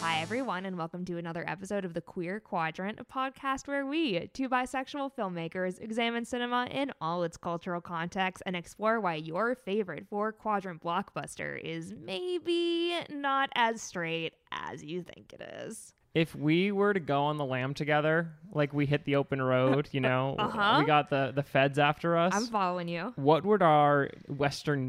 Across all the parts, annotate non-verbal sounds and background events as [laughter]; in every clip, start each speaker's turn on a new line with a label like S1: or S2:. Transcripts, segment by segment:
S1: Hi, everyone, and welcome to another episode of the Queer Quadrant, a podcast where we, two bisexual filmmakers, examine cinema in all its cultural contexts and explore why your favorite four quadrant blockbuster is maybe not as straight as you think it is.
S2: if we were to go on the lam together, like we hit the open road, you know,
S1: [laughs] Uh-huh.
S2: we got the the feds after us.
S1: I'm following you.
S2: what would our Western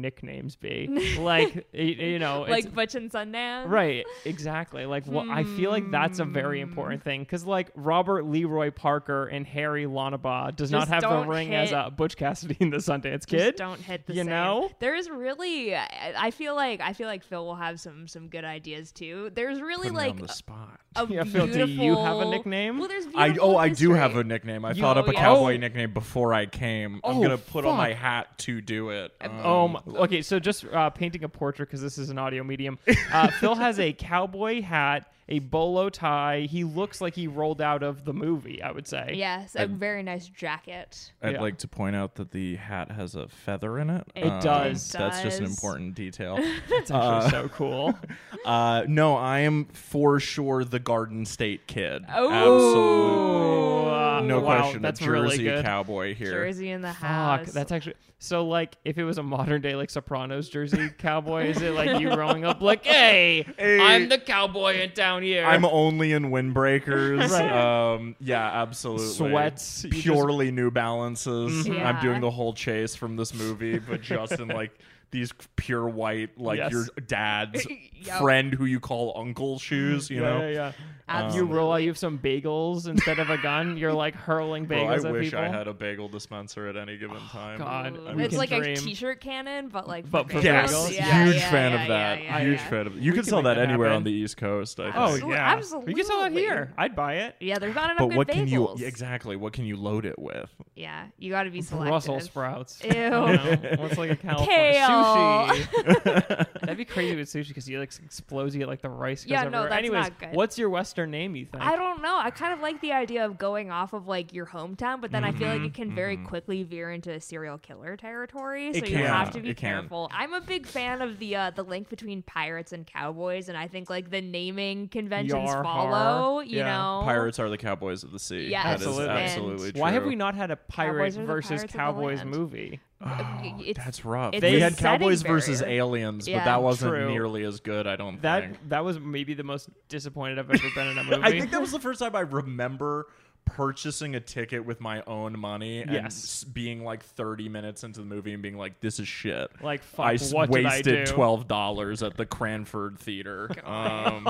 S1: [laughs]
S2: nicknames be? like, y- you know, it's-
S1: Like Butch and Sundance.
S2: right, exactly. Like, what I feel like that's a very
S1: Hmm.
S2: important thing because, like, Robert Leroy Parker and Harry Lonabaugh
S1: Just
S2: does not have the
S1: don't
S2: ring as
S1: hit-
S2: uh, Butch Cassidy and the Sundance
S1: Just
S2: Kid.
S1: don't hit the
S2: you
S1: same.
S2: know?
S1: there's really I, I feel like i feel like phil will have some some good ideas too there's really
S3: Put me
S1: like
S3: on the spot. [laughs]
S1: a
S2: Yeah,
S1: beautiful
S2: Phil, do you have a nickname?
S1: well there's
S3: I
S1: beautiful
S3: oh I do
S1: history.
S3: have a nickname. I
S2: You-
S3: thought up
S1: oh,
S3: a
S1: yeah.
S3: cowboy
S2: Oh.
S3: nickname before I came. I'm
S2: Oh,
S3: gonna put on my
S2: fuck.
S3: hat to do it. Um,
S2: Oh, my, okay. So just uh, painting a portrait because this is an audio
S3: [laughs]
S2: medium. Uh, Phil has a cowboy hat, a bolo tie. He looks like he rolled out of the movie. I would say.
S1: yes a very nice jacket
S3: I'd
S2: yeah.
S3: like to point out that the hat has a feather in it. Um,
S2: It does.
S3: That's just an
S1: does.
S2: [laughs]
S3: important detail.
S2: That's actually so [laughs] cool.
S3: uh, no, I am for sure the Garden State kid.
S1: Oh.
S3: Absolutely.
S2: Wow,
S3: No question.
S2: That's
S3: a
S2: really
S3: Jersey
S2: good.
S3: cowboy here.
S1: jersey in the
S2: Fuck,
S1: house
S2: that's actually so. Like, if it was a modern day like Sopranos Jersey cowboy, is it like you rolling up like, "Hey,
S3: Hey.
S2: I'm the cowboy in town here."
S3: I'm only in windbreakers.
S2: [laughs] Right.
S3: um, yeah, absolutely.
S2: Sweats, you just- Mm-hmm.
S3: purely New Balances.
S1: Mhm.
S3: I'm
S1: Yeah.
S3: doing the whole chase from this
S2: [laughs]
S3: movie, but just in like these pure white, like
S2: Yes.
S3: your
S2: [laughs]
S3: dad's
S1: Yep.
S3: friend who you call uncle shoes. You
S2: Yeah,
S3: know,
S2: yeah, yeah. You
S3: Um,
S1: Absolutely.
S2: roll out. You have some bagels instead of a gun. You're like hurling
S3: Bro,
S2: bagels
S3: I
S2: at
S3: wish
S2: people. Oh,
S3: I had a bagel dispenser at any given time.
S2: God,
S1: Ooh,
S2: I mean-
S1: it's like
S2: dream.
S1: a t-shirt cannon but like
S2: But for
S1: girls.
S3: Yes,
S2: bagels?
S1: Yeah,
S3: huge
S1: yeah,
S3: fan
S1: yeah,
S3: of that.
S1: yeah, yeah,
S3: huge
S1: yeah.
S3: fan of. You can
S2: can
S3: sell
S2: make
S3: that,
S2: that
S3: anywhere on
S2: happen.
S3: the East Coast. I
S2: Oh
S3: think.
S1: Absolutely,
S2: yeah,
S1: absolutely.
S2: You can sell it here. I'd buy it.
S1: yeah there's not enough
S3: But
S1: good
S3: what can you
S1: bagels
S3: exactly? What can you load it with?
S1: yeah you got to be selective
S2: Brussels sprouts.
S1: Ew.
S2: [laughs] You know, what's like a California
S1: Kale.
S2: sushi?
S1: [laughs]
S2: That'd be crazy with sushi because you like explodes, you get like the rice. Goes
S1: Yeah, no,
S2: everywhere.
S1: that's
S2: Anyways,
S1: not good.
S2: what's your Western name? You think?
S1: I don't know. I kind of like the idea of going off of like your hometown, but then I feel like it can very quickly veer into serial killer territory. So
S2: It
S1: you
S3: can.
S1: have to be
S3: It can.
S1: careful. I'm a big fan of the uh, the link between pirates and cowboys, and I think like the naming conventions
S2: Yar, har.
S1: follow. You
S2: Yeah.
S1: know,
S3: Pirates are the cowboys of the sea.
S1: Yes,
S3: that is
S2: Absolutely. and-
S3: absolutely true.
S2: Why have we not had a pirate
S1: Cowboys are the
S2: versus
S1: pirates of the
S2: cowboys
S1: land.
S2: movie?
S1: Y- y- it's-
S3: That's rough.
S1: it's
S2: a
S3: They had
S1: setting
S3: Cowboys versus
S1: barrier.
S3: Aliens,
S1: Yeah.
S3: but that wasn't
S2: True.
S3: nearly as good. I don't
S2: That
S3: think.
S2: that was maybe the most disappointed I've ever been in a movie.
S3: [laughs] I think that was the first time I remember purchasing a ticket with my own money and
S2: Yes.
S3: s- being like 30 minutes into the movie and being like, "This is shit."
S2: like fuck,
S3: I s-
S2: what
S3: wasted
S2: did I do?
S3: twelve dollars at the Cranford Theater um,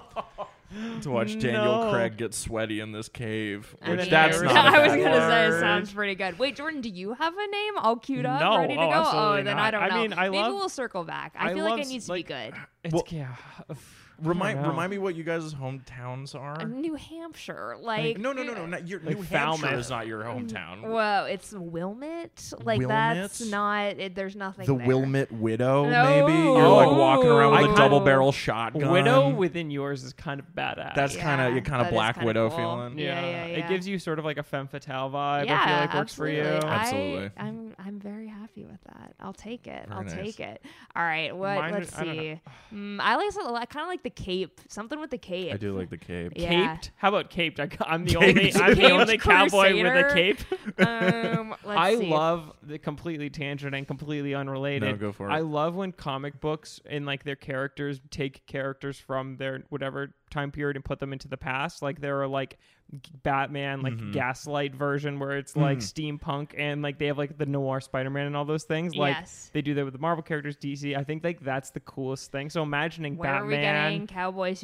S3: to watch Daniel
S2: No.
S3: Craig get sweaty in this cave.
S1: I
S3: Which
S1: mean,
S3: that's
S2: I
S3: not.
S1: [laughs]
S3: a
S1: I was
S3: bad
S1: gonna say
S3: word.
S1: it sounds pretty good. Wait, Jordan, do you have a name all queued up,
S2: No,
S1: ready to
S2: oh,
S1: go?
S2: absolutely
S1: oh, then
S2: not.
S1: I don't
S2: I
S1: know.
S2: mean, I
S1: Maybe
S2: love-
S1: we'll circle back. I,
S2: I
S1: feel like
S2: love
S1: it
S2: s-
S1: needs
S2: like-
S1: to be good.
S2: It's,
S3: Well-
S2: yeah. I
S3: Remind
S2: don't know.
S3: remind me what you guys' hometowns are.
S1: New Hampshire, like
S3: No, no, no, no. Not your,
S2: Like
S3: New Hampshire
S2: Falmouth.
S3: is not your hometown.
S1: Whoa, it's Wilmot. Like that's
S3: Wilmot?
S1: not. It, there's nothing.
S3: the
S1: there.
S3: Wilmot Widow,
S1: No.
S3: maybe. You're like
S2: Oh.
S3: walking around
S2: I
S3: with a
S2: kinda-
S3: double barrel shotgun.
S2: Widow within yours is kind of badass.
S3: That's
S1: Yeah,
S3: kind of you kind
S1: that
S3: of
S1: is
S3: Black
S1: kinda
S3: Widow
S1: cool.
S3: feeling.
S1: Yeah, yeah, yeah.
S2: It gives you sort of like a femme fatale vibe.
S1: Yeah,
S2: I feel like works for you.
S1: absolutely. I,
S3: Absolutely.
S1: I'm I'm very happy with that. I'll take it.
S3: Very
S1: I'll
S3: nice.
S1: take it. All right. What?
S2: Mine
S1: let's
S2: is- I don't know.
S1: see. Mm, I like some- I kind of like the cape. Something with the cape.
S3: I do like the cape.
S1: Yeah.
S2: Caped? How about caped? I, am the
S3: Caped.
S2: only I'm the
S1: Caped
S2: only cowboy with a
S1: crusader.
S2: cape.
S1: [laughs]
S2: [laughs]
S1: um, let's
S2: I
S1: see.
S2: love the completely tangent and completely unrelated.
S3: No, go for it.
S2: I love when comic books and like their characters take characters from their whatever time period and put them into the past. Like there are like g- Batman, like
S3: Mm-hmm.
S2: Gaslight version where it's like
S3: Mm.
S2: steampunk and like they have like the noir Spider-Man and all those things. Like
S1: Yes.
S2: they do that with the Marvel characters, DC. I think like that's the coolest thing. So imagining
S1: Where
S2: Batman.
S1: are we getting cowboy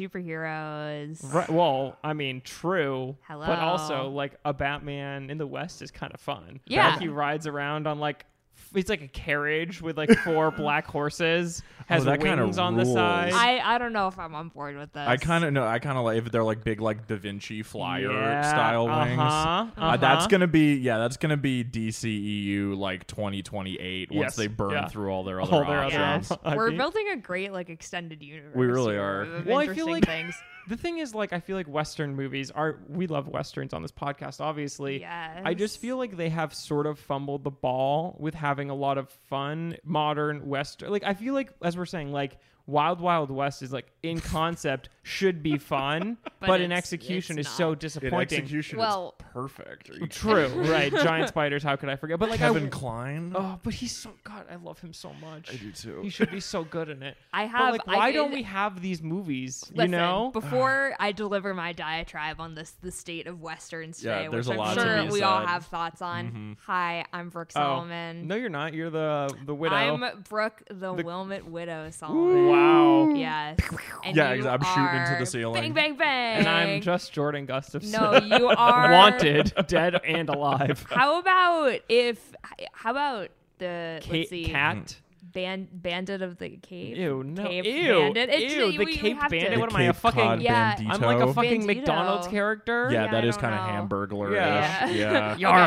S1: superheroes?
S2: Right, well, I mean, true. But also,
S1: Hello.
S2: like a Batman in the West is kind of fun.
S1: Yeah.
S2: Like, he rides around on like f- it's like a carriage with like
S1: [laughs]
S2: four black horses, has
S3: Oh, that kinda
S2: wings on the
S3: rules.
S2: side.
S1: I, I don't know if I'm on board with this.
S3: I kind of know. I kind of like if they're like big, like Da Vinci flyer
S2: Yeah,
S3: style wings.
S2: uh-huh,
S3: Uh, that's
S2: uh-huh.
S3: gonna be yeah. That's gonna be DCEU like 2028 once
S2: Yes,
S3: they burn
S2: yeah.
S3: through all their other
S2: All their other
S3: options.
S1: Yes.
S2: [laughs] I
S1: We're
S2: mean-
S1: building a great like extended universe.
S3: We really
S1: here
S3: are.
S1: of
S2: Well, I feel
S1: interesting
S2: like-
S1: things.
S2: the thing is, like, I feel like Western movies are we love westerns on this podcast, obviously. [laughs] I just
S1: Yes.
S2: feel like they have sort of fumbled the ball with having a lot of fun modern Western. Like, I feel like as we're saying, like. Wild Wild West is like
S1: [laughs]
S2: in concept should be fun,
S1: But
S2: but, in
S1: it's-
S2: execution
S1: it's
S2: is so
S1: not.
S3: [laughs] In
S2: disappointing.
S3: execution,
S1: Well-
S3: it's perfect. Are you [laughs]
S2: True, right? Giant spiders. How could I forget? But like I,
S3: Kevin
S2: w-
S3: Klein?
S2: oh, but he's so God. I love him so much.
S3: I do too.
S2: He should be so good in it.
S1: I
S2: But,
S1: have.
S2: like, why
S1: I
S2: don't
S1: did-
S2: we have these movies?
S1: Listen,
S2: you know,
S1: before I deliver my diatribe on this, the state of westerns
S3: Yeah,
S1: today,
S3: there's
S1: which
S3: a
S1: I'm
S3: lot
S2: to
S1: sure
S2: be Mm-hmm. Oh,
S1: we all
S3: said.
S1: have thoughts on. Hi, I'm Brooke Solomon.
S2: no, you're not. You're the the widow.
S1: I'm Brooke, the,
S2: The-
S1: Wilmot Widow Solomon.
S2: wow.
S1: Yes. And
S3: Yeah,
S1: you
S3: exa- I'm shooting into
S1: are
S3: the ceiling.
S1: Bang, bang, bang.
S2: And I'm just Jordan Gustafson.
S1: No,
S2: [laughs]
S1: you are
S2: wanted, dead and [laughs] alive.
S1: How about if? How about the
S2: Ca-
S1: let's see,
S2: cat.
S1: ban- bandit of the cave?
S2: Ew, no.
S1: Cave
S2: ew.
S1: bandit. It's-
S2: ew, the
S1: we- we
S2: Cape
S1: have to-
S2: Bandit.
S1: The
S2: What am I, a
S3: Cape
S2: fucking.
S3: Cod
S1: Yeah.
S2: I'm like a
S3: Bandito?
S2: fucking
S1: Bandito.
S2: McDonald's character.
S1: Yeah,
S3: Yeah, that
S1: I
S3: is
S1: don't
S3: kind of
S1: know.
S3: hamburglar.
S2: Yeah.
S1: [laughs]
S3: Yeah.
S1: Yeah.
S3: yeah.
S2: Yar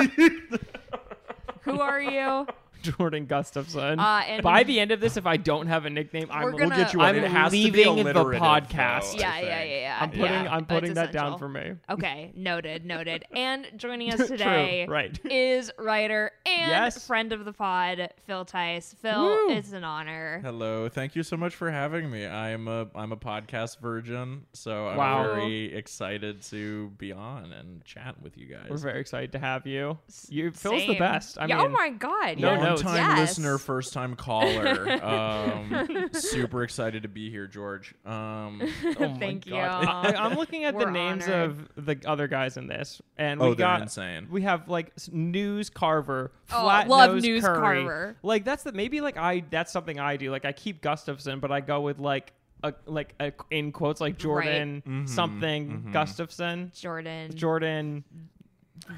S1: Okay.
S2: har har.
S1: [laughs] Who are you?
S2: Jordan Gustafson.
S1: Uh, and-
S2: By the end of this, if I don't have a nickname, I'm,
S1: We're
S2: we'll
S1: gonna-
S2: get you
S1: But
S2: I'm
S3: it has to be
S2: leaving the
S3: alliterative,
S2: podcast.
S3: though,
S1: yeah,
S3: I
S1: yeah, yeah,
S3: think.
S1: yeah.
S2: I'm putting
S1: yeah.
S2: I'm putting
S1: That's
S2: that down
S1: essential.
S2: for me.
S1: Okay, noted,
S2: [laughs]
S1: noted. And joining us today [laughs]
S2: True, right.
S1: is writer and
S2: Yes.
S1: friend of the pod, Phil Tice. Phil,
S2: Woo.
S1: it's an honor.
S3: Hello, thank you so much for having me. I'm a I'm a podcast virgin, so I'm
S2: Wow.
S3: very excited to be on and chat with you guys.
S2: We're very excited to have you. You Phil's the
S1: Same.
S2: best. I
S1: yeah,
S2: mean,
S1: oh my god.
S2: No,
S1: yeah.
S2: no,
S3: Long
S2: it's-
S3: time
S1: Yes. [laughs]
S3: listener, first time caller. Um, super excited to be here, George.
S1: [laughs]
S3: Um,
S2: oh my
S1: Thank you.
S2: God. [laughs] I, am looking at the
S1: We're
S2: names
S1: honored.
S2: of the other guys in this, and
S3: oh,
S2: we
S3: they're
S2: got
S3: insane.
S2: we have like s- News Carver,
S1: Oh,
S2: flat
S1: love
S2: nose
S1: News
S2: Curry.
S1: Carver.
S2: Like that's the maybe like I that's something I do. Like I keep Gustafson, but I go with like a like a, in quotes like Jordan
S3: Mm-hmm.
S2: something Gustafson,
S1: Jordan.
S2: Jordan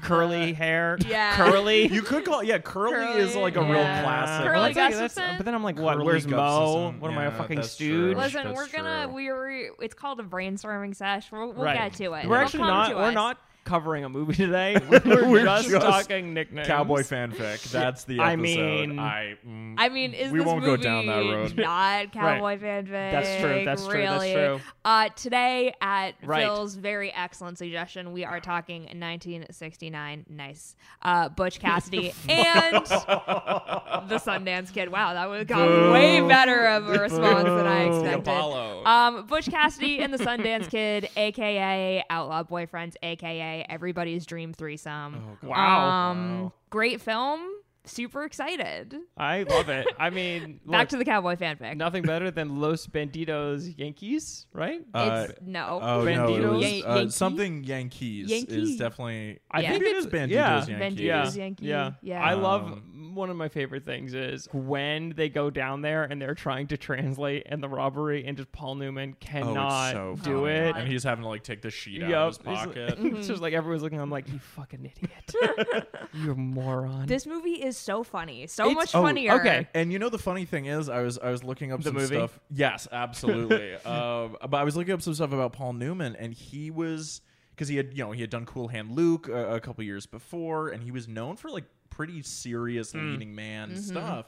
S2: curly hair,
S1: Mm. [laughs] yeah.
S2: curly.
S3: you could call yeah, curly, is like a
S1: Curly,
S3: real
S1: yeah.
S3: classic.
S1: Curly
S2: Well, that's like- that's-
S1: Gustafson?
S2: but then I'm like, what?
S3: Curly
S2: Where's Mo?
S3: Gustafson.
S2: What am I, a
S3: Yeah,
S2: fucking
S3: that's
S2: stooge?
S3: true.
S1: Listen,
S3: That's
S1: we're gonna
S3: true.
S1: we are it's called a brainstorming sesh. We'll, we'll
S2: Right.
S1: get to it.
S2: We're
S1: It'll
S2: actually
S1: come
S2: not.
S1: to
S2: We're
S1: us.
S2: not covering a
S3: [laughs]
S2: movie today. We're,
S3: We're
S2: just,
S3: just
S2: talking nicknames.
S3: Cowboy fanfic. That's the episode.
S2: I mean-
S3: I, mm,
S1: I mean, is
S3: We
S1: this
S3: won't
S1: movie
S3: go down that
S2: [laughs]
S3: road.
S1: not cowboy fanfic?
S2: That's true, that's true, that's
S1: Really?
S2: true.
S1: Uh, today at
S2: Right.
S1: Phil's very excellent suggestion, we are talking 1969. Nice, uh,
S2: [laughs]
S1: Butch Cassidy and the Sundance Kid. Wow, that would got way better of a response than I expected.
S3: Apollo.
S1: Um, Butch Cassidy and the Sundance Kid, [laughs] aka Outlaw Boyfriends, aka Everybody's Dream Threesome.
S2: Oh, Wow.
S1: Um, great film. Super excited.
S2: I love it. I mean,
S1: [laughs] Back
S2: look,
S1: to the cowboy fanfic.
S2: nothing better than Los Bandidos Yankees, right?
S3: Uh,
S1: it's no.
S3: Oh no, it
S2: Bandidos?
S3: was,
S1: Yan-
S3: uh,
S1: Yankee?
S3: something Yankees
S1: Yankee.
S3: is definitely. oh,
S2: I
S1: Yeah.
S2: think
S1: Maybe
S2: it is
S3: Bandidos
S2: yeah.
S3: Yankees.
S2: Yeah.
S1: Bandidos Yankee.
S2: yeah,
S1: Yeah.
S2: I love
S3: Um,
S2: one of my favorite things is when they go down there and they're trying to translate and the robbery and just Paul Newman cannot
S3: oh, it's so
S2: do
S3: funny.
S2: it.
S3: and he's having to like take the sheet
S2: Yup.
S3: out of his
S2: He's like-
S3: pocket.
S2: [laughs] it's just like everyone's looking. I'm like, you fucking idiot.
S1: [laughs]
S2: you moron.
S1: This movie is so funny. So
S2: It's-
S1: much
S2: oh,
S1: funnier.
S2: okay.
S3: [laughs] And you know the funny thing is, I was I was looking up
S2: The
S3: some
S2: movie?
S3: stuff. Yes, absolutely. um, but I was looking up some stuff about Paul Newman, and he was because he had you know he had done Cool Hand Luke a, a couple years before, and he was known for like pretty serious leading man stuff.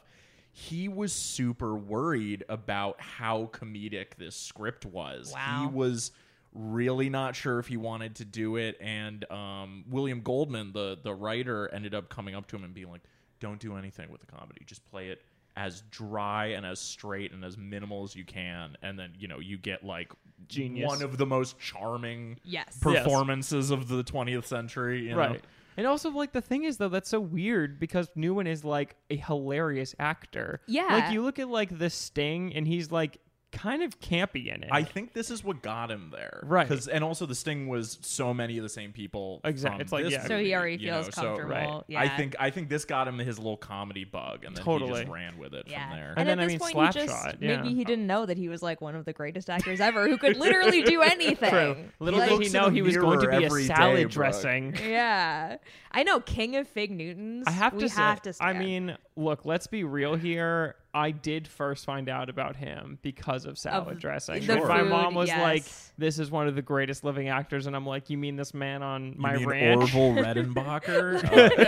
S3: He was super worried about how comedic this script was.
S1: Wow.
S3: He was really not sure if he wanted to do it and um, william goldman the the writer ended up coming up to him and being like don't do anything with the comedy just play it as dry and as straight and as minimal as you can and then you know you get like
S2: Genius.
S3: one of the most charming
S1: Yes.
S2: Yeah.
S3: performances of the 20th century you know?
S2: right. And also, like the thing is, though, that's so weird because Newman is like a hilarious actor.
S1: Yeah.
S2: Like you look at like the Sting, and he's like kind of campy in it.
S3: I think this is what got him there,
S2: Right.
S3: 'Cause- and also, the sting was so many of the same people.
S2: Exact-
S3: from
S2: it's like,
S3: this
S2: yeah.
S1: So he
S3: movie,
S1: already
S3: you
S1: feels
S3: know, so-
S1: comfortable.
S2: right.
S1: Yeah.
S3: I think I think this got him his little comedy bug, and then he
S2: Totally.
S3: just ran with it
S1: Yeah.
S3: from there.
S2: And
S1: at
S2: then, I
S1: this
S2: mean,
S1: point,
S2: Slapshot,
S1: he just,
S2: yeah.
S1: maybe he didn't know that he was like one of the greatest actors ever who
S2: [laughs]
S1: could literally do anything.
S2: Little
S1: Like-
S2: did he
S3: looks in
S2: know
S3: a
S2: he was going to
S3: mirror
S2: be a
S3: every day,
S2: salad
S3: Brooke.
S2: dressing.
S1: Yeah. I know. King of Fig Newtons.
S2: I have to
S1: we
S2: say,
S1: have to
S2: I
S1: stand.
S2: mean, look, let's be real here. I did first find out about him because of salad
S1: Of
S2: dressing.
S1: the
S2: Like, my
S1: food,
S2: mom was like,
S1: yes.
S2: "This is one of the greatest living actors," and I'm like, "You mean this man on
S3: You
S2: my
S3: mean
S2: ranch?" [laughs]
S3: Orville Redenbacher.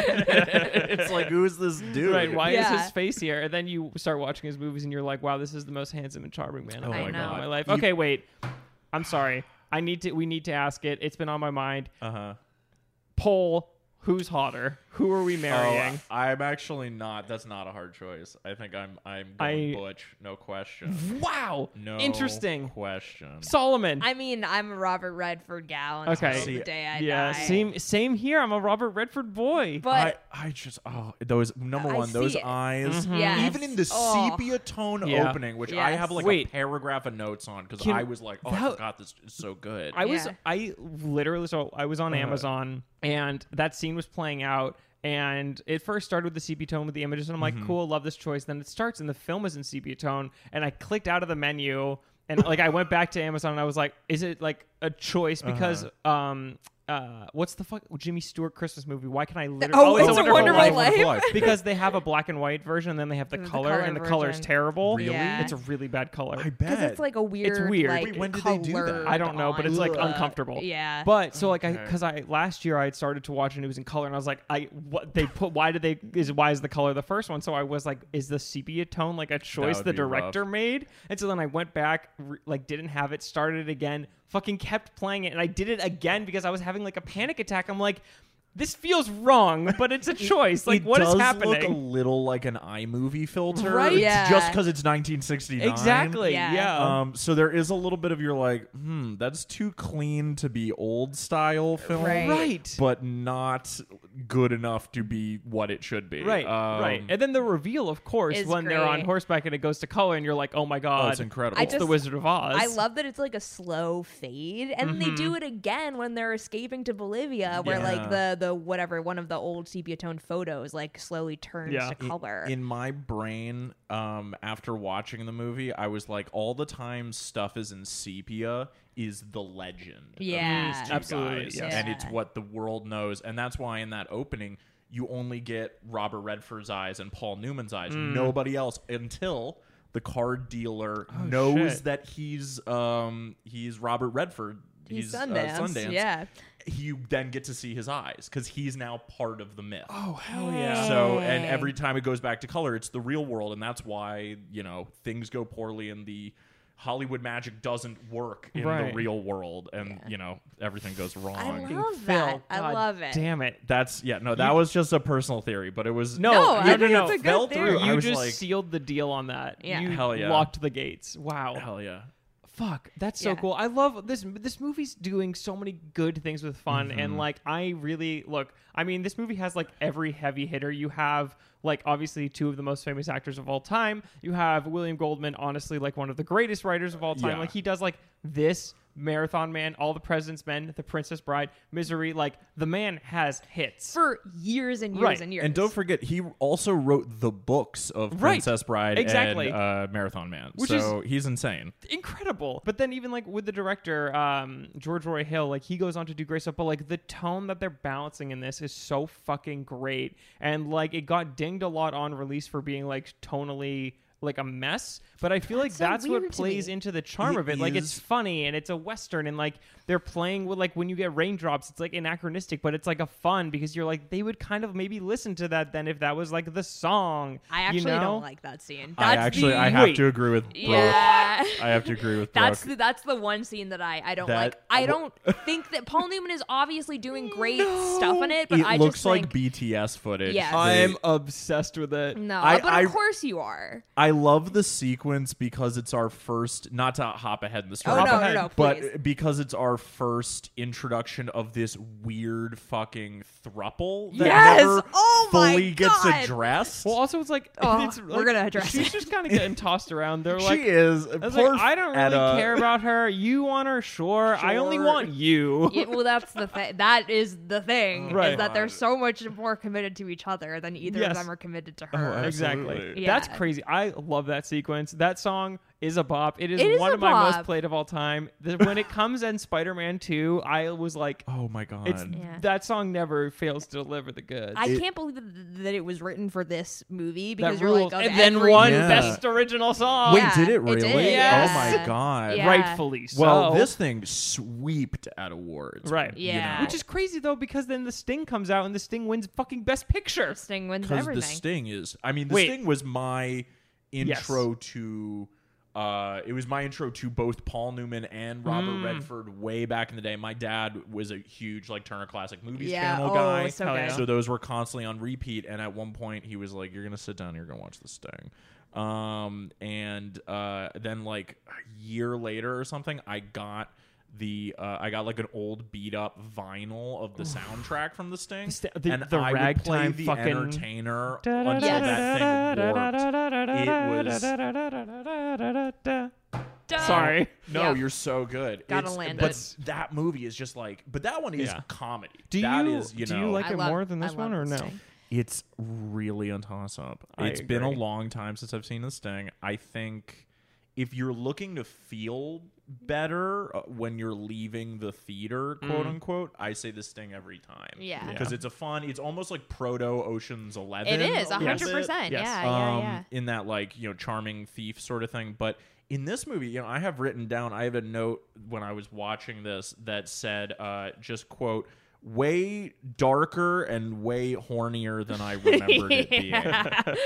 S3: Uh, it's like, who's this dude?
S2: Right, why
S1: Yeah.
S2: is his face here? And then you start watching his movies and you're like, wow, this is the most handsome and charming man I've
S3: Oh
S2: ever
S1: my
S2: met in
S1: God.
S2: my life.
S3: You-
S2: Okay, wait. I'm sorry. I
S3: Uh-huh.
S2: need to we need to ask it. It's been on my mind.
S3: Uh huh.
S2: Poll who's hotter? Who are we marrying?
S3: Oh, I'm actually not. That's not a hard choice. I think I'm. I'm going
S2: I-
S3: Butch.
S2: [laughs]
S3: No question.
S2: wow.
S3: No.
S2: Interesting.
S3: question.
S2: Solomon.
S1: I mean, I'm a Robert Redford gal until
S2: Okay.
S3: See,
S1: the day I
S2: yeah.
S1: die.
S2: Same. Same here. I'm a Robert Redford boy.
S1: but
S3: I, I just oh those number
S1: I
S3: one those
S1: see it.
S3: eyes
S1: Mhm. Yes.
S3: even in the
S1: Oh.
S3: sepia tone
S2: Mm-hmm. Yeah.
S3: opening which I
S1: Yes.
S3: have like
S2: Wait.
S3: a paragraph of notes on because
S2: Can-
S3: I was like oh I
S2: that-
S3: forgot this is so good
S2: I was
S1: Yeah.
S2: I literally so I was on Amazon and that scene was playing out and it first started with the sepia tone with the images and I'm like cool love this choice then it starts and the film is in sepia tone and I clicked out of the menu and like I went back to Amazon and I was like is it like a choice because um uh what's the fuck Jimmy Stewart Christmas movie why can I literally
S1: oh, it's, a wonderful,
S3: Wonderful
S1: life.
S3: Life. Life.
S2: because they have a black and white version and then they have the,
S1: The
S2: color,
S1: color
S2: and the color is
S1: version.
S2: terrible
S1: Really? Yeah.
S2: it's a really bad color
S3: [laughs] I
S1: because
S3: bet
S1: it's like a weird.
S2: weird.
S1: Like,
S3: Wait, when did they do that?
S1: colored
S2: I don't know, but
S1: on
S2: it's like
S1: look.
S2: uncomfortable.
S1: Yeah.
S2: But so like I
S3: Okay.
S2: because I last year I had started to watch and it was in color and I was like I what they put why did they is why is the color the first one so I was like is the sepia tone like a choice
S3: would
S2: the
S3: be rough.
S2: director made and so then I went back re- like didn't have it started it again fucking kept playing it and I did it again because I was having like a panic attack I'm like this feels wrong but it's a choice like
S3: it
S2: what is
S3: does look a
S2: happening
S3: little like an iMovie filter
S2: Right?
S1: Yeah.
S3: just because it's 1969
S2: exactly
S1: Yeah.
S2: yeah,
S3: Um, so there is a little bit of your like, hmm, that's too clean to be old style film,
S1: Right.
S2: right
S3: but not good enough to be what it should be.
S2: Right,
S3: Um,
S2: right, and then the reveal, of course,
S1: is
S2: when they're on
S1: great.
S2: horseback and it goes to color, and you're like, "Oh my
S3: oh,
S2: god,
S3: it's incredible.
S1: I
S2: It's the
S1: just-
S2: Wizard of Oz."
S1: I love that it's like a slow fade, and then they do
S2: Mm-hmm.
S1: it again when they're escaping to Bolivia, where like
S3: Yeah.
S1: the the whatever one of the old sepia toned photos like slowly turns
S2: Yeah.
S1: to
S3: I-
S1: color.
S3: In my brain, um, after watching the movie, I was like, all the time stuff is in sepia is the legend. of
S1: Yeah.
S3: these two
S2: Absolutely,
S3: guys,
S2: yes.
S3: And
S1: Yeah.
S3: it's what the world knows. And that's why in that opening, you only get Robert Redford's eyes and Paul Newman's eyes.
S2: Mm.
S3: Nobody else until the card dealer knows
S2: Oh, shit.
S3: that he's um he's Robert Redford.
S1: He's
S3: uh,
S1: Sundance, yeah.
S3: You then get to see his eyes because he's now part of the myth.
S2: Oh hell yeah!
S3: So and
S1: Dang.
S3: every time it goes back to color, it's the real world, and that's why you know things go poorly and the Hollywood magic doesn't work in
S2: Right.
S3: the real world, and you know everything goes wrong.
S1: I
S2: Fucking
S1: love that.
S2: Phil,
S1: I
S2: God
S1: love it.
S2: Damn it!
S3: that's yeah, no, that was just a personal theory, but it was
S2: No,
S1: No,
S2: you-
S1: I
S2: no,
S1: think
S2: no,
S1: it's a
S2: no.
S1: good
S2: Fell
S1: theory.
S2: through.
S3: I
S2: You
S3: was
S2: just
S3: like-
S2: sealed the deal on that.
S1: Yeah.
S2: You
S3: Hell yeah.
S2: locked the gates. Wow.
S3: hell yeah.
S2: Fuck, that's so
S1: Yeah.
S2: cool. I love this. This movie's doing so many good things with fun, and like I really look. I mean, this movie has like every heavy hitter. You have like obviously two of the most famous actors of all time. You have William Goldman, honestly, like one of the greatest writers of all time.
S3: Yeah.
S2: Like he does like this. Marathon Man, All the President's Men, The Princess Bride, Misery, like the man has hits.
S1: For years and years
S2: Right,
S1: and years.
S3: And don't forget, he also wrote the books of
S2: Right.
S3: Princess Bride
S2: Exactly.
S3: and uh, Marathon Man.
S2: Which
S3: so he's insane.
S2: incredible. But then even like with the director, um, George Roy Hill, like he goes on to do great stuff, but like the tone that they're balancing in this is so fucking great. And like it got dinged a lot on release for being like tonally like a mess, but I feel like
S1: so
S2: that's what
S1: weird to
S2: plays
S1: me.
S2: into the charm
S3: It
S2: of it. Like it's
S3: is.
S2: funny and it's a western and like they're playing with like when you get raindrops, it's like anachronistic, but it's like a fun because you're like they would kind of maybe listen to that then if that was like the song.
S1: I
S2: you
S1: actually
S2: know?
S1: don't like that scene.
S3: I
S1: That's
S3: actually,
S1: the,
S3: I have
S2: Wait.
S3: to agree with Brooke.
S1: [laughs] yeah.
S3: I have to agree with Brooke.
S1: That's the, that's the one scene that I, I don't
S3: That-
S1: like. I
S3: wh- [laughs]
S1: don't think that Paul Newman is obviously doing great stuff in it, but
S3: it
S1: I
S3: looks
S1: just
S3: like
S1: think,
S3: BTS footage.
S1: Yes.
S3: They-
S2: I'm obsessed with it.
S1: no.
S3: I-
S1: but
S3: I-
S1: of course you are.
S3: I love the sequence because it's our first, not to hop ahead in the story,
S1: Oh,
S2: no,
S3: but,
S2: no,
S1: no,
S3: but
S1: please.
S3: because it's our first introduction of this weird fucking thruple that
S1: Yes!
S3: never
S1: Oh my
S3: fully gets
S1: God!
S3: addressed.
S2: Well, also it's like, [laughs]
S1: Oh,
S2: it's
S1: we're
S2: like-
S1: gonna address
S2: She's
S1: it. [laughs]
S2: just kind of getting tossed around. They're
S3: she
S2: like,
S3: is.
S2: I was
S3: poor
S2: like, I don't really
S3: Etta.
S2: care about her. You want her, sure. I only
S3: Sure.
S2: want you.
S1: Yeah, well, that's the thing. That is the thing. Is
S2: Right.
S1: that they're so much more committed to each other than either
S2: Yes. Oh,
S1: of them are committed to her.
S2: [laughs] Exactly.
S3: Absolutely.
S2: That's
S1: Yeah.
S2: crazy. I love that sequence. That song is a bop. It is,
S1: It is
S2: one
S1: a
S2: of my most
S1: bop.
S2: played of all time. The- when it comes in Spider-Man 2, I was like,
S3: [laughs] Oh my god.
S2: it's
S1: Yeah.
S2: that song never fails to deliver the goods.
S1: I
S3: It-
S1: can't believe that, that it was written for this movie
S2: that
S1: because you're
S2: rules.
S1: like, of
S2: and then
S1: every-
S2: one
S3: Yeah.
S2: best original song.
S3: Wait,
S1: Yeah,
S3: did
S1: it
S3: it really?
S1: did.
S2: Yes.
S3: Oh my god.
S1: Yeah.
S2: Rightfully so.
S3: Well, this thing sweeped at awards.
S2: Right.
S3: you
S1: Yeah.
S3: know.
S2: Which is crazy though, because then the Sting comes out and the Sting wins fucking Best Picture.
S1: Sting wins
S3: because
S1: everything.
S3: the sting is i mean the
S2: Wait.
S3: sting was my
S2: Yes.
S3: intro to Uh, it was my intro to both Paul Newman and Robert
S1: Hmm.
S3: Redford way back in the day. My dad was a huge like Turner Classic Movies
S1: Yeah,
S3: channel
S1: oh,
S3: guy,
S1: so
S2: Hell
S1: good.
S2: yeah.
S3: so those were constantly on repeat. And at one point, he was like, "You're gonna sit down. You're gonna watch this thing." Um, and uh, then like a year later or something, I got the uh, I got like an old beat up vinyl of the soundtrack from the Sting,
S2: Sta- the-
S3: and
S2: the
S3: I would play
S2: ragtime
S3: the
S2: fucking-
S3: entertainer until that thing worked.
S2: It was.
S1: Duh.
S2: Sorry.
S3: No,
S1: Yep.
S3: you're so good.
S1: Gotta
S3: It's-
S1: land
S3: but
S1: it.
S3: that movie is just like, but that one is
S2: Yeah.
S3: comedy.
S2: Do
S3: That
S2: you,
S3: is, you
S2: do
S3: know,
S2: you like
S1: I
S2: it
S1: love-
S2: more than
S1: I
S2: this
S1: love
S2: one or
S1: The
S2: no?
S1: Sting.
S3: it's really a toss up.
S2: I
S3: It's been a
S2: agree.
S3: long time since I've seen this thing. I think if you're looking to feel better uh, when you're leaving the theater, quote unquote, I say this thing every time.
S1: Mm. Yeah.
S2: Yeah.
S3: because it's a fun. It's almost like proto Ocean's
S1: It
S3: Eleven.
S1: is
S3: a little
S1: 100%.
S3: bit
S1: Yeah, yeah,
S2: Yes.
S1: yeah.
S3: um, in that like you know charming thief sort of thing but in this movie you know i have written down i have a note when i was watching this that said uh just quote way darker and way hornier
S1: [laughs]
S3: than i remembered it being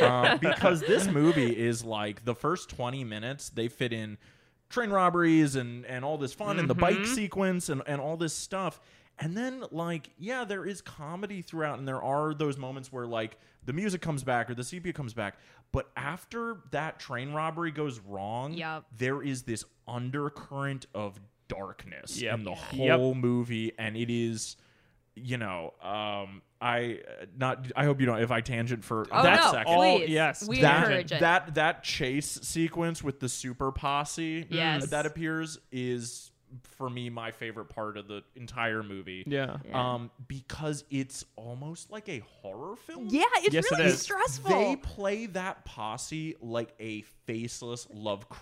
S3: um, because this movie is like the first 20 minutes they fit in train robberies and and all this fun and the bike
S1: Mm-hmm.
S3: sequence and and all this stuff and then like yeah there is comedy throughout and there are those moments where like the music comes back or the sepia comes back but after that train robbery goes wrong
S1: Yep.
S3: there is this undercurrent of darkness
S2: Yep.
S3: in the
S2: Yep.
S3: whole movie and it is you know um i not i hope you don't if i tangent for
S1: [laughs]
S2: [laughs]
S1: Oh,
S3: that
S1: no,
S3: second
S2: all-
S1: please.
S2: yes.
S1: We
S3: that,
S1: encourage it.
S3: that that chase sequence with the super posse
S1: Yes.
S3: that appears is for me my favorite part of the entire movie.
S2: Yeah.
S1: Yeah.
S3: Um, because it's almost like a horror film.
S1: yeah, it's
S2: Yes, it
S1: really
S2: is.
S1: stressful.
S3: They play that posse like a faceless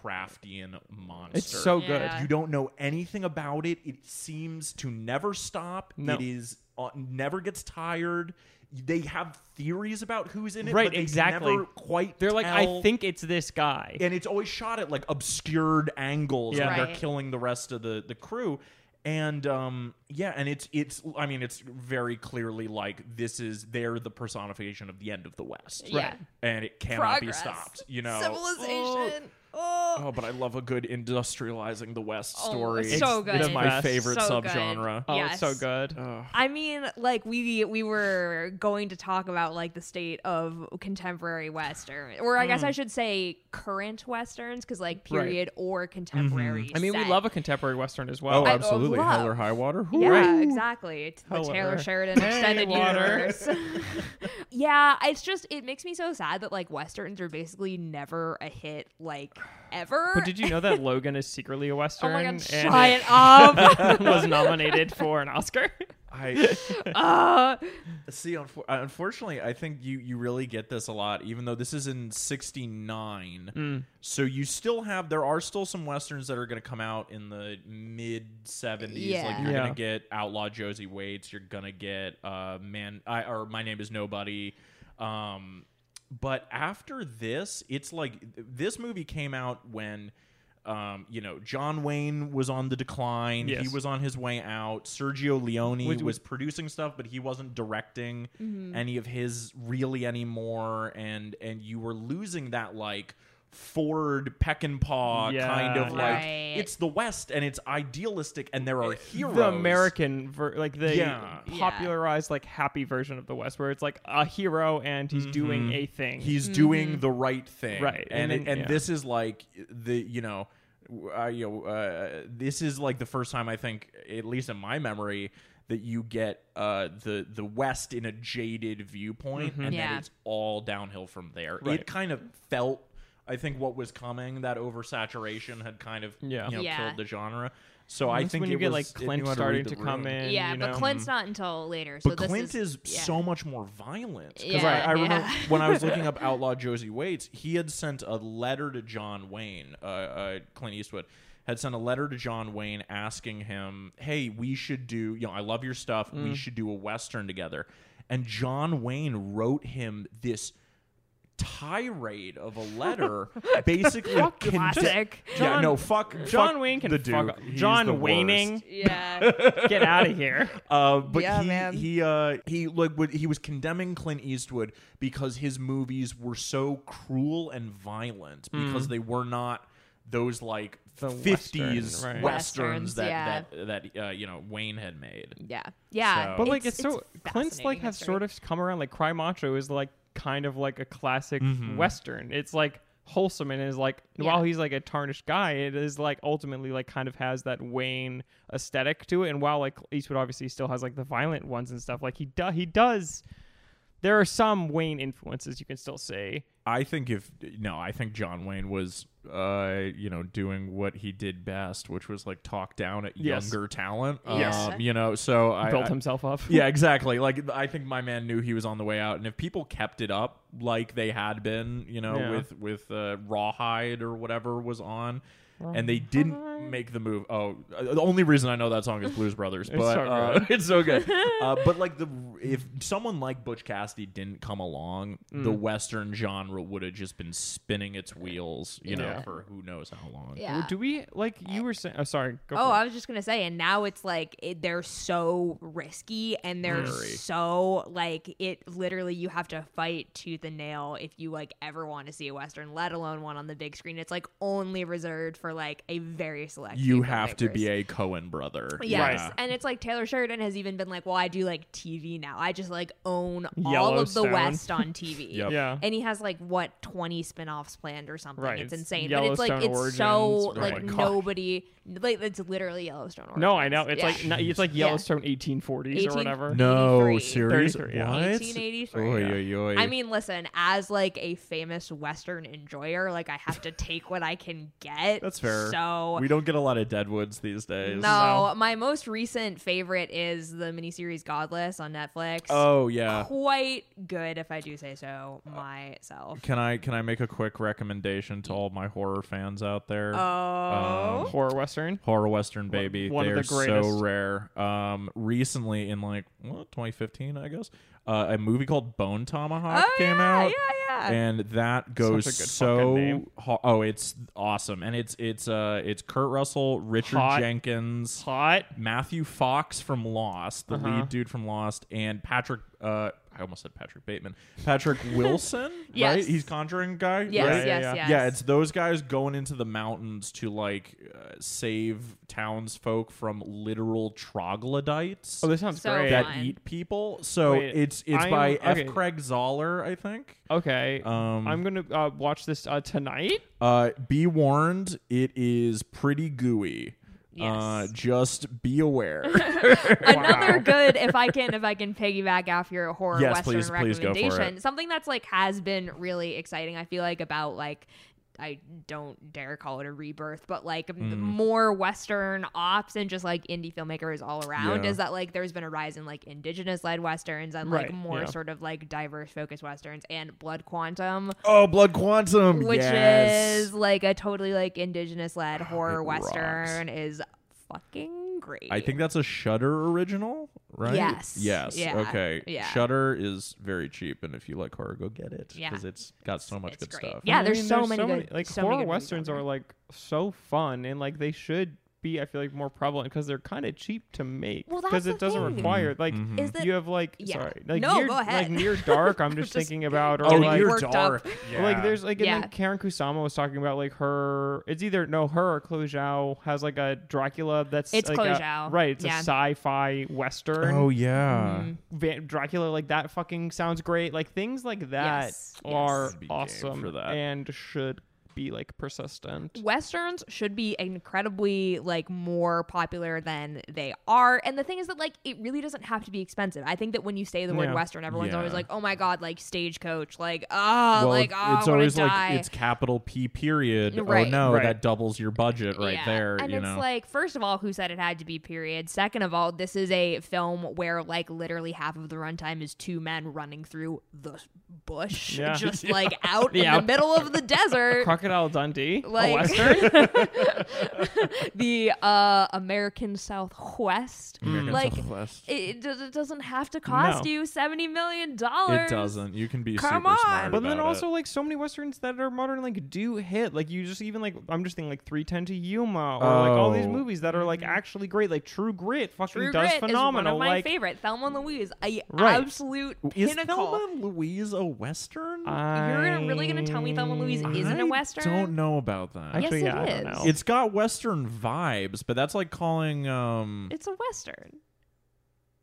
S3: Lovecraftian monster.
S2: It's so good.
S1: Yeah.
S3: You don't know anything about it. It seems to never stop.
S2: No.
S3: It is uh, never gets tired. They have theories about who's in it,
S2: Right,
S3: but they
S2: exactly.
S3: Never quite.
S2: They're like, I
S3: tell."
S2: think it's this guy.
S3: and it's always shot at like obscured angles
S2: Yeah.
S3: when
S1: Right.
S3: they're killing the rest of the the crew and um yeah and it's it's i mean it's very clearly like this is they're the personification of the end of the west
S1: Yeah. Right.
S3: and it cannot be
S1: Progress.
S3: stopped you know
S1: Civilization.
S3: oh,
S1: Oh,
S3: oh, but i love a good industrializing the west
S1: Oh,
S3: story
S1: it's so good.
S3: it's my
S2: It's
S3: favorite
S1: so good.
S3: subgenre
S2: oh,
S1: yes.
S2: it's so good.
S3: Ugh.
S1: I mean, like we we were going to talk about like the state of contemporary western, or I
S2: Mm.
S1: guess I should say current westerns, because like period or contemporary.
S2: Mm-hmm. I mean, we
S1: set.
S2: love a contemporary western as well.
S3: Oh,
S1: I
S3: absolutely.
S1: love-
S3: Hell or high water.
S1: Yeah,
S3: Hooray.
S1: exactly. It's the
S2: Hello.
S1: Taylor Sheridan extended
S2: water.
S1: universe.
S2: [laughs]
S1: yeah, it's just it makes me so sad that like westerns are basically never a hit, like ever.
S2: But did you know that Logan is secretly a
S1: Oh
S2: western
S1: my god,
S2: and
S1: shut it up.
S2: it [laughs] was nominated for an [laughs] Oscar?
S3: I
S1: Uh,
S3: See, unfor- uh, unfortunately, I think you you really get this a lot, even though this is in '69.
S2: Hmm.
S3: So you still have there are still some westerns that are going to come out in the mid '70s. Like
S1: Yeah.
S3: you're
S2: Yeah.
S3: going to get Outlaw Josie Waits. You're going to get uh, Man I, or My Name Is Nobody. Um, but after this, it's like this movie came out when. Um, you know, John Wayne was on the decline. He
S2: Yes.
S3: was on his way out. Sergio Leone
S2: Which- Mm-hmm.
S3: was producing stuff, but he wasn't directing any of his really anymore, and and you were losing that like Ford Peckinpah kind of
S2: Yeah.
S3: like
S1: Right.
S3: it's the West and it's idealistic and there are heroes.
S2: The American, ver- like they
S3: Yeah.
S1: Yeah.
S2: popularized like happy version of the West, where it's like a hero and he's doing
S3: Mhm.
S2: a thing.
S3: He's doing the right thing,
S2: Mm-hmm. Right, and
S3: And and,
S2: then-
S3: and
S2: yeah.
S3: this is like the you know. w- Uh, you know, uh, this is like the first time I think, at least in my memory, that you get uh, the the West in a jaded viewpoint, and
S1: Yeah.
S3: that it's all downhill from there.
S2: Mm-hmm. Right.
S3: It kind of felt, I think, what was coming that oversaturation had kind of
S2: Yeah.
S3: you know
S1: Yeah.
S3: killed the genre. So I
S2: That's
S3: think
S2: when
S3: it
S2: you get
S3: was,
S2: like
S3: it knew
S2: Clint
S3: how to
S2: starting
S3: read
S2: to
S3: the
S2: come
S3: room.
S2: in.
S1: yeah,
S2: you
S1: but
S2: know?
S1: Clint's
S3: mm.
S1: not until later. So
S3: But
S1: this
S3: Clint
S1: is,
S3: is,
S1: yeah.
S3: so much more violent. 'Cause
S1: Yeah,
S3: I, I remember [laughs]
S1: yeah.
S2: [laughs]
S3: when I was looking up Outlaw Josie Waits, he had sent a letter to John Wayne. Uh, uh, Clint Eastwood had sent a letter to John Wayne asking him, "Hey, we should do. You know, I love your stuff.
S2: Mm.
S3: We should do a western together." And John Wayne wrote him this tirade of a
S2: [laughs]
S3: letter, basically conde- [laughs]
S1: classic.
S3: yeah,
S2: John-
S3: no, fuck.
S2: John
S3: fuck
S2: Wayne can
S3: the
S2: fuck
S3: Duke.
S2: up.
S3: He's the
S2: John
S3: worst.
S2: Wayning,
S3: [laughs]
S1: Yeah.
S2: get out of here.
S3: Uh, but
S1: Yeah,
S3: he
S1: man.
S3: he uh, he like would, he was condemning Clint Eastwood Hmm. because his movies were so cruel and violent because they were not those like
S2: The
S3: 50s
S2: Western, right.
S3: westerns
S1: Westerns,
S3: that
S1: yeah.
S3: that, that uh, you know Wayne had made.
S1: Yeah. Yeah.
S3: So-
S2: But like it's, so Clint's
S1: fascinating
S2: like have
S1: history.
S2: sort of come around like Cry Macho is like kind of like a classic
S3: Mm-hmm.
S2: western. It's like wholesome and is like
S1: Yeah.
S2: while he's like a tarnished guy, it is like ultimately like kind of has that Wayne aesthetic to it. And while like Eastwood obviously still has like the violent ones and stuff, like he does he does. There are some Wayne influences you can still say.
S3: I think if no, I think John Wayne was uh you know doing what he did best, which was like talk down at
S2: Yes.
S3: younger talent.
S1: Yes.
S3: Um, you know, so I
S2: built
S3: I-
S2: himself up.
S3: Yeah, exactly. Like I think my man knew he was on the way out, and if people kept it up like they had been, you know,
S2: Yeah.
S3: with with uh, Rawhide or whatever was on, and they didn't make the move. Oh, uh, the only reason I know that song is Blues Brothers, but
S2: so
S3: uh, [laughs] it's so good.
S1: [laughs]
S3: uh, but like the if someone like Butch Cassidy didn't come along, the Western genre would have just been spinning its wheels, you know,
S1: Yeah.
S3: for who knows how long.
S1: Yeah.
S2: Do we like you were saying? Oh, sorry. Go
S1: Oh,
S2: for it.
S1: I was just gonna say, and now it's like it, they're so risky, and they're
S3: Very.
S1: so like it. Literally, you have to fight tooth and nail if you like ever want to see a western, let alone one on the big screen. It's like only reserved for like a very select.
S3: You
S1: few
S3: have to be
S1: filmmakers.
S3: a Cohen brother.
S1: Yes,
S3: Yeah.
S1: and it's like Taylor Sheridan has even been like, "Well, I do like TV now. I just like own all of the
S2: Yellowstone.
S1: West on
S2: [laughs]
S1: TV."
S3: Yep.
S2: yeah.
S1: And he has like what twenty spin-offs planned or something.
S2: Right,
S1: It's
S2: it's
S1: insane. But it's like it's
S2: Yellowstone
S1: so
S2: Origins.
S3: Oh
S1: like
S3: my God.
S1: nobody like it's literally Yellowstone Origins.
S2: no, I know. It's
S1: Yeah.
S2: like not, it's like
S1: Yeah.
S2: Yellowstone 1840s or
S1: 18
S2: whatever.
S3: No,
S1: 83.
S3: serious.
S2: 33, yeah.
S3: What?
S1: 1883.
S3: Oy, oy, oy.
S1: I mean, listen, as like a famous Western enjoyer, like I have to take what I can get.
S3: That's fair.
S1: So
S3: we don't get a lot of Deadwoods these days.
S1: no, my most recent favorite is the miniseries Godless on Netflix.
S3: Oh yeah.
S1: quite good if I do say so myself.
S3: Can I can I make a quick recommendation to all my horror fans out there?
S1: Oh,
S3: Um,
S2: Horror western.
S3: horror western baby.
S2: one
S3: they
S2: of the
S3: are so
S2: greatest.
S3: rare. Um, recently in like well, 2015, I guess, uh, a movie called Bone Tomahawk
S1: Oh,
S3: came
S1: yeah,
S3: out.
S1: yeah, yeah.
S3: And that goes
S2: Such a good fucking
S3: so
S2: name.
S3: ho- oh, it's awesome, and it's it's uh it's Kurt Russell, Richard
S2: Hot.
S3: Jenkins,
S2: Hot.
S3: Matthew Fox from Lost, the
S2: Uh-huh.
S3: lead dude from Lost, and Patrick. Uh, I almost said Patrick Bateman. Patrick
S2: [laughs]
S3: Wilson,
S1: Yes.
S3: right? He's Conjuring guy.
S1: yes,
S3: right?
S1: yes,
S2: yeah,
S1: yes.
S2: yeah.
S3: Yeah, it's those guys going into the mountains to like uh, save townsfolk from literal troglodytes
S2: Oh, this sounds
S1: So
S2: great.
S3: that
S1: fun.
S3: eat people. So
S2: Wait,
S3: it's it's
S2: I'm-
S3: by
S2: okay.
S3: F. Craig Zoller, I think.
S2: okay.
S3: Um,
S2: I'm gonna uh, watch this uh, tonight.
S3: Uh, be warned, it is pretty gooey.
S2: [laughs]
S3: Uh,
S1: Yes.
S3: just be aware.
S1: Another good, if
S3: [laughs]
S1: I can, if I can piggyback off your horror
S3: Yes,
S1: western
S3: please, please go for
S1: recommendation,
S3: it.
S1: something that's like has been really exciting. I feel like about like I don't dare call it a rebirth, but like
S3: Mm.
S1: m- more western ops and just like indie filmmakers all around
S3: Yeah.
S1: is that like there's been a rise in like indigenous led westerns and like
S2: Right,
S1: more
S2: yeah.
S1: sort of like diverse focused westerns and Blood Quantum.
S3: Oh, Blood Quantum,
S1: which
S3: yes. Ah,
S1: is like a totally like indigenous led horror
S3: It
S1: western is fucking great.
S3: I think that's a Shutter original, right?
S1: Yes.
S3: Yes.
S1: Yeah.
S3: Okay.
S1: Yeah.
S3: Shutter is very cheap, and if you like horror, go get it
S1: Yeah.
S3: because it's got so much
S1: It's
S3: good
S1: great.
S3: stuff.
S1: Yeah,
S2: Mm,
S1: there's so many good-
S2: like
S1: so many
S2: horror
S1: good movies out
S2: westerns
S1: there.
S2: are like so fun and like they should be. I feel like more prevalent because they're kind of cheap to make.
S1: Well, that's
S2: because
S1: the
S2: it doesn't
S1: thing.
S2: require like
S3: Mm-hmm.
S1: Is that-
S2: you have like
S1: Yeah.
S2: sorry like
S1: No,
S2: near,
S1: go ahead.
S2: like near
S1: [laughs]
S2: dark. I'm
S1: Just
S2: just, thinking about or
S3: Oh,
S2: like.
S3: you're
S1: Worked up.
S3: [laughs] dark. Yeah.
S2: Like there's like and
S1: Yeah.
S2: then Karen Kusama was talking about like her it's either no her or Chloe Zhao has like a Dracula that's
S1: It's
S2: like
S1: Chloe
S2: a-
S1: Zhao.
S2: right it's
S1: Yeah.
S2: a sci-fi western
S3: Oh
S1: Mm-hmm.
S3: yeah.
S2: Van- Dracula, like that fucking sounds great. Like things like that
S1: Yes, yes.
S2: are
S3: Be game
S2: awesome
S3: for that.
S2: and should be like persistent.
S1: westerns should be incredibly like more popular than they are and the thing is that like it really doesn't have to be expensive i think that when you say the word
S2: Yeah.
S1: western everyone's
S3: Yeah.
S1: always like oh my god like stagecoach like ah like
S3: it-
S1: ah,
S3: it's
S1: I wanna
S3: always
S1: die.
S3: like it's capital P period.
S1: Right.
S3: Oh no,
S2: Right.
S3: that doubles your budget right
S1: Yeah.
S3: there.
S1: And
S3: you
S1: it's
S3: know.
S1: like, first of all, who said it had to be period? Second of all, this is a film where like literally half of the runtime is two men running through the bush,
S2: Yeah.
S1: just like out in
S2: Yeah.
S1: the middle of the desert.
S2: Crocodile Dundee,
S1: [laughs] Like-
S2: a
S3: [laughs]
S2: western.
S1: the uh, American Southwest. Like, it, it does- it doesn't have to cost
S2: No.
S1: you seventy million dollars.
S3: it doesn't. You can be
S1: Come
S3: super
S1: on.
S3: smart.
S2: but then
S3: about it.
S2: also like so many westerns that are modern like do hit. Like you just even like I'm just thinking like 310 to Yuma or like all these
S3: Oh.
S2: movies that are like actually great. Like True Grit fucking
S1: Mm-hmm. True
S2: does
S1: Grit
S2: phenomenal.
S1: is one of my
S2: like
S1: favorite. Thelma and Louise, a
S2: Right.
S1: absolute
S3: is
S1: pinnacle.
S3: Thelma and Louise a western?
S1: You're really gonna tell me Thelma and Louise isn't a
S3: I
S1: Western?
S3: don't know about that.
S1: Yes,
S2: Actually,
S1: it
S2: yeah, I don't
S1: is.
S2: know.
S3: It's got Western vibes, but that's like calling. Um,
S1: It's a Western.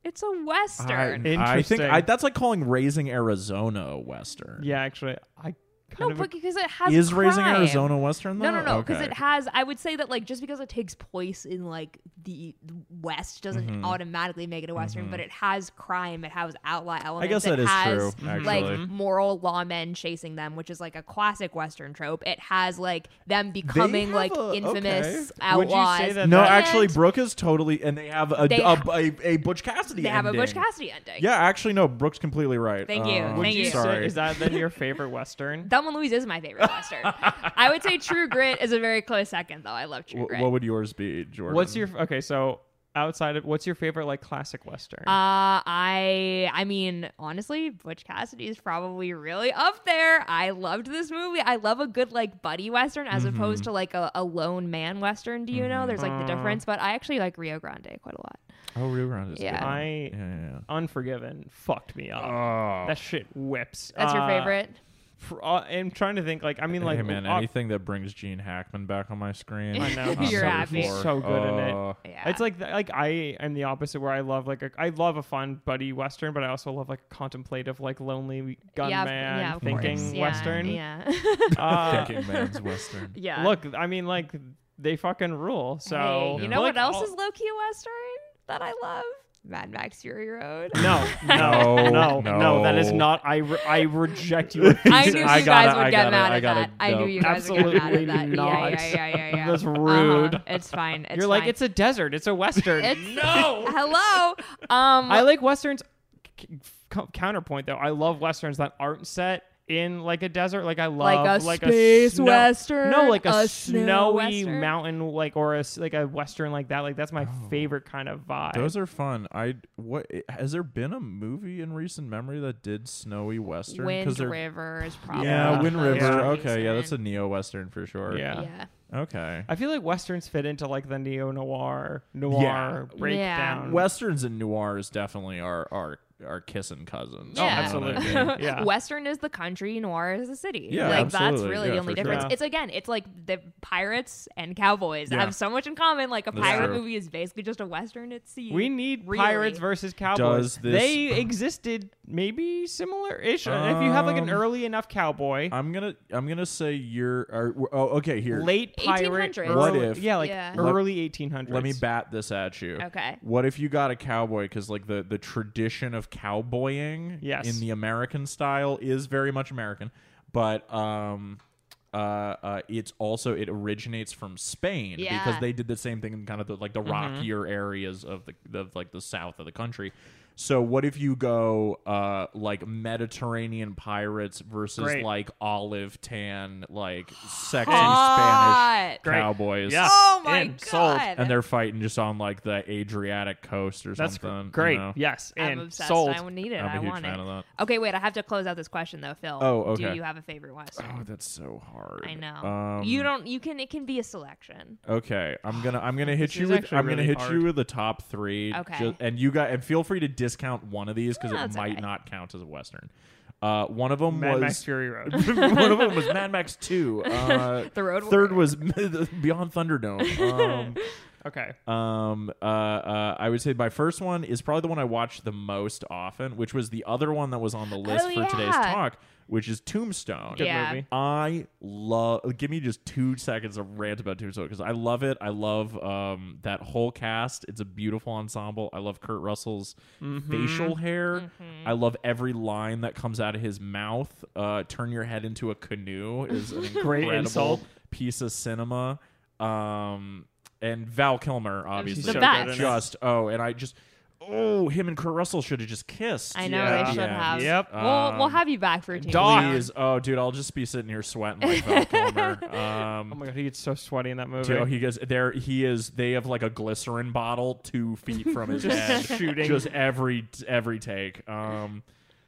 S1: It's a
S3: I,
S1: Western.
S2: It-
S3: I think I,
S2: Interesting.
S3: that's like calling raising Arizona a Western.
S2: Yeah, actually, I
S1: no,
S2: kind of.
S1: but because it has
S3: is raising
S1: crime.
S3: Arizona a Western though?
S1: No, no, no, because
S3: Okay.
S1: it has. I would say that like just because it takes place in like the West doesn't
S3: Mhm.
S1: automatically make it a Western,
S3: Mhm.
S1: but it has crime. It has outlaw elements.
S3: I guess
S1: it
S3: that is
S1: has,
S3: true.
S2: Mhm.
S3: Actually,
S1: Like moral lawmen chasing them, which is like a classic Western trope. It has like them becoming
S3: have
S1: like
S3: a-
S1: infamous
S3: okay.
S1: outlaws.
S2: Would you say that
S3: no,
S1: and
S2: that-
S3: actually, Brooke is totally, and they have a
S1: They
S3: a,
S1: ha-
S3: a, a Butch Cassidy.
S1: they have a Bush
S3: ending.
S1: Cassidy ending.
S3: Yeah, actually, no. Brooke's completely right.
S1: Thank you.
S3: Um,
S2: would
S1: Thank
S2: you
S1: you.
S2: say
S3: Sorry.
S2: is that then your
S1: [laughs]
S2: favorite western?
S1: Thelma and Louise is my favorite Western. I would say True Grit is a very close second, though. I love True
S3: Wh-
S1: Grit.
S3: what would yours be, Jordan?
S2: What's your okay? So outside of what's your favorite like classic western?
S1: Uh, I I mean, honestly, Butch Cassidy is probably really up there. I loved this movie. I love a good like buddy western as
S2: Mm-hmm.
S1: opposed to like a, a lone man western. Do you know? There's like the
S2: Uh.
S1: difference, but I actually like Rio Grande quite a lot.
S3: Oh, rerun is
S1: Yeah.
S3: good.
S2: I-
S3: Yeah, yeah,
S2: Unforgiven fucked me
S3: yeah.
S2: up.
S3: Oh.
S2: that shit whips.
S1: That's your
S2: Uh,
S1: favorite.
S2: fr- uh, I'm trying to think. Like I mean, like
S3: hey man,
S2: uh,
S3: anything that brings Gene Hackman back on my screen,
S1: I know.
S3: I'm
S1: You're
S3: here
S1: happy.
S3: for.
S2: So good in it.
S3: Uh,
S1: Yeah,
S2: It's like like I am the opposite where I love like a, I love a fun buddy western, but I also love like a contemplative like lonely gunman
S1: yeah, of- yeah, of
S2: thinking
S1: course. Yeah,
S2: western.
S1: Yeah, [laughs]
S3: [laughs]
S2: Uh,
S3: Thinking man's
S2: [laughs]
S3: western.
S1: yeah.
S2: Look, I mean like they fucking rule. So
S1: Hey, you know
S2: Like,
S1: what else
S2: all-
S1: is low key western that I love? Mad Max Fury Road. [laughs]
S2: No, no,
S3: No,
S2: no, no,
S3: no.
S2: That is not. I re- I reject you. with
S1: [laughs] I
S2: [laughs] pieces.
S1: knew you
S3: I
S1: guys
S3: gotta-
S1: would
S3: I
S1: get
S3: gotta-
S1: mad
S3: I
S1: at
S3: gotta-
S1: that. I
S3: no.
S1: knew you guys would get mad at that. Yeah,
S2: Absolutely not.
S1: yeah, yeah, yeah,
S2: [laughs]
S1: yeah.
S2: That's
S1: Uh-huh.
S2: rude.
S1: It's fine.
S3: [laughs]
S1: It's
S2: You're like
S1: fine.
S2: it's a desert. It's a
S1: [laughs]
S2: western.
S1: It's-
S2: no.
S1: hello. Um,
S2: I like westerns. C- c- counterpoint though, I love westerns that aren't set in like a desert. Like I love
S1: like a
S2: a
S1: space
S2: snow-
S1: western,
S2: No, like a,
S1: a snow
S2: snowy
S1: western.
S2: mountain, like or a s- like a western like that. Like that's my favorite kind of vibe.
S3: Oh. Those are fun. I what has there been a movie in recent memory that did snowy western?
S1: Wind
S3: they're-
S1: River is probably
S3: Yeah,
S2: Yeah.
S3: Wind
S1: the
S3: River.
S1: most
S3: Okay, yeah, that's a
S1: recent.
S3: neo western for sure.
S2: Yeah.
S1: yeah.
S3: Okay.
S2: I feel like westerns fit into like the neo noir noir
S3: Yeah.
S2: breakdown.
S3: Westerns and noirs definitely are are are kissing cousins.
S1: Yeah.
S2: Oh,
S3: You know what
S1: [laughs]
S3: I
S2: absolutely.
S3: mean?
S2: yeah.
S1: Western is the country, noir is the city.
S3: Yeah,
S1: like that's
S3: absolutely.
S1: really
S3: Yeah,
S1: the only
S3: for sure.
S1: difference.
S2: Yeah.
S1: It's again, it's like the pirates and cowboys
S3: Yeah.
S1: have so much in common. Like a
S3: That's
S1: pirate
S3: true.
S1: movie is basically just a western at sea.
S2: We need
S1: Really?
S2: pirates versus cowboys.
S3: Does this-
S2: They
S3: [laughs]
S2: existed maybe similar-ish. uh, if you have like an
S3: Um,
S2: early enough cowboy,
S3: I'm gonna I'm gonna say you're. Are, oh, okay. Here,
S2: late pirate,
S1: 1800s.
S3: What
S2: early-
S3: if-
S2: yeah, like
S1: Yeah.
S3: Let-
S2: early 1800s.
S3: let me bat this at you.
S1: okay.
S3: What if you got a cowboy? Because like the the tradition of cowboying,
S2: Yes.
S3: in the American style is very much American, but um. Uh, uh, it's also it originates from Spain
S1: Yeah.
S3: because they did the same thing in kind of the, like the
S2: Mm-hmm.
S3: rockier areas of the of like the south of the country. So what if you go uh like Mediterranean pirates versus
S2: Great.
S3: like olive tan
S1: [sighs]
S3: like sexy
S1: Hot.
S3: Spanish
S2: Great.
S3: cowboys?
S2: Yeah.
S1: Oh my
S2: In, sold.
S1: god.
S3: and they're fighting just on like the Adriatic coast or
S2: That's gr-
S3: something.
S2: great.
S3: You know?
S2: Yes,
S1: I'm
S2: and
S1: obsessed.
S2: sold.
S1: I need it.
S3: I'm a
S1: I
S3: huge
S1: want
S3: fan
S1: it.
S3: of that.
S1: Okay, wait. I have to close out this question though, Phil.
S3: Oh,
S1: Do
S3: okay.
S1: you have a favorite western?
S3: Oh, that's so hard.
S1: I know.
S3: Um,
S1: you don't. You can. It can be a selection.
S3: Okay, I'm gonna
S1: [laughs]
S3: I'm gonna hit
S2: This
S3: you
S2: is
S3: with
S2: actually
S3: I'm gonna
S2: really
S3: hit
S2: hard.
S3: you with the top three.
S1: Okay.
S3: ju- and you got and feel free to discount one of these because
S1: No,
S3: it
S1: it's
S3: might
S1: okay.
S3: not count as a western. Uh, one of them
S2: Mad
S3: was
S2: Max [laughs] Fury Road.
S3: [laughs] one of them was Mad Max Two. Uh,
S1: [laughs] The Road
S3: Third
S1: Warrior.
S3: was [laughs]
S1: [laughs]
S3: Beyond Thunderdome.
S2: okay.
S3: Um, um, uh, uh, I would say my first one is probably the one I watched the most often, which was the other one that was on the list
S1: Oh,
S3: for today's
S1: yeah.
S3: talk, which is Tombstone.
S2: Good
S1: Yeah.
S2: movie.
S3: I love. Give me just two seconds of rant about Tombstone because I love it. I love um, that whole cast. It's a beautiful ensemble. I love Kurt Russell's
S1: Mm-hmm.
S3: facial hair. I love every line that comes out of his mouth. Uh, Turn your head into a canoe
S1: [laughs]
S3: is an
S2: Great
S3: incredible
S2: insult.
S3: piece of cinema. Um, and Val Kilmer, obviously,
S1: so The good in best. it.
S3: just oh, and I just oh, him and Kurt Russell should have just kissed.
S1: I know
S2: Yeah.
S1: they should
S3: Yeah.
S1: have.
S2: Yep.
S1: We'll we'll
S3: Um,
S1: have you back for a team.
S2: Dog.
S3: Please. Oh, dude, I'll just be sitting here sweating like
S1: [laughs]
S3: Val Kilmer.
S2: Oh
S3: Um,
S2: my god, he gets so sweaty in that movie.
S3: dude, oh, he goes there. He is. They have like a glycerin bottle
S1: [laughs]
S3: two feet from his head,
S2: Just [laughs] shooting.
S3: just every every take. Um,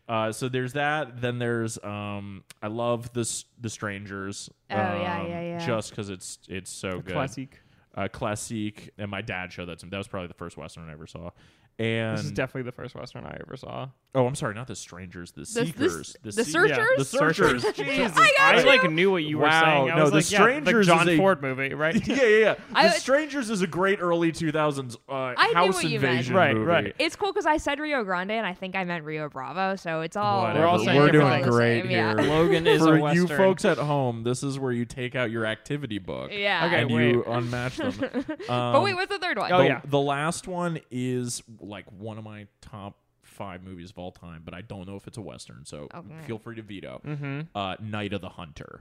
S3: uh, so there's that. Then there's um, I love this the strangers.
S1: Oh, yeah,
S3: um,
S1: yeah, yeah.
S3: Just because it's it's so good.
S2: classic.
S3: uh, Classique, and my dad showed that to me. That was probably the first Western I ever saw. And
S2: This is definitely the first Western I ever saw.
S3: oh, I'm sorry, not the Strangers, the
S1: The- the-
S3: Seekers,
S1: the
S3: Seek-
S1: Searchers?
S3: the Searchers. Jesus.
S1: I got
S2: I
S1: you.
S2: like knew what you were
S3: Wow,
S2: saying. I
S3: no,
S2: was
S3: The
S2: like, yeah,
S3: Strangers
S2: the John
S3: is a-
S2: Ford movie, right? [laughs]
S3: [laughs] yeah, yeah, yeah.
S1: I
S3: the
S1: would-
S3: Strangers is a great early 2000s uh,
S1: I knew
S3: house
S1: what you meant.
S3: invasion
S2: Right,
S3: movie.
S2: right.
S1: It's cool because I said Rio Grande and I think I meant Rio Bravo, so it's Oh, all
S3: Whatever.
S2: We're all
S1: it's
S2: saying We're
S1: all
S2: doing
S1: the
S3: great
S1: same, yeah.
S3: here.
S2: Logan is
S3: For
S2: a western.
S3: you folks at home, this is where you take out your activity
S1: [laughs]
S3: book.
S1: Yeah. Okay,
S3: and you unmatch them.
S1: [laughs]
S3: Um,
S1: But wait, what's the third one?
S2: Oh,
S3: the,
S2: yeah.
S3: the last one is like one of my top five movies of all time, but I don't know if it's a western, so
S1: Okay.
S3: feel free to veto.
S2: Mm-hmm.
S3: Uh, Night of the Hunter.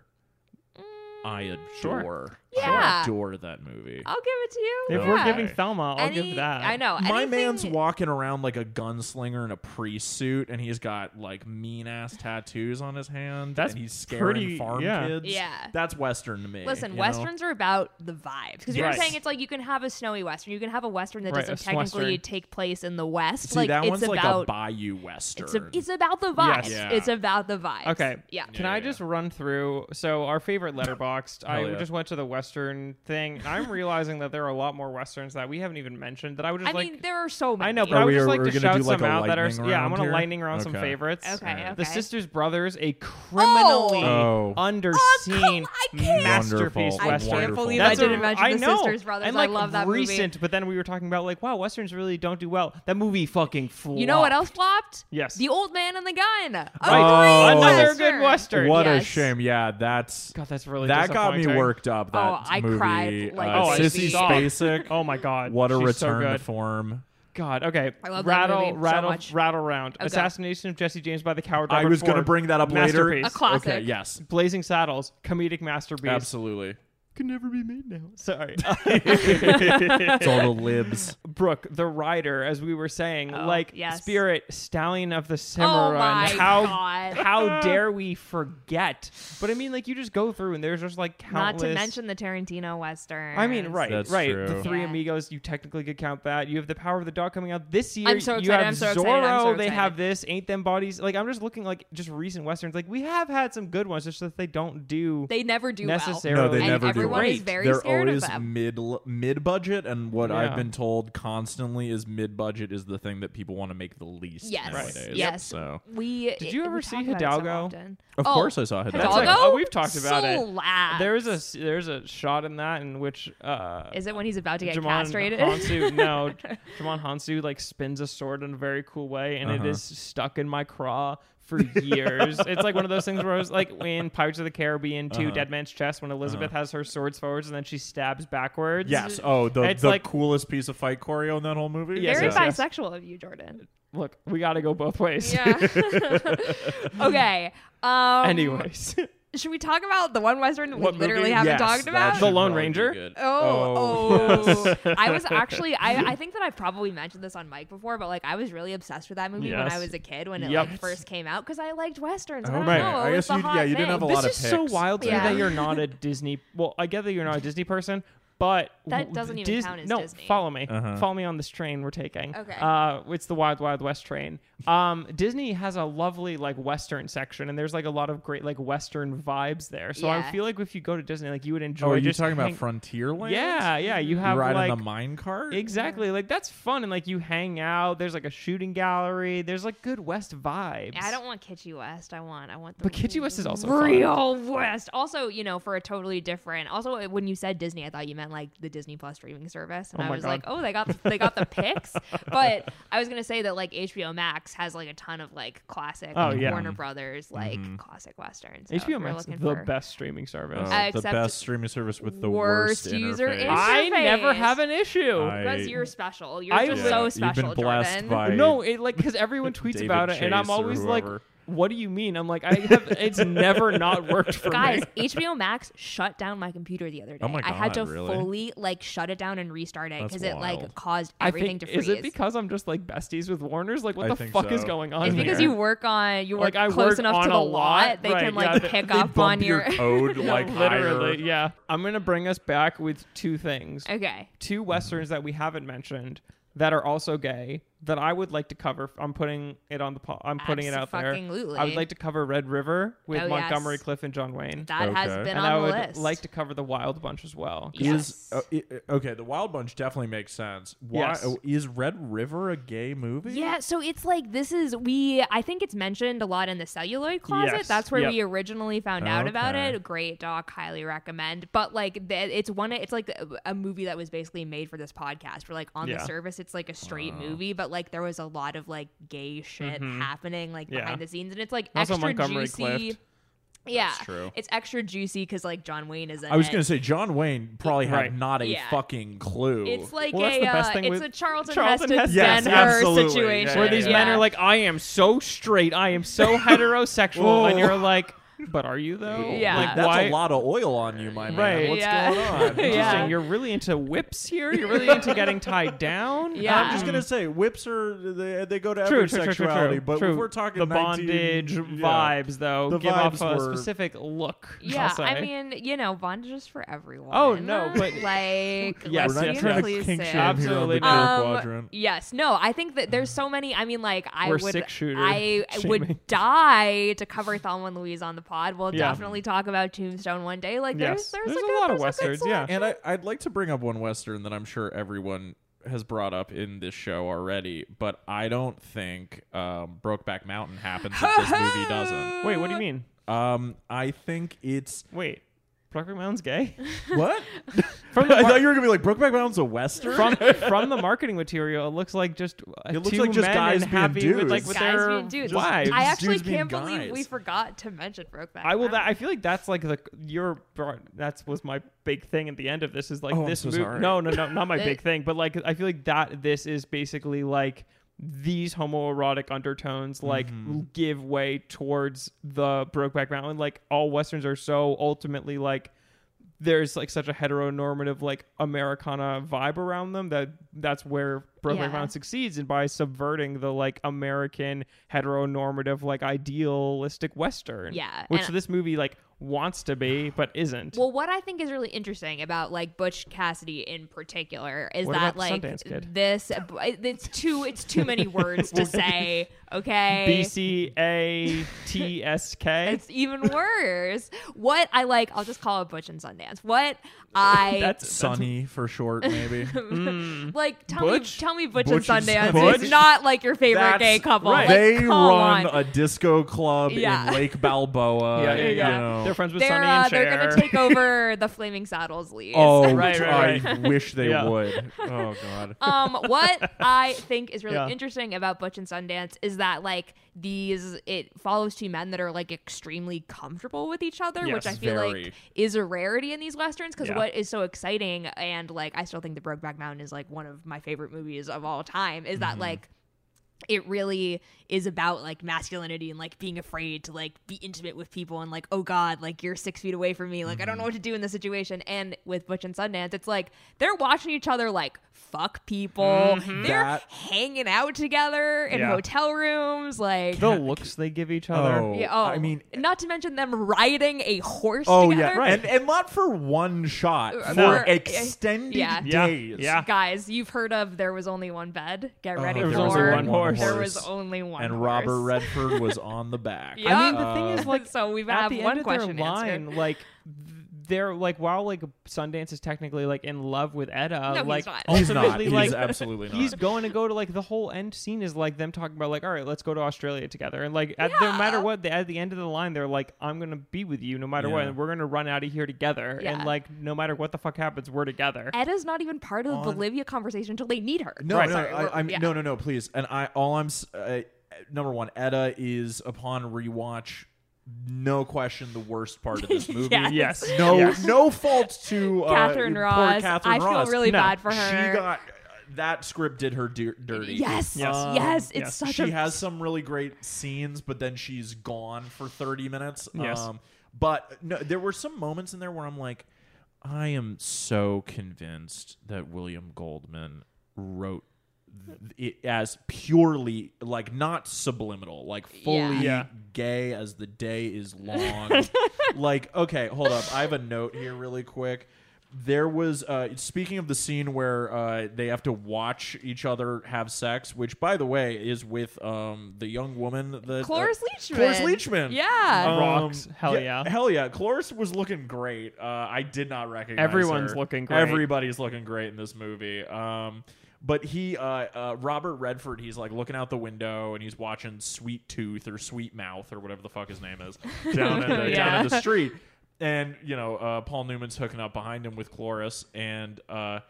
S3: I adore,
S2: Sure.
S1: Mm, Yeah.
S3: I adore that movie.
S1: I'll give it to you.
S2: If
S1: yeah.
S2: we're giving Thelma, I'll
S1: Any-
S2: give that.
S1: I know.
S3: My
S1: anything-
S3: man's walking around like a gunslinger in a priest suit, and he's got like mean ass tattoos on his hand.
S2: That's
S3: and he's scaring
S2: pretty-
S3: farm
S2: yeah.
S3: kids.
S1: Yeah.
S3: that's western to me.
S1: Listen,
S3: you know?
S1: westerns are about the vibes because you were
S2: Right.
S1: saying it's like you can have a snowy western, you can have a western that
S2: Right,
S1: doesn't
S2: a s-
S1: technically
S2: western.
S1: take place in the west.
S3: See,
S1: like
S3: that
S1: it's
S3: one's
S1: about
S3: like a bayou western.
S1: it's, a, it's about the vibes.
S2: Yes.
S3: Yeah.
S1: It's about the vibes.
S2: Okay.
S1: Yeah.
S2: Can
S3: Yeah,
S2: I
S3: yeah.
S2: just run through? So our favorite letterboxed. I
S3: [laughs] Hell yeah.
S2: just went to the Western thing. And I'm realizing that there are a lot more Westerns that we haven't even mentioned. That I would just
S1: I
S2: like.
S1: mean, there are so many.
S2: I know, but
S3: Are
S2: I would
S3: we-
S2: just
S3: are
S2: like
S3: we
S2: to
S3: gonna
S2: shout
S3: do, like,
S2: some
S3: a
S2: out that are.
S3: lightning
S2: Yeah, I'm
S3: round
S2: gonna
S3: here?
S2: lightning round some
S3: Okay.
S2: favorites.
S1: Okay, okay.
S2: The Sisters Brothers, a criminally
S3: Oh. Oh.
S2: underseen
S1: Oh, come- [laughs] I can't-
S2: masterpiece
S3: Wonderful.
S1: I
S2: Western.
S1: can't
S3: Wonderful.
S1: believe
S2: That's
S1: I didn't
S2: a-
S1: mention
S2: I
S1: the
S2: know.
S1: Sisters Brothers.
S2: And like
S1: I love that
S2: recent,
S1: movie.
S2: but then we were talking about like, wow, westerns really don't do well. That movie fucking flopped.
S1: You know what else flopped?
S2: Yes.
S1: The Old Man and the Gun. A
S2: Right.
S1: great
S2: Another
S1: western.
S2: good western.
S3: What
S1: Yes.
S3: a shame. Yeah, that's
S2: God, that's really
S3: that got me
S2: disappointing.
S3: worked up. That
S1: Oh, I
S3: movie,
S1: cried like
S3: uh,
S1: a
S2: Oh,
S3: Sissy
S2: baby.
S1: [laughs]
S3: Spacek.
S2: Oh my god,
S3: what a
S2: she's so
S3: return to
S2: good.
S3: form.
S2: God, okay.
S1: I love that
S2: rattle,
S1: movie so
S2: rattle,
S1: much.
S2: rattle round.
S1: Okay.
S2: Assassination of Jesse James by the coward.
S3: I
S2: Robert
S3: was gonna
S2: Ford.
S3: bring that up later.
S2: Masterpiece.
S1: A classic.
S3: Okay, yes,
S2: Blazing Saddles, comedic masterpiece.
S3: absolutely.
S2: Can never be made now.
S3: [laughs]
S2: Sorry, [laughs]
S3: It's all
S1: [laughs]
S3: the libs.
S2: Brooke, the rider, as we were saying,
S1: Oh,
S2: like
S1: yes.
S2: Spirit, Stallion of the Cimarron.
S1: Oh my
S2: how
S1: god.
S2: how dare we forget? But I mean, like you just go through, and there's just like
S1: Not
S2: countless.
S1: to mention the Tarantino western.
S2: I mean, right,
S3: That's
S2: right.
S3: true.
S2: The Three
S1: Yeah.
S2: Amigos, you technically could count that. You have the Power of the Dog coming out this year.
S1: I'm so
S2: You
S1: excited,
S2: have
S1: I'm so
S2: Zorro.
S1: excited, I'm so
S2: they
S1: excited.
S2: have this. Ain't them bodies? Like I'm just looking like just recent westerns. Like we have had some good ones, just that they don't do.
S1: They never do
S2: Necessarily.
S1: well.
S3: No, they
S1: and
S3: never do.
S1: everyone
S3: well.
S1: is
S2: Great.
S1: very
S3: They're
S1: scared
S3: always
S1: of them.
S3: mid mid budget, and what I've
S2: Yeah.
S3: been told constantly is mid budget is the thing that people want to make the least
S1: Yes.
S3: nowadays.
S1: Right. Yes.
S3: So
S1: We
S2: Did you
S1: we
S2: ever
S1: talk
S2: see
S1: about it so
S2: Hidalgo?
S1: often.
S3: of
S1: Oh,
S3: course I saw
S1: Hidalgo.
S3: Hidalgo.
S2: like- oh, we've talked about it.
S1: Slaps.
S2: There is a s- there's a shot in that in which uh
S1: Is it when he's about to get
S2: Jamon
S1: castrated? [laughs]
S2: Hansu no Jamon Hansu like spins a sword in a very cool way and it
S3: Uh-huh.
S2: is stuck in my craw for
S1: [laughs]
S2: years. it's like one of those things where I was like in Pirates of the Caribbean 2
S3: Uh-huh.
S2: Dead Man's Chest when Elizabeth has her swords forwards and then she stabs backwards.
S3: Yes. Oh, the,
S2: It's
S3: the
S2: like-
S3: coolest piece of fight choreo in that whole movie.
S2: Yes,
S1: Very
S2: yes, yes.
S1: bisexual of you, Jordan.
S2: Look, we got to go both ways.
S1: Yeah. [laughs] okay. Um,
S2: [laughs] Anyways.
S1: [laughs] should we talk about the one western that
S3: What
S1: we
S3: movie?
S1: literally haven't
S3: Yes,
S1: talked
S3: that
S1: about?
S3: should
S2: The Lone
S3: probably
S2: Ranger?
S3: be good.
S1: Oh, oh. I was actually, I, I think that I probably mentioned this on Mike before, but like I was really obsessed with that movie when I
S2: Yes.
S1: was a kid when it
S2: Yep.
S1: like first came out because I liked westerns. I
S3: Okay.
S1: don't
S3: Oh, Right.
S1: know.
S3: I
S1: It was
S3: guess
S1: the
S3: you-
S1: hot
S3: yeah, you didn't
S1: thing.
S3: have a
S2: this
S3: lot of
S2: is so
S3: picks.
S2: wild to me
S1: Yeah.
S2: that you're not
S1: [laughs]
S2: a Disney. Well, I get that you're not a Disney person, but
S1: That doesn't even
S2: Dis-
S1: count as
S2: no,
S1: Disney.
S2: follow me.
S3: Uh-huh.
S2: Follow me on this train we're taking.
S1: Okay.
S2: Uh, it's the Wild Wild West train. Um, Disney has a lovely like Western section, and there's like a lot of great like Western vibes there. So I
S1: Yeah.
S2: feel like if you go to Disney, like you would enjoy.
S3: [laughs] Oh, are you
S2: just
S3: talking about
S2: hang-
S3: Frontierland?
S2: Yeah, yeah. You
S3: You
S2: have
S3: ride
S2: like
S3: on the mine cart.
S2: exactly like that's fun, and like you hang out. There's like a shooting gallery. There's like good West vibes.
S1: I don't want kitschy West. I want I want the
S2: But Kitschy West is also fun.
S1: real West. Also, you know, for a totally different. Also, uh, when you said Disney, I thought you meant like the Disney Plus streaming service, and
S2: Oh
S1: I
S2: my
S1: was
S2: God.
S1: like, oh, they
S2: [laughs]
S1: got the, they got the picks. But I was gonna say that like HBO Max has like a ton of like classic
S2: Oh,
S1: like,
S2: yeah. Mm-hmm.
S1: Warner Brothers like classic westerns. So if
S2: HBO
S1: you're
S2: Max is
S1: looking
S2: the
S1: for-
S2: best streaming
S3: Oh,
S2: service.
S1: Uh,
S3: the
S1: except
S3: best streaming service with the
S1: worst
S3: worst,
S1: user
S3: interface.
S1: is-
S2: I
S1: interface.
S2: never have an issue.
S3: I-
S1: Because you're special. You're
S2: I
S1: just
S2: live- Yeah,
S1: so
S2: you've
S1: special,
S3: You've been blessed
S1: Jordan.
S3: by
S2: no, it like because
S3: [laughs]
S2: everyone tweets
S3: David
S2: about it, and I'm
S3: Chase or
S2: always like,
S3: whoever.
S2: "What do you mean?" I'm like, "I have it's never not worked for
S1: Guys,
S2: me."
S1: HBO Max shut down my computer the other day.
S3: Oh my
S1: I had to
S3: God, really?
S1: fully like shut it down and restart it
S3: That's
S1: because it like
S3: wild.
S1: caused
S2: [laughs] I
S1: everything
S2: think
S1: to freeze.
S2: is it because I'm just like besties with Warners? Like, what
S3: I
S2: the
S3: think
S2: fuck is
S3: so.
S2: going on?
S1: it's
S3: on
S1: because
S2: here?
S1: you work on you work
S2: Like, I
S1: close
S2: work
S1: enough
S2: on
S1: to the
S2: a
S1: lot,
S2: lot,
S1: they
S2: right,
S1: can
S2: yeah,
S1: like
S2: they-
S1: pick
S3: They
S1: up on
S3: bump
S1: your.
S2: [laughs]
S1: [laughs]
S3: code like
S2: literally,
S3: higher.
S2: yeah. I'm gonna bring us back with two things:
S1: okay.
S2: two westerns that we haven't mentioned that are also gay that I would like to cover. I'm putting it on the. Po- I'm putting it out there. I
S1: Abso-fucking-lutely.
S2: would like to cover Red River with
S1: Oh,
S2: Montgomery
S1: yes.
S2: Cliff and John Wayne,
S1: That has
S3: Okay.
S1: been on
S2: and I
S1: the
S2: would
S1: list.
S2: like to cover the Wild Bunch as well.
S1: Yes.
S3: Is uh, i- i- okay. The Wild Bunch definitely makes sense. Why
S2: Yes.
S3: oh, is Red River a gay movie?
S1: Yeah, so it's like this is we I think it's mentioned a lot in the celluloid closet.
S2: Yes,
S1: That's where
S2: yep.
S1: we originally found out about
S3: Okay.
S1: it. Great doc, highly recommend. But like th- it's one it's like a, a movie that was basically made for this podcast. Where like on
S2: Yeah.
S1: the surface it's like a straight movie, but like there was a lot of like gay shit happening like
S2: Mm-hmm. Yeah.
S1: behind the scenes and it's like
S2: Also
S1: extra
S2: Montgomery
S1: juicy.
S2: Clift.
S1: Yeah.
S3: That's true.
S1: It's extra juicy cuz like John Wayne is in
S3: I was
S1: it.
S3: gonna say John Wayne probably had
S2: Right.
S3: not a
S1: Yeah.
S3: fucking clue.
S1: it's like
S2: Well, that's
S1: a
S2: the best
S1: uh,
S2: thing
S1: it's
S2: with-
S1: a Charlton,
S2: Charlton
S1: Heston,
S2: Heston. Yes,
S1: Denver
S3: absolutely.
S1: situation
S3: Yeah,
S2: Where these men
S1: Yeah.
S2: are like, I am so straight, I
S1: [laughs]
S2: am so heterosexual, and
S3: Whoa.
S2: you're like, but are you though?
S1: Yeah.
S2: Like,
S3: Like, that's
S2: why?
S3: a lot of oil on you, my
S2: Right.
S3: man. What's
S1: Yeah. [laughs]
S3: going on?
S1: Yeah.
S2: Interesting. You're really into whips here. You're really
S1: [laughs]
S2: into getting tied down.
S1: Yeah.
S3: I'm just gonna say whips are they, they go to
S2: True,
S3: every
S2: true, true, true,
S3: sexuality,
S2: true.
S3: but
S2: True.
S3: if we're talking
S2: the
S3: 19
S2: bondage
S3: yeah.
S2: vibes, though,
S3: The
S2: give off
S3: vibes
S2: a
S3: were-
S2: specific look.
S1: Yeah,
S2: I'll say.
S1: I mean, you know, bondage is for everyone.
S2: Oh, no, but-
S1: [laughs] like,
S2: Yes,
S1: let's
S2: yes,
S1: be
S2: trying to
S1: please
S3: kink
S1: say-
S3: shame
S2: Absolutely
S3: here on the
S2: not.
S3: queer
S1: Um,
S3: quadrant.
S1: Yes, no, I think that there's so many. I mean, like, I
S2: We're
S1: would,
S2: six shooter [laughs]
S1: I
S2: shaming.
S1: would die to cover Thelma and Louise on the pod. We'll
S2: Yeah.
S1: definitely talk about Tombstone one day. Like,
S2: yes,
S1: there's, there's,
S2: a,
S1: good-
S2: lot
S1: there's
S2: of
S1: good
S2: westerns.
S1: selection. [laughs]
S2: Yeah,
S3: And I, I'd like to bring up one Western that I'm sure everyone has brought up in this show already, but I don't think um, Brokeback Mountain happens if
S2: [laughs]
S3: this movie doesn't.
S2: wait,
S1: uh,
S2: what do you mean?
S3: Um, I think
S2: [laughs]
S3: it's
S2: Wait, Brokeback Mountain's gay?
S3: what?
S2: From the
S3: I
S2: mar-
S3: thought you were gonna be [laughs] like Brokeback Mountain's a Western.
S2: from
S3: [laughs]
S2: from the marketing material, it looks like just uh,
S3: It looks
S2: two
S3: like just
S2: men
S3: guys
S2: and
S3: being
S2: happy with like
S3: dudes.
S2: with
S1: Guys
S2: their
S1: being dudes.
S2: wives.
S1: I actually
S3: dudes being
S1: can't believe we
S3: guys.
S1: forgot to mention Brokeback.
S2: I will. That,
S1: Mountain.
S2: I feel like that's like the your that's was my big thing at the end of this is like
S3: Oh, I'm
S2: this.
S3: so
S2: mov-
S3: sorry.
S2: No, no, no,
S1: [laughs]
S2: not my
S1: That-
S2: big thing, but like I feel like that this is basically like these homoerotic undertones like
S3: Mm-hmm.
S2: give way towards the Brokeback Mountain. Like all westerns are so ultimately like there's like such a heteronormative like Americana vibe around them that that's where Brokeback
S1: Yeah.
S2: Mountain succeeds and by subverting the like American heteronormative like idealistic Western.
S1: Yeah,
S2: Which
S1: and-
S2: this movie like wants to be but isn't.
S1: Well, what I think is really interesting about like Butch Cassidy in particular is
S2: What
S1: that
S2: about
S1: like
S2: Sundance Kid?
S1: this it's too it's too
S2: [laughs]
S1: many words to say, okay?
S2: B C A T S K.
S1: [laughs] It's even worse. What I like, I'll just call it Butch and Sundance.
S2: [laughs]
S1: What I
S2: That's
S3: Sunny
S2: [laughs]
S3: for short, maybe.
S1: [laughs] like tell
S2: Butch?
S1: me tell me Butch,
S3: Butch
S1: and
S3: and
S1: Sundance
S3: Sundance.
S1: is not like your favorite
S2: That's
S1: gay couple.
S2: right.
S1: Like,
S3: they
S1: come
S3: run
S1: on.
S3: a disco club
S1: Yeah.
S2: [laughs]
S3: in Lake Balboa.
S2: yeah, yeah,
S3: you
S2: yeah.
S3: know.
S2: They're friends with
S1: they're
S2: Sonny
S1: uh,
S2: and
S1: they're
S2: Cher.
S1: gonna take over the Flaming Saddles lead.
S3: Oh,
S2: Right,
S3: which
S2: right,
S3: I wish
S2: [laughs]
S3: they
S2: Yeah.
S3: would. Oh god.
S1: um, what I think is really
S2: Yeah.
S1: interesting about Butch and Sundance is that like these it follows two men that are like extremely comfortable with each other, which
S2: Yes,
S1: I feel
S3: very.
S1: like is a rarity in these westerns. Because
S2: Yeah.
S1: what is so exciting and like I still think the Brokeback Mountain is like one of my favorite movies of all time is
S2: Mm-hmm.
S1: that like it really is about like masculinity and like being afraid to like be intimate with people and like oh god like you're six feet away from me like i
S2: Mm-hmm.
S1: don't know what to do in this situation and with butch and sundance it's like they're watching each other like fuck people they're
S3: That-
S1: hanging out together in
S2: Mm-hmm. Yeah.
S1: hotel rooms like
S2: [laughs] the looks they give each [laughs] other.
S3: Oh.
S1: yeah, oh,
S3: I mean-
S1: not to mention them riding a horse
S3: Oh
S1: together
S3: yeah, and and not for one shot,
S1: Uh,
S3: for
S2: no.
S3: extended
S1: Yeah.
S2: Yeah,
S3: days.
S2: yeah.
S1: [laughs] guys you've heard of there was only one bed get
S3: Oh,
S1: ready
S2: there was
S1: for
S2: only one horse.
S1: there was only one
S3: and
S1: horse. [laughs]
S3: Robert Redford was on the back.
S1: Yeah.
S2: I mean, the thing
S3: Uh,
S2: is,
S1: [laughs]
S2: like,
S1: so we've
S2: at
S1: had
S2: the
S1: one
S2: end of their
S1: question answered.
S2: line, like th- they're like while like Sundance is technically like in love with Edda,
S1: No, he's
S2: like
S1: not.
S3: [laughs] He's not.
S2: ultimately
S3: He's
S2: like
S3: absolutely not.
S2: he's going to go to like the whole end scene is like them talking about like all right, let's go to Australia together, and like at, no matter
S1: Yeah.
S2: what, they, at the end of the line, they're like, I'm gonna be with you no matter what,
S3: Yeah.
S2: and we're gonna run out of here together,
S1: Yeah.
S2: and like no matter what the fuck happens, we're together.
S1: Edda's not even part of the
S3: On-
S1: Bolivia conversation until they need her.
S3: No,
S2: Right.
S3: no,
S2: Sorry,
S1: we're-
S3: I, I'm,
S1: yeah.
S3: no, no, no, please. And I, all I'm, s- uh, number one, Edda is upon rewatch, no question, the worst
S1: [laughs]
S3: part of this movie.
S1: Yes.
S2: Yes.
S3: No,
S2: Yes.
S3: no fault to uh,
S1: [laughs] Catherine
S3: poor
S1: Ross.
S3: Catherine
S1: I feel
S3: Ross.
S1: really
S2: No,
S1: bad for her.
S3: She got uh, that script did her dir- dirty.
S1: Yes, yes,
S2: Yes. Um,
S1: It's
S2: yes.
S1: such
S3: she
S1: a
S3: has some really great scenes, but then she's gone for 30 minutes.
S2: Yes.
S3: Um, but no, there were some moments in there where I'm like, I am so convinced that William Goldman wrote th- it as purely, like, not subliminal, like fully
S1: Yeah.
S2: Yeah.
S3: gay
S1: [laughs]
S3: as the day is long. like, okay, hold up. I have a note here really quick. there was uh, speaking of the scene where uh, they have to watch each other have sex, which by the way is with um, the young woman that
S1: Cloris
S3: uh,
S1: Leachman.
S3: Cloris Leachman.
S1: Yeah.
S2: Um, Rocks. Hell yeah.
S3: Hell yeah. Cloris was looking great. Uh, I did not recognize
S2: Everyone's
S3: her.
S2: looking great.
S3: Everybody's looking great in this movie. Um, but he, uh, uh, Robert Redford, he's like looking out the window and he's watching Sweet Tooth or Sweet Mouth or whatever the fuck his name is down in the, down in the
S1: Yeah.
S3: street. And, you know, uh, Paul Newman's hooking up behind him with Cloris and, uh,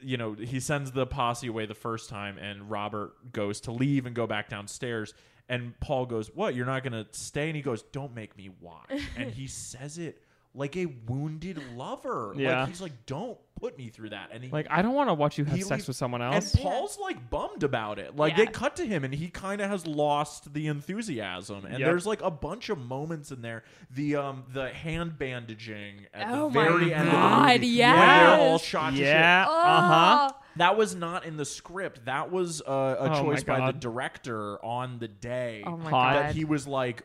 S3: you know, he sends the posse away the first time, and Robert goes to leave and go back downstairs. And Paul goes, What? You're not going to stay? And he goes, Don't make me watch. and he says it like a wounded lover.
S2: Yeah.
S3: Like, he's like, Don't put me through that. And he.
S2: Like, I don't want to watch you have
S3: He
S2: sex
S3: leaves-
S2: with someone
S3: and
S2: else.
S3: Paul's like bummed about it. Like
S1: Yeah.
S3: they cut to him, and he kind of has lost the enthusiasm. And
S2: Yep.
S3: there's like a bunch of moments in there. The um the hand bandaging at
S1: Oh
S3: the
S1: my
S3: very end of the
S1: God,
S3: movie when
S1: yes.
S3: they're all shot. To shit.
S2: yeah. Uh huh.
S1: Oh.
S3: That was not in the script. That was uh, a
S2: Oh
S3: choice
S2: my
S3: by the
S2: God.
S3: director on the day
S1: Oh my
S2: Hot.
S1: god.
S3: that he was like,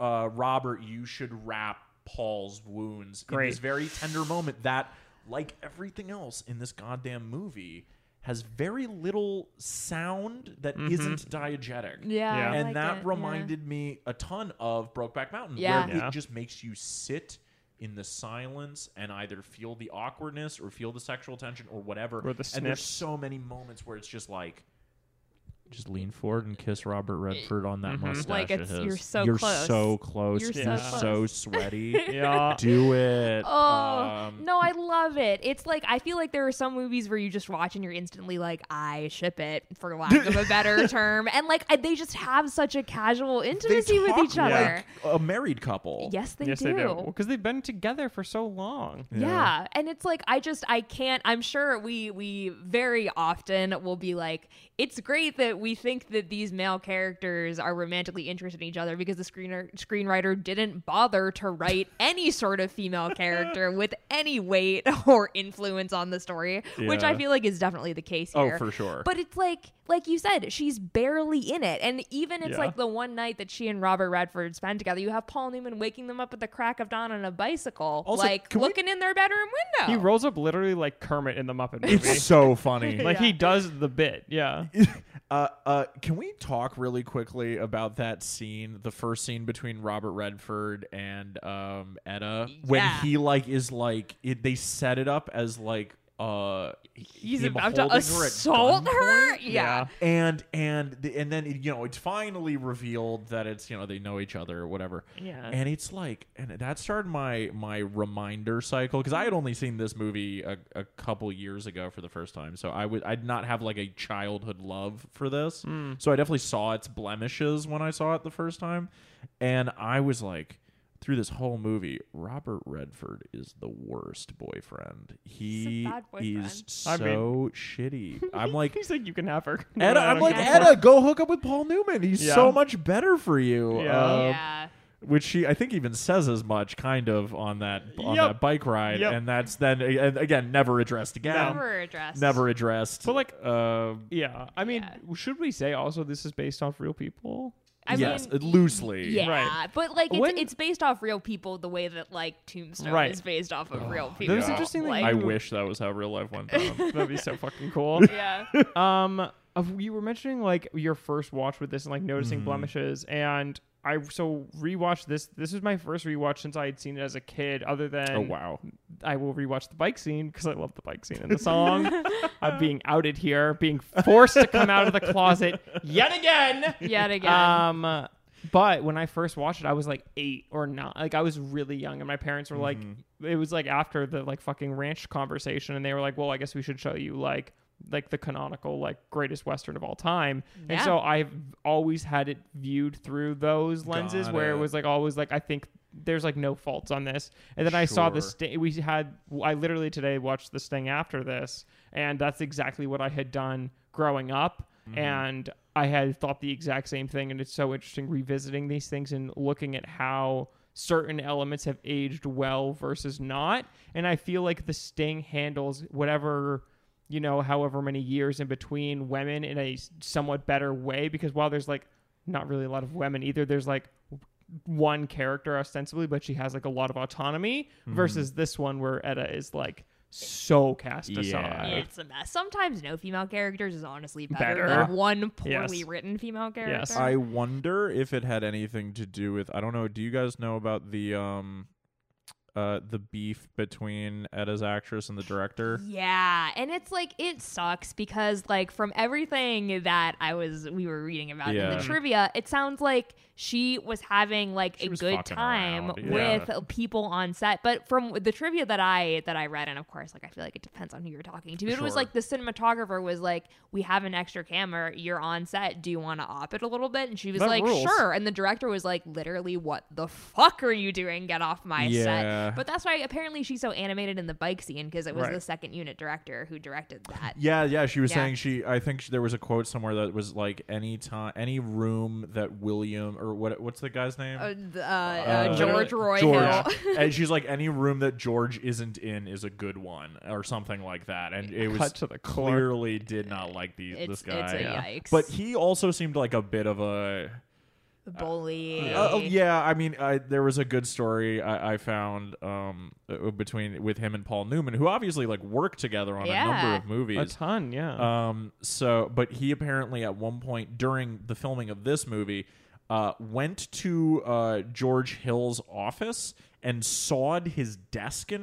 S3: uh, Robert, you should wrap Paul's wounds. In
S2: Great.
S3: this very tender moment that, like everything else in this goddamn movie, has very little sound that
S2: Mm-hmm.
S3: not diegetic.
S1: yeah.
S2: Yeah.
S1: I
S3: And
S1: like
S3: that
S1: it, yeah.
S3: reminded me a ton of Brokeback Mountain,
S1: Yeah.
S3: where
S2: Yeah.
S3: it just makes you sit in the silence and either feel the awkwardness or feel the sexual tension or whatever.
S2: Or the
S3: and there's
S2: sniffs.
S3: so many moments where it's just like, just lean forward and kiss Robert Redford on that
S2: Mhm.
S3: mustache.
S1: Like,
S3: of
S1: it's-
S3: his.
S1: you're so
S3: you're
S1: close.
S3: so close.
S1: You're so
S2: close.
S3: so
S1: [laughs]
S3: sweaty.
S2: Yeah.
S3: Do it.
S1: Oh
S3: Um,
S1: no, I love it. It's like I feel like there are some movies where you just watch and you're instantly like, I ship it for lack of a
S3: [laughs]
S1: better term, and like I, they just have such a casual
S3: They
S1: intimacy with
S3: talk
S1: each other.
S3: like a married couple.
S1: Yes, they
S2: yes,
S1: do.
S2: they do. Because they've been together for so long.
S1: Yeah. and it's like I just I can't. I'm sure we we very often will be like, it's great that we think that these male characters are romantically interested in each other because the screener screenwriter didn't bother to
S3: [laughs]
S1: write any sort of female character with any weight [laughs] or influence on the story, which I
S3: Yeah.
S1: feel like is definitely the case
S3: Oh,
S1: here.
S3: for sure.
S1: But it's like, like you said, she's barely in it. And even it's
S2: Yeah.
S1: like the one night that she and Robert Redford spend together, you have Paul Newman waking them up at the crack of dawn on a bicycle,
S3: Also,
S1: like
S3: can we-
S1: looking in their bedroom window.
S2: He rolls up literally like Kermit in the Muppet movie.
S1: [laughs]
S3: It's so funny.
S2: like he does the bit. Yeah.
S3: uh, uh, can we talk really quickly about that scene, the first scene between Robert Redford and um, Etta, when
S1: Yeah.
S3: he like is like it, they set it up as like uh,
S1: He's
S3: him
S1: about to
S3: holding her at
S1: assault her.
S3: gunpoint?
S1: Yeah.
S3: and and the, and then you know it's finally revealed that it's you know they know each other or whatever.
S1: Uh-huh.
S2: Yeah.
S3: And it's like, and that started my my reminder cycle because I had only seen this movie a, a couple years ago for the first time, so I would I'd not have like a childhood love for this.
S1: Hmm.
S3: So I definitely saw its blemishes when I saw it the first time, and I was like, through this whole movie, Robert Redford is the worst boyfriend. He
S1: bad
S3: is
S1: boyfriend.
S3: so
S2: I mean-
S3: shitty.
S1: [laughs]
S3: I'm like,
S2: He's like, you can have her. [laughs]
S3: Edda,
S2: I
S3: I'm
S2: don't
S3: like,
S2: care.
S3: Edda, go hook up with Paul Newman. He's
S2: Yeah.
S3: so much better for you.
S2: Yeah.
S3: Uh,
S1: yeah.
S3: Which she, I think, even says as much, kind of, on that on
S2: Yep.
S3: that bike ride,
S2: Yep.
S3: and that's then and again never addressed again, never,
S1: Never addressed.
S3: addressed.
S2: But, like,
S3: uh,
S2: Yeah. I mean,
S1: Yeah.
S2: should we say also this is based off real people?
S1: I
S3: yes,
S1: mean,
S3: loosely.
S1: yeah,
S2: Right.
S1: but like it's,
S2: When-
S1: it's based off real people the way that like Tombstone
S2: Right.
S1: is based off of real people.
S2: That was interesting that
S1: Like,
S3: I
S2: you-
S3: wish that was how real life went [laughs] down.
S2: That'd be so fucking cool.
S1: yeah.
S2: Um, of, you were mentioning like your first watch with this and like noticing
S3: Mm.
S2: blemishes, and I so rewatched this. This is my first rewatch since I had seen it as a kid. Other than
S3: oh wow,
S2: I will rewatch the bike scene because I love the bike scene in the song. I'm being outed here, being forced to come out of the closet yet again.
S1: Yet again.
S2: Um, but when I first watched it, I was like eight or not. Like I was really young, and my parents were like, it was like after the like fucking ranch conversation, and they were like, well, I guess we should show you like like the canonical like greatest western of all time. And
S1: Yeah.
S2: so I've always had it viewed through those lenses
S3: Got
S2: where it
S3: it.
S2: was like always like I think there's like no faults on this. And then I saw the
S3: Sure.
S2: sting. We had I literally today watched the sting after this, and that's exactly what I had done growing up, and I had thought the exact same thing. And it's so interesting revisiting these things and looking at how certain elements have aged well versus not. And I feel like the sting handles whatever you know however many years in between women in a somewhat better way because while there's like not really a lot of women either there's like one character ostensibly, but she has like a lot of autonomy
S3: Mm-hmm.
S2: versus this one where Etta is like so cast
S3: Yeah.
S2: aside.
S1: It's a mess. Sometimes no female characters is honestly better,
S2: Better.
S1: than one poorly
S2: Yes.
S1: written female character.
S2: Yes.
S3: I wonder if it had anything to do with I don't know. Do you guys know about the um, uh, the beef between Etta's actress and the director?
S1: Yeah, and it's like it sucks because like from everything that I was we were reading about in
S3: Yeah.
S1: the trivia, it sounds like she was having like
S3: She
S1: a
S3: was
S1: good
S3: fucking
S1: time
S3: around,
S1: with
S3: yeah.
S1: people on set. But from the trivia that I that I read, and of course, like I feel like it depends on who you're talking to. It was
S3: Sure.
S1: like the cinematographer was like, "We have an extra camera. You're on set. Do you want to op it a little bit?" And she was
S2: That
S1: like,
S2: rules.
S1: "Sure." And the director was like, "Literally, what the fuck are you doing? Get off my
S3: Yeah.
S1: set." But that's why apparently she's so animated in the bike scene because it was
S2: Right.
S1: the second unit director who directed that.
S3: Yeah, yeah. She was
S1: Yeah.
S3: saying she. I think she, there was a quote somewhere that was like any time, any room that William or what? What's the guy's name?
S1: Uh, th- uh,
S3: Uh,
S1: uh, George Roy Hill.
S3: George. [laughs] and she's like, any room that George isn't in is a good one, or something like that. And it was
S2: Cut to the core.
S3: clearly did not like the,
S1: It's-
S3: this guy.
S1: it's a
S2: Yeah.
S1: yikes.
S3: But he also seemed like a bit of a
S1: Bully.
S3: Uh, oh, yeah, I mean, I, there was a good story I, I found um, uh, between with him and Paul Newman, who obviously like worked together on a number
S1: Yeah.
S3: of movies.
S2: A ton, yeah.
S3: Um, so, but he apparently at one point during the filming of this movie, uh, went to uh, George Hill's office and sawed his desk in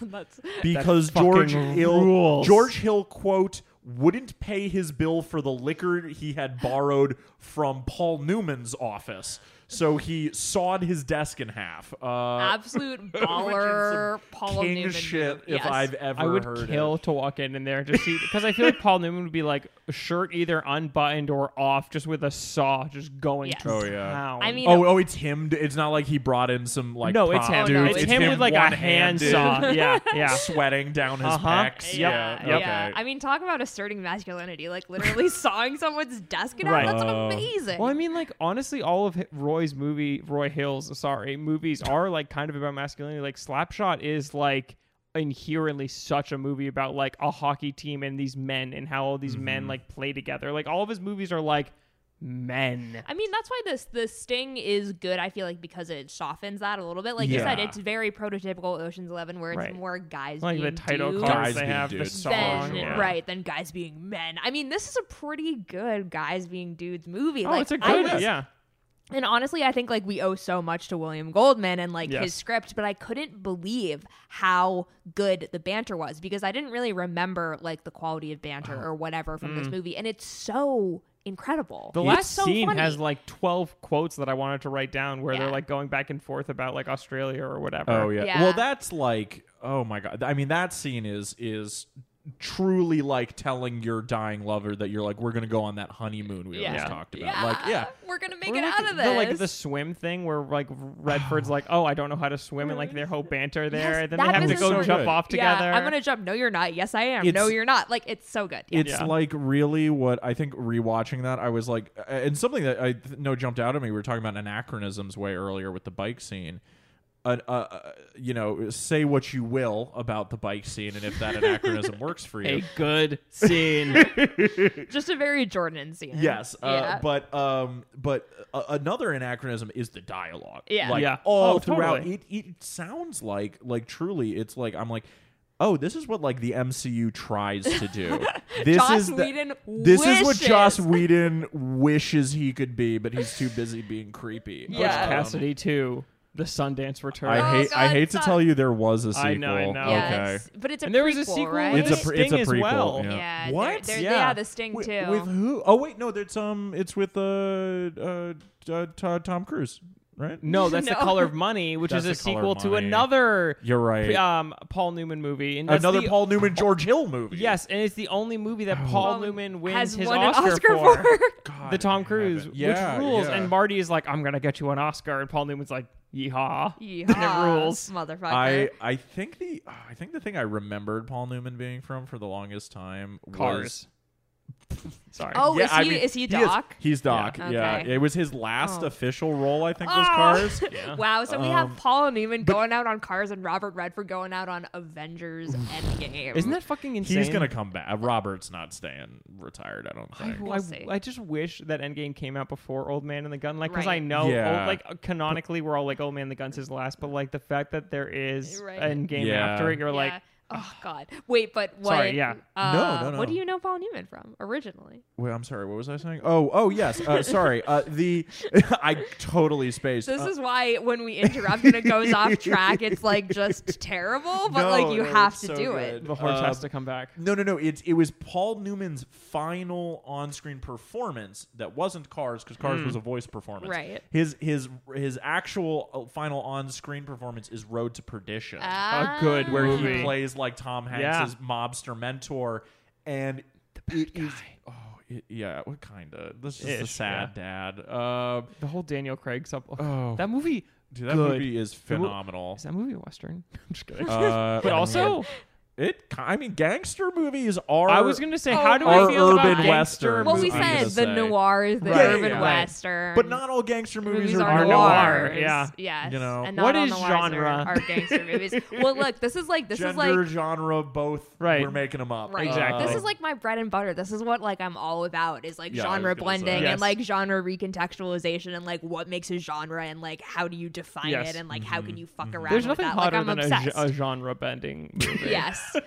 S1: [laughs] That's
S3: because
S2: fucking
S3: George Hill,
S2: rules.
S3: George Hill, quote, wouldn't pay his bill for the liquor he had borrowed from Paul Newman's office. So he sawed his desk in half. Uh, [laughs]
S1: absolute
S3: which is
S1: baller
S3: some
S1: Paul
S3: king
S1: Newman.
S3: shit
S1: move.
S3: if
S1: Yes.
S3: I've ever
S2: I would
S3: heard
S2: kill
S3: it.
S2: to walk in in there just see because I feel like Paul Newman would be like shirt either unbuttoned or off, just with a saw, just going
S1: Yes.
S2: to
S3: Oh, yeah.
S2: town.
S1: I mean,
S3: Oh, oh, it's him. It's not like he brought in some like
S2: no, it's him.
S3: prop
S1: Oh, no,
S3: dude.
S2: it's, him, with like a hand
S3: one-handed, [laughs]
S2: saw. Yeah, yeah.
S3: sweating down his
S2: Uh-huh.
S3: pecs.
S1: Yeah,
S3: yeah,
S1: yeah.
S3: okay.
S1: I mean, talk about asserting masculinity. Like literally [laughs] sawing someone's desk in half.
S2: Right.
S1: That's
S3: Oh.
S1: amazing.
S2: Well, I mean, like honestly, all of Hi- Roy's movie, Roy Hill's,
S1: [laughs]
S2: sorry, movies are like kind of about masculinity. Like Slapshot is like inherently such a movie about like a hockey team and these men and how all these
S1: Mm-hmm.
S2: men like play together. Like all of his movies are like men.
S1: I mean, that's why this the sting is good. I feel like because it softens that a little bit. Like you said,
S3: Yeah.
S1: it's very prototypical Ocean's Eleven, where it's
S2: Right.
S1: more guys
S2: Like the
S1: being
S2: title
S1: dudes
S2: cards
S3: Guys
S2: they
S3: being
S2: have, the
S3: dudes.
S2: song,
S1: than
S2: yeah.
S1: right than guys being men. I mean, this is a pretty good guys being dudes movie.
S2: Oh,
S1: like,
S2: it's a
S1: I
S2: good,
S1: was-
S2: yeah.
S1: And honestly, I think like we owe so much to William Goldman and like
S2: Yes.
S1: his script, but I couldn't believe how good the banter was because I didn't really remember like the quality of banter
S2: Uh-huh.
S1: or whatever from this movie, and it's so incredible.
S2: Mm. The
S1: It's
S2: last
S1: so
S2: scene
S1: funny.
S2: has like 12 quotes that I wanted to write down where they're
S1: Yeah.
S2: like going back and forth about like Australia or whatever.
S3: Oh yeah.
S1: Yeah.
S3: Well, that's like oh my god. I mean, that scene is is truly like telling your dying lover that you're like we're gonna go on that honeymoon we always
S1: Yeah.
S3: talked about. Like yeah.
S1: We're gonna make
S2: Or,
S1: it
S2: like,
S1: out of
S2: the,
S1: this.
S2: like the swim thing where like Redford's like, oh, I don't know how to swim, and like their whole banter there. and then they
S1: that
S2: have to
S1: was
S2: go
S1: so
S2: jump
S3: good.
S2: off
S1: yeah,
S2: together.
S1: I'm gonna jump. No, you're not. Yes, I am. no,
S3: It's-
S1: you're not. Like it's so good. Yeah.
S3: It's like really what I think rewatching that I was like, and something that I th- know jumped out at me. We were talking about anachronisms way earlier with the bike scene. An- Uh, uh, you know, say what you will about the bike scene, and if that
S1: [laughs]
S3: anachronism works for you,
S2: good [laughs] scene.
S1: just a very Jordan scene.
S3: Yes, uh,
S1: yeah.
S3: but um, but uh, another anachronism is the dialogue.
S1: Yeah.
S3: like,
S2: Yeah.
S3: All
S2: Oh,
S3: throughout,
S2: totally.
S3: it it sounds like like truly, it's like I'm like, oh, this is what like the MCU tries to
S1: [laughs]
S3: do. this
S1: Joss
S3: is the-
S1: Whedon
S3: This is what Joss
S1: wishes.
S3: Whedon wishes he could be, but he's too busy being creepy.
S1: Butch Yeah.
S2: Cassidy too. The Sundance Return.
S3: I
S1: Oh,
S3: hate I
S1: God,
S3: hate to
S1: son.
S3: tell you, there was a sequel.
S2: I know, I know.
S1: Yeah,
S3: Okay.
S1: it's- but it's a
S2: And there was a
S1: prequel,
S2: sequel,
S1: right?
S3: It's a
S2: Sting
S3: pre- it's a
S2: as
S3: prequel.
S2: well.
S3: Yeah.
S1: Yeah, they're-
S3: what?
S1: they're- yeah, the Sting
S3: with,
S1: too.
S3: With who? Oh wait, no, that's um, it's with uh, uh, uh Todd- Tom Cruise, right?
S2: [laughs] No, that's
S1: No.
S2: the Color of Money, which
S3: That's
S2: is a
S3: The Color
S2: sequel
S3: of
S2: to
S3: Money.
S2: another
S3: You're right.
S2: um, Paul Newman movie. And that's
S3: Another
S2: the-
S3: Paul Newman George Hill movie.
S2: Yes, and it's the only movie that Paul Newman wins
S1: has
S2: his
S1: won an
S2: Oscar,
S1: Oscar
S2: for. [laughs]
S1: for.
S3: God,
S2: The Tom
S3: I
S2: Cruise,
S3: haven't. yeah,
S2: which rules,
S3: yeah.
S2: and Marty is like, "I'm gonna get you an Oscar," and Paul Newman's like, "Yeehaw!"
S1: Yeehaw,
S2: [laughs] And it rules.
S1: motherfucker.
S3: I I think the I think the thing I remembered Paul Newman being from for the longest time was
S2: Cars. [laughs] Sorry.
S1: Oh, is
S3: I
S1: he
S3: mean,
S1: is he
S3: is-
S1: Doc?
S3: he's Doc.
S1: Yeah.
S3: Yeah,
S1: Okay.
S3: it was his last
S1: Oh.
S3: official role. I think was
S1: Oh. [laughs]
S3: Cars.
S1: Wow, so we have
S3: Um,
S1: Paul Newman going out on Cars and Robert Redford going out on Avengers Endgame.
S2: Isn't that fucking insane?
S3: He's gonna come back. Robert's not staying retired. I don't
S2: I,
S3: think.
S1: We'll
S2: I-
S1: see.
S2: I just wish that Endgame came out before Old Man and the Gun, like because I
S1: Right.
S2: know,
S3: Yeah.
S2: old, like canonically, we're all like Old Man and the Gun's his last, but like the fact that there is
S1: Right.
S2: Endgame
S3: Yeah.
S2: after it, you're
S1: Yeah.
S2: like,
S1: oh God. Wait, but what?
S2: Sorry, yeah.
S1: Uh,
S3: No, no,
S1: What
S3: no.
S1: do you know Paul Newman from originally?
S3: Wait, I'm sorry. What was I saying? Oh, oh yes. [laughs] Uh, sorry. Uh, the [laughs] I totally spaced.
S1: This
S3: Uh,
S1: is why when we interrupt and it goes
S3: [laughs]
S1: off track, it's like just terrible. But
S3: No,
S1: like you
S3: no,
S1: have
S3: it's
S1: to
S3: so
S1: do
S3: good.
S1: it.
S2: the horse
S3: Uh,
S2: has to come back.
S3: No, no, no. It's it was Paul Newman's final on-screen performance that wasn't Cars because Cars was a voice performance.
S1: Hmm. Right.
S3: His his his actual uh, final on-screen performance is Road to Perdition,
S1: Ah.
S2: good
S3: where
S2: movie.
S3: he plays like Tom Hanks' mobster mentor, and it is oh it, yeah, what kind of this is the
S2: Ish,
S3: sad dad. Uh,
S2: The whole Daniel Craig sub. oh,
S3: oh,
S2: that movie.
S3: dude, that
S2: good.
S3: movie is
S2: The mo-
S3: phenomenal.
S2: Is that movie a western? [laughs] I'm just kidding.
S3: Uh,
S2: [laughs] but also,
S3: it. I mean, gangster movies are.
S2: I was gonna say,
S1: Oh
S2: how do
S1: my
S2: I feel
S1: God.
S2: about
S1: Urban
S2: gangster
S3: westerns.
S1: Well, we
S3: I'm
S1: said
S3: gonna
S1: the
S3: say.
S1: noir is the
S3: Right,
S1: urban
S3: yeah.
S1: western,
S3: But not all gangster movies,
S1: movies
S3: are,
S1: are
S2: noir.
S1: noirs.
S2: yeah.
S1: Yes.
S3: You know?
S1: and not
S2: What
S1: all
S2: is
S1: noirs
S2: genre?
S1: Are, are gangster movies. well, look, this is like this
S3: Gender,
S1: is like
S3: genre, both.
S2: Right.
S3: We're making them up. Uh,
S1: Right.
S2: Exactly.
S1: This is like my bread and butter. This is what like I'm all about is like
S3: Yeah, I was
S1: genre
S3: gonna
S1: blending
S3: say.
S2: Yes.
S1: and like genre recontextualization and like what makes a genre and like how do you define
S2: Yes.
S1: it and like how can you fuck around
S2: there's
S1: with
S2: nothing
S1: that?
S2: hotter
S1: like I'm
S2: than a,
S1: obsessed. [laughs]
S2: genre bending movie.
S1: yes.
S2: [laughs]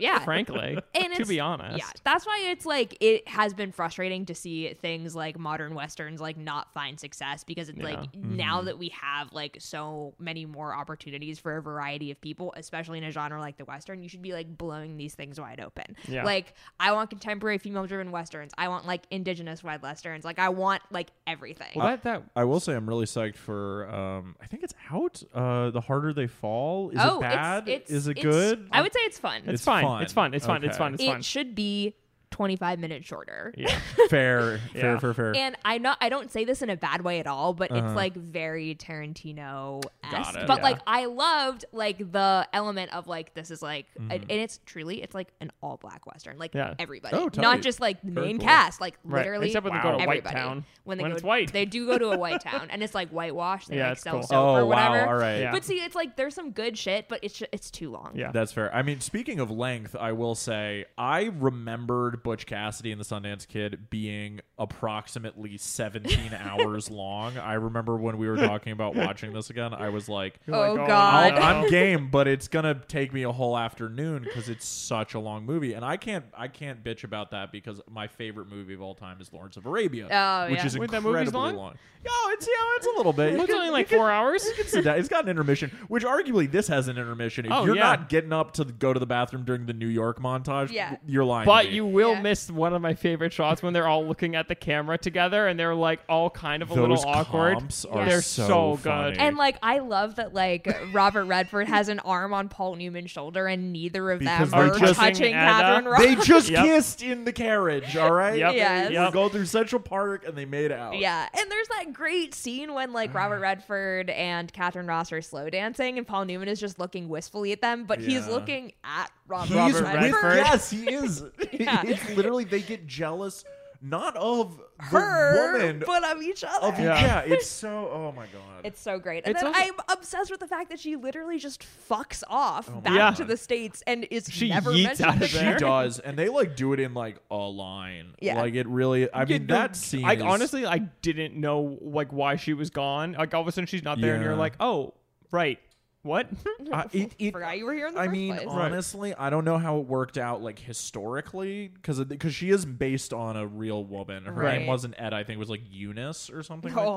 S1: Yeah.
S2: Frankly,
S1: And
S2: to
S1: it's-
S2: be honest,
S1: Yeah, that's why it's like it has been frustrating to see things like modern westerns like not find success because it's like
S2: Mm-hmm.
S1: now that we have like so many more opportunities for a variety of people, especially in a genre like the western, you should be like blowing these things wide open.
S2: Yeah.
S1: Like I want contemporary female driven westerns. I want like indigenous wide westerns. Like I want like everything.
S2: Well, that that
S3: I will say I'm really psyched for. Um, I think it's out. Uh, the harder they fall. Is
S1: oh,
S3: it bad?
S1: It's, it's
S3: is it
S1: it's-
S3: good?
S1: I would say it's fun.
S2: it's,
S3: It's
S2: fine.
S3: fun.
S2: It's fun. It's fun. It's
S3: Okay.
S2: fun. It's
S1: it
S2: fun.
S1: should be 25 minutes shorter.
S2: yeah.
S3: fair, fair,
S2: Yeah.
S3: fair, fair.
S1: And I know I don't say this in a bad way at all, but
S3: Uh-huh.
S1: it's like very Tarantino esque.
S3: Got it.
S1: But
S2: Yeah.
S1: like I loved like the element of like this is like a- and it's truly it's like an all black western, like
S2: Mm-hmm. Yeah.
S1: everybody,
S3: Oh,
S1: not
S3: tight.
S1: just like the
S3: Very
S1: main
S3: cool.
S1: cast, like
S2: Right.
S1: literally
S2: Except when they go
S3: Wow.
S2: to White
S1: everybody.
S2: Town,
S1: when they
S2: when
S1: go,
S2: it's white.
S1: they do go to a white town, and it's like whitewash. They
S2: Yeah,
S1: like
S2: it's
S1: sell
S2: cool.
S1: soap
S3: oh
S1: or whatever.
S3: wow! All right.
S2: Yeah.
S1: But see, it's like there's some good shit, but it's ju- it's too long.
S2: Yeah.
S3: That's fair. I mean, speaking of length, I will say I remembered Butch Cassidy and the Sundance Kid being approximately 17 hours long. I remember when we were talking about watching this again, I was like,
S2: You're like,
S1: Oh,
S2: no."
S1: God.
S3: I'll, I'm game, but it's gonna take me a whole afternoon because it's such a long movie, and I can't I can't bitch about that because my favorite movie of all time is Lawrence of Arabia,
S1: Oh,
S3: which
S1: yeah.
S3: is
S2: Wait, that
S3: incredibly
S2: movie's long?
S3: long. Oh, it's yeah, it's a little bit. You
S2: Well, it's
S3: can-
S2: only
S3: you
S2: like
S3: can-
S2: four hours.
S3: you can sit down. It's got an intermission, which arguably this has an intermission. If
S2: Oh,
S3: you're
S2: yeah.
S3: not getting up to go to the bathroom during the New York montage,
S1: Yeah.
S3: you're lying.
S2: [laughs]
S3: to
S2: But
S3: me.
S2: you will
S1: Yeah.
S2: miss one of my favorite shots when they're all looking at the camera together and they're like all kind of a
S3: Those
S2: little awkward.
S3: comps are
S2: They're
S3: so
S2: so
S3: funny.
S2: good.
S1: And like I love that like Robert Redford has an arm on Paul Newman's shoulder and neither of
S3: Because
S1: them are
S3: they just-
S1: touching
S2: and, uh,
S1: Catherine Ross.
S3: They just
S2: [laughs] Yep.
S3: kissed in the carriage, all right?
S2: Yep.
S1: Yes.
S3: They
S2: Yep.
S3: go through Central Park and they Ah. made out.
S1: yeah, and there's that great scene when like Robert Redford and Catherine Ross are slow dancing, and Paul Newman is just looking wistfully at them, but he's
S3: Yeah.
S1: looking at Rob-
S3: He's
S1: Robert
S3: with-
S1: Redford.
S2: Redford.
S3: Yes, he is.
S1: [laughs]
S3: [laughs]
S1: Yeah.
S3: It's literally they get jealous not of the
S1: her,
S3: woman
S1: but of each other.
S3: of
S2: Yeah.
S3: yeah. it's so oh my god.
S1: It's so great. And
S2: It's
S1: then
S2: also-
S1: I'm obsessed with the fact that she literally just fucks off
S3: Oh my
S1: back
S2: God.
S1: to the States and is
S2: She
S1: never
S2: yeets
S1: mentioned
S2: out of
S1: again. [laughs]
S2: there.
S3: she does, and they like do it in like a line.
S1: Yeah.
S3: like it really. I
S2: Yeah,
S3: mean,
S2: no,
S3: that scene.
S2: I
S3: is-
S2: honestly, I didn't know like why she was gone. Like all of a sudden, she's not there, and you're
S3: Yeah.
S2: like, oh, right,
S1: [laughs]
S2: what?
S3: I- Uh, it, it,
S1: Forgot you were here in the
S3: I
S1: first
S3: mean,
S1: place.
S2: Right.
S3: honestly, I don't know how it worked out like historically because because she is based on a real woman. Her
S2: Right.
S3: name wasn't Ed. I think it was like Eunice or something
S1: Oh.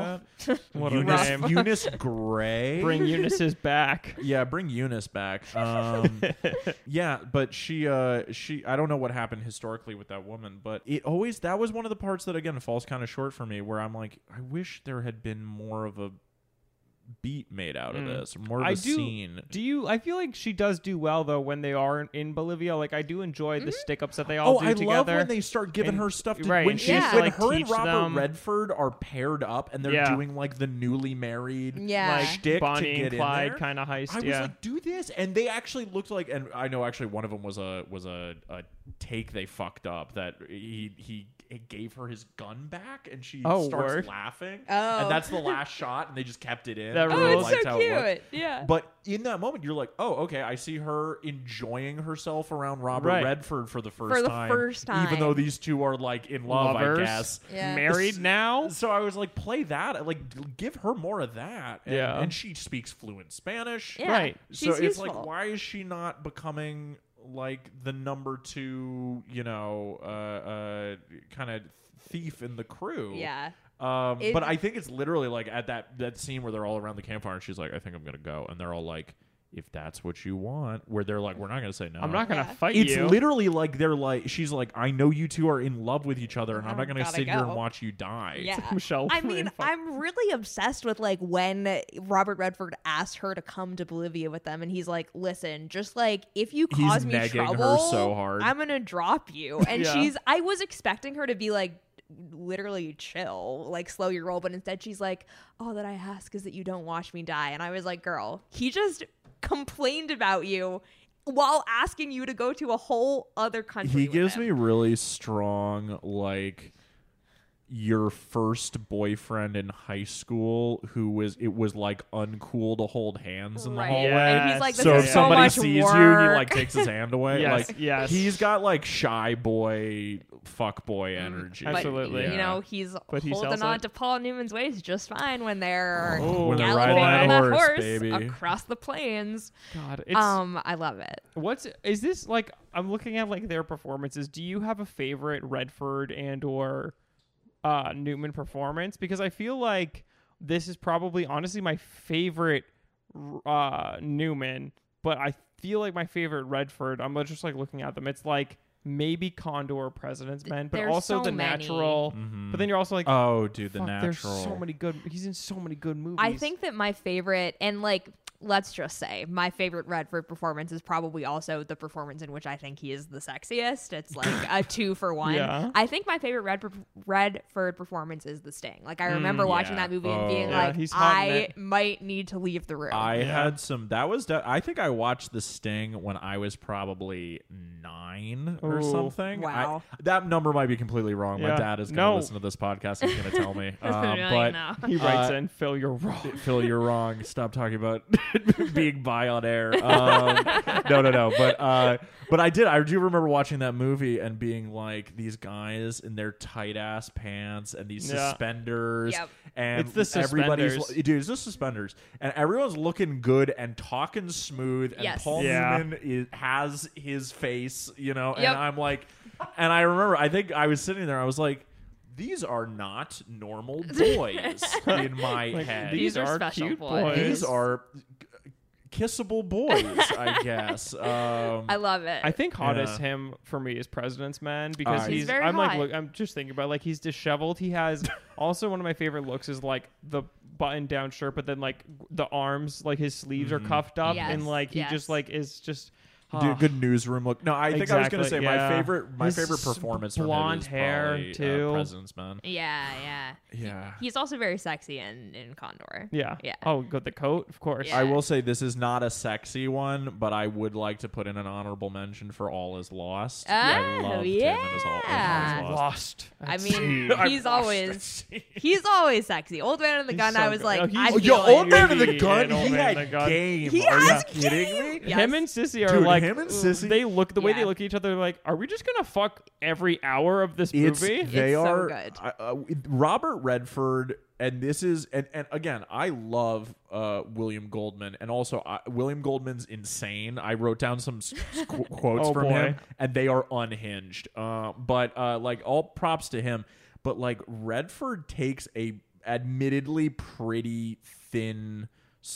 S3: like
S2: [laughs]
S1: [laughs]
S2: what
S3: that.
S2: a
S3: Eunice,
S2: name. [laughs]
S3: Eunice Gray.
S2: Bring Eunice's back.
S3: yeah, bring
S2: [laughs]
S3: Eunice back. Um, yeah, but she, uh, she, I don't know what happened historically with that woman, but it always that was one of the parts that again falls kind of short for me, where I'm like, I wish there had been more of a beat made out
S2: Mm.
S3: of this, or more of
S2: I
S3: a
S2: do-
S3: scene.
S2: Do you? I feel like she does do well though when they are in- in Bolivia. Like I do enjoy
S1: Mm-hmm.
S2: the stick ups that they all
S3: oh,
S2: do
S3: I
S2: together.
S3: love when they start giving
S2: And-
S3: her stuff. To,
S2: right,
S3: when
S2: and
S3: she,
S4: she has to,
S3: when
S2: like,
S3: her and
S2: teach
S3: Robert
S2: them.
S3: Redford are paired up and they're
S2: Yeah.
S3: doing like the newly married
S2: like
S1: Yeah.
S3: shtick
S2: Bonnie
S3: to get
S2: and Clyde
S3: in there.
S2: kind of heist.
S3: I was
S2: yeah.
S3: like, do this, and they actually looked like. And I know actually one of them was a was a, a take they fucked up that he he gave her his gun back, and she
S2: Oh,
S3: starts
S2: word.
S3: laughing,
S1: Oh.
S3: and that's the last shot, and they just kept it in.
S2: That
S3: and I
S1: Oh,
S2: rules.
S1: it's
S3: liked
S1: so
S3: how it
S1: cute.
S3: looked.
S2: Uh,
S1: yeah.
S3: But in that moment, you're like, oh, okay, I see her enjoying herself around Robert
S2: Right.
S3: Redford for the first
S4: the
S3: time.
S4: first time.
S3: Even though these two are like in love,
S2: Lovers.
S3: I guess.
S1: Yeah.
S2: Married now?
S3: So I was like, play that. Like, give her more of that. And,
S2: Yeah.
S3: And she speaks fluent Spanish.
S1: Yeah.
S2: Right.
S3: So
S1: She's
S3: it's
S1: useful.
S3: like, why is she not becoming like the number two, you know, uh, uh, kind of thief in the crew?
S1: Yeah.
S3: Um,
S1: It-
S3: but I think it's literally like at that that scene where they're all around the campfire and she's like, I think I'm gonna go, and they're all like, If that's what you want, where they're like, We're not gonna say no.
S2: I'm not gonna
S1: Yeah.
S2: fight
S3: It's
S2: you.
S3: literally like they're like, she's like, I know you two are in love with each other, and I'm
S1: Oh,
S3: not gonna
S1: gotta
S3: sit here
S1: go."
S3: and watch you die.
S1: Yeah.
S2: Michelle.
S1: I mean,
S2: Pfeiffer.
S1: I'm really obsessed with like when Robert Redford asked her to come to Bolivia with them, and he's like, "Listen, just like if you
S3: He's
S1: cause me
S3: negging her
S1: trouble,
S3: so hard.
S1: I'm gonna drop you." And
S2: Yeah.
S1: she's, I was expecting her to be like, literally chill, like slow your roll, but instead she's like, "All that I ask is that you don't watch me die." And I was like, "Girl, he just complained about you." While asking you to go to a whole other country,
S3: He
S1: with
S3: gives
S1: him.
S3: me really strong like your first boyfriend in high school who was it was like uncool to hold hands in the
S1: Right.
S3: hallway.
S1: And he's like,
S2: Yes.
S1: "This
S3: so
S1: is
S3: if
S2: so
S3: somebody
S1: much
S3: sees
S1: work.
S3: you, he like takes his
S1: [laughs]
S3: hand away.
S2: Yes,
S3: like,
S2: yes.
S3: he's got like shy boy, fuck boy energy.
S1: Mm, But,
S2: Absolutely.
S1: You know, he's
S2: But he sells
S1: holding on
S2: it.
S1: to Paul Newman's waist just fine when they're
S2: Oh, when they're
S1: galloping
S2: riding
S1: on
S3: that
S1: that
S3: horse,
S1: horse,
S3: baby.
S1: across the plains.
S2: God, it's
S1: um, I love it.
S2: what's is this like? I'm looking at like their performances. Do you have a favorite Redford and or uh, Newman performance? Because I feel like this is probably honestly my favorite uh, Newman, but I feel like my favorite Redford. I'm just like looking at them. It's like maybe Condor, President's Men, but
S1: there's
S2: also
S1: so
S2: the
S1: many.
S2: Natural. But then you're also like,
S3: Mm-hmm. Oh, dude, the
S2: fuck, there's
S3: natural.
S2: so many good. He's in so many good movies.
S1: I think that my favorite, and like, let's just say, my favorite Redford performance is probably also the performance in which I think he is the sexiest.
S2: [laughs]
S1: It's like a two for one.
S2: Yeah.
S1: I think my favorite Redford, Redford performance is The Sting. Like, I remember watching
S3: Mm, yeah.
S1: that movie and
S3: Oh.
S1: being
S2: Yeah,
S1: like,
S2: he's hot in
S1: I
S2: it.
S1: might need to leave the room.
S3: I
S2: Yeah.
S3: had some. That was. De- I think I watched The Sting when I was probably nine or
S2: Ooh.
S3: something. I-
S1: Wow.
S3: that number might be completely wrong.
S2: Yeah.
S3: My dad is going to
S2: No.
S3: listen to this podcast. He's going to
S1: [laughs]
S3: tell me.
S1: Really,
S3: Um, but
S1: no.
S2: he writes
S3: uh,
S2: in Phil, you're wrong.
S3: [laughs] Phil, you're wrong. Stop talking about [laughs] being bi
S2: [laughs]
S3: on air. Um, no, no, no. But uh, but I did. I do remember watching that movie and being like, these guys in their tight ass pants and these
S2: Yeah.
S3: suspenders.
S1: Yep.
S3: And
S2: It's the
S3: everybody's
S2: suspenders.
S3: dude. It's the suspenders, and everyone's looking good and talking smooth. And
S1: Yes.
S3: Paul
S2: Yeah.
S3: Newman is, has his face, you know.
S1: Yep.
S3: And I'm like, and I remember. I think I was sitting there. I was like. These are not
S1: [laughs]
S3: normal boys in my
S2: Like,
S3: head.
S2: these
S1: These are
S2: are,
S1: special
S2: cute
S1: boys.
S2: boys.
S3: These are g- kissable boys, I guess. Um,
S1: I love it.
S2: I think hottest
S3: Yeah.
S2: him for me is President's Man because
S3: Uh,
S2: he's,
S3: He's
S1: very
S2: I'm like
S1: hot.
S2: look, I'm just thinking about like he's disheveled. He has
S3: [laughs]
S2: also one of my favorite looks is like the button down shirt, but then like the arms, like his sleeves
S3: Mm-hmm.
S2: are cuffed up,
S1: Yes,
S2: and like he
S1: yes.
S2: just like is just ah,
S3: Dude, good newsroom look. No, I think I was gonna say
S2: Exactly, yeah.
S3: my favorite, my
S2: His
S3: favorite
S2: s-
S3: performance. from him
S2: blonde
S3: is
S2: hair,
S3: probably,
S2: too.
S3: Uh, President's Man.
S1: Yeah, yeah.
S3: Yeah.
S1: He's also very sexy in, in Condor.
S2: yeah,
S1: Yeah.
S2: Oh, got the coat, of course.
S1: Yeah.
S3: I will say this is not a sexy one, but I would like to put in an honorable mention for All Is Lost. I
S1: Oh,
S3: loved him in his All, in
S1: yeah.
S3: All Is Lost.
S2: lost.
S1: I
S2: at
S1: mean,
S2: sea.
S1: he's always he's always sexy. Old man and the
S2: He's
S1: gun.
S2: so
S1: I was
S2: good.
S1: like,
S2: Oh, he's-
S1: I
S2: Oh,
S1: feel
S3: Yo,
S1: you.
S3: Old Man and the
S2: He
S3: Gun,
S2: and Old
S3: he
S2: Man and
S3: had
S2: the Gun.
S3: game.
S1: He
S3: Are
S1: has
S3: you kidding me?
S1: [laughs] Yes.
S2: Him and Sissy are
S3: Dude,
S2: like
S3: him and Sissy-
S2: They look the way they
S1: Yeah.
S2: look at each other. they're Like, are we just gonna fuck every hour of this
S3: It's
S2: movie?
S1: It's
S3: they
S1: so
S3: are
S1: good.
S3: I- uh, Robert Redford, and this is and and again, I love uh, William Goldman, and also I, William Goldman's insane. I wrote down some s- s-
S2: [laughs]
S3: qu- quotes
S2: Oh,
S3: from
S2: boy.
S3: him, and they are unhinged. Uh, but uh, like all props to him. But like Redford takes a admittedly pretty thin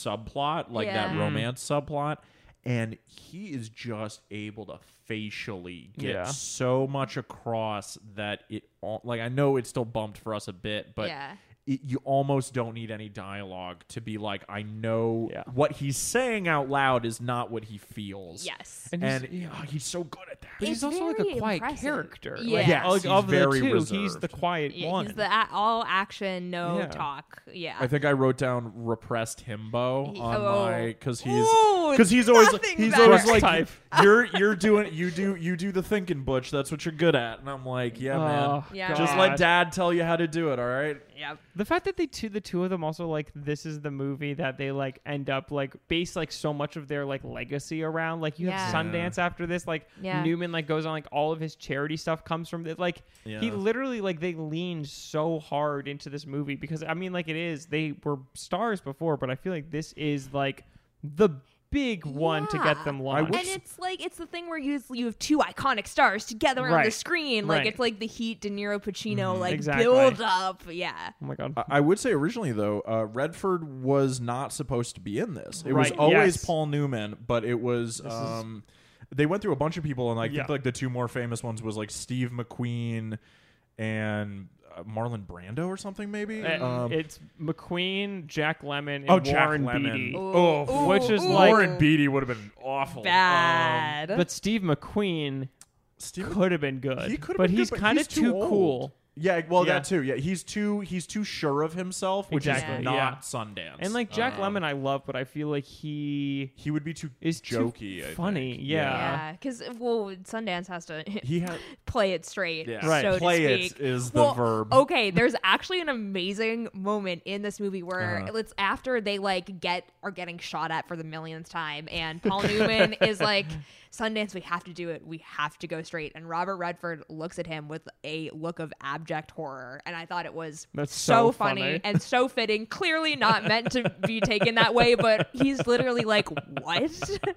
S3: subplot, like that
S1: Yeah.
S3: romance subplot. And he is just able to facially get
S2: Yeah.
S3: so much across that it all like I know it still bumped for us a bit, but
S1: Yeah.
S3: it, you almost don't need any dialogue to be like, I know
S2: Yeah.
S3: what he's saying out loud is not what he feels.
S1: Yes.
S2: And he's-
S3: and oh, he's so good at that.
S5: But
S2: But
S5: he's It's
S2: he's also like
S5: very
S2: a quiet
S5: impressive.
S2: character.
S1: Yeah.
S2: Like,
S1: Yes,
S2: of,
S3: he's
S2: of the
S3: very
S2: two, he's
S3: reserved.
S2: the quiet
S1: Yeah,
S2: one.
S1: He's the a- all action, no
S2: Yeah.
S1: talk. Yeah.
S3: I think I wrote down repressed himbo
S1: He-
S3: on
S1: oh.
S3: my because he's
S1: Ooh,
S3: because he's always
S1: nothing
S3: he's
S1: better.
S3: always like
S2: Type.
S3: you're you're doing you do you do the thinking butch that's what you're good at and I'm like yeah man
S2: Oh,
S1: Yeah.
S3: just
S2: God.
S3: let dad tell you how to do it all right
S1: yeah.
S2: The fact that they two, the two of them also like this is the movie that they like end up like base like so much of their like legacy around. Like you
S1: Yeah.
S2: have
S3: Yeah.
S2: Sundance after this, like
S1: Yeah.
S2: Newman like goes on like all of his charity stuff comes from it. Like he
S3: Yeah.
S2: literally like they leaned so hard into this movie because I mean like it is they were stars before, but I feel like this is like the big one to
S1: Yeah.
S2: get them launched.
S1: And it's like it's the thing where you you have two iconic stars together on the
S2: Right.
S1: screen. Like
S2: Right. Mm-hmm.
S1: it's like the Heat, De Niro, Pacino, like
S2: Exactly.
S1: build up. Yeah.
S2: oh my god.
S3: I- I would say originally though, uh, Redford was not supposed to be in this. It was
S2: Right,
S3: always
S2: yes.
S3: Paul Newman, but it was
S2: is-
S3: um, they went through a bunch of people, and like, I think
S2: Yeah.
S3: like the two more famous ones was like Steve McQueen and uh, Marlon Brando or something maybe.
S2: Uh,
S3: um,
S2: it's McQueen, Jack Lemon, and
S3: oh, Jack
S2: Warren
S3: Lemmon.
S2: Beatty. Um,
S1: Ooh,
S3: Oh,
S1: ooh,
S2: which is
S1: ooh.
S2: like-
S3: Warren Beatty would have been awful. Um,
S1: bad.
S2: But Steve McQueen
S3: Steve
S2: could have been good.
S3: he could have
S2: but
S3: been
S2: he's
S3: good, but
S2: kind
S3: he's
S2: of too,
S3: old.
S2: cool.
S3: Yeah, well,
S2: Yeah.
S3: that too. Yeah, he's too he's too sure of himself, which
S2: Exactly,
S3: is not
S2: yeah.
S3: Sundance.
S2: And like Jack
S1: Oh.
S3: Um,
S2: Lemon, I love, but I feel
S1: [laughs]
S2: like he
S3: he would be too
S2: is too
S3: jokey, I think.
S2: funny. Yeah.
S1: yeah, because well, Sundance has to
S3: uh, He had
S1: [laughs] play it straight.
S3: Yeah.
S2: Right.
S1: So
S3: Play
S1: to
S3: it
S1: speak.
S3: is the
S1: Well, oh,
S3: verb.
S1: Okay, there's actually an amazing moment in this movie where
S3: Uh-huh.
S1: it's after they like get are getting shot at for the millionth time, and Paul
S2: [laughs]
S1: Newman is like, "Sundance, we have to do it. We have to go straight." And Robert Redford looks at him with a look of abject horror, and I thought it was
S2: That's so
S1: funny,
S2: funny.
S1: and so fitting. Clearly not meant to be taken that way, but he's literally like, "What?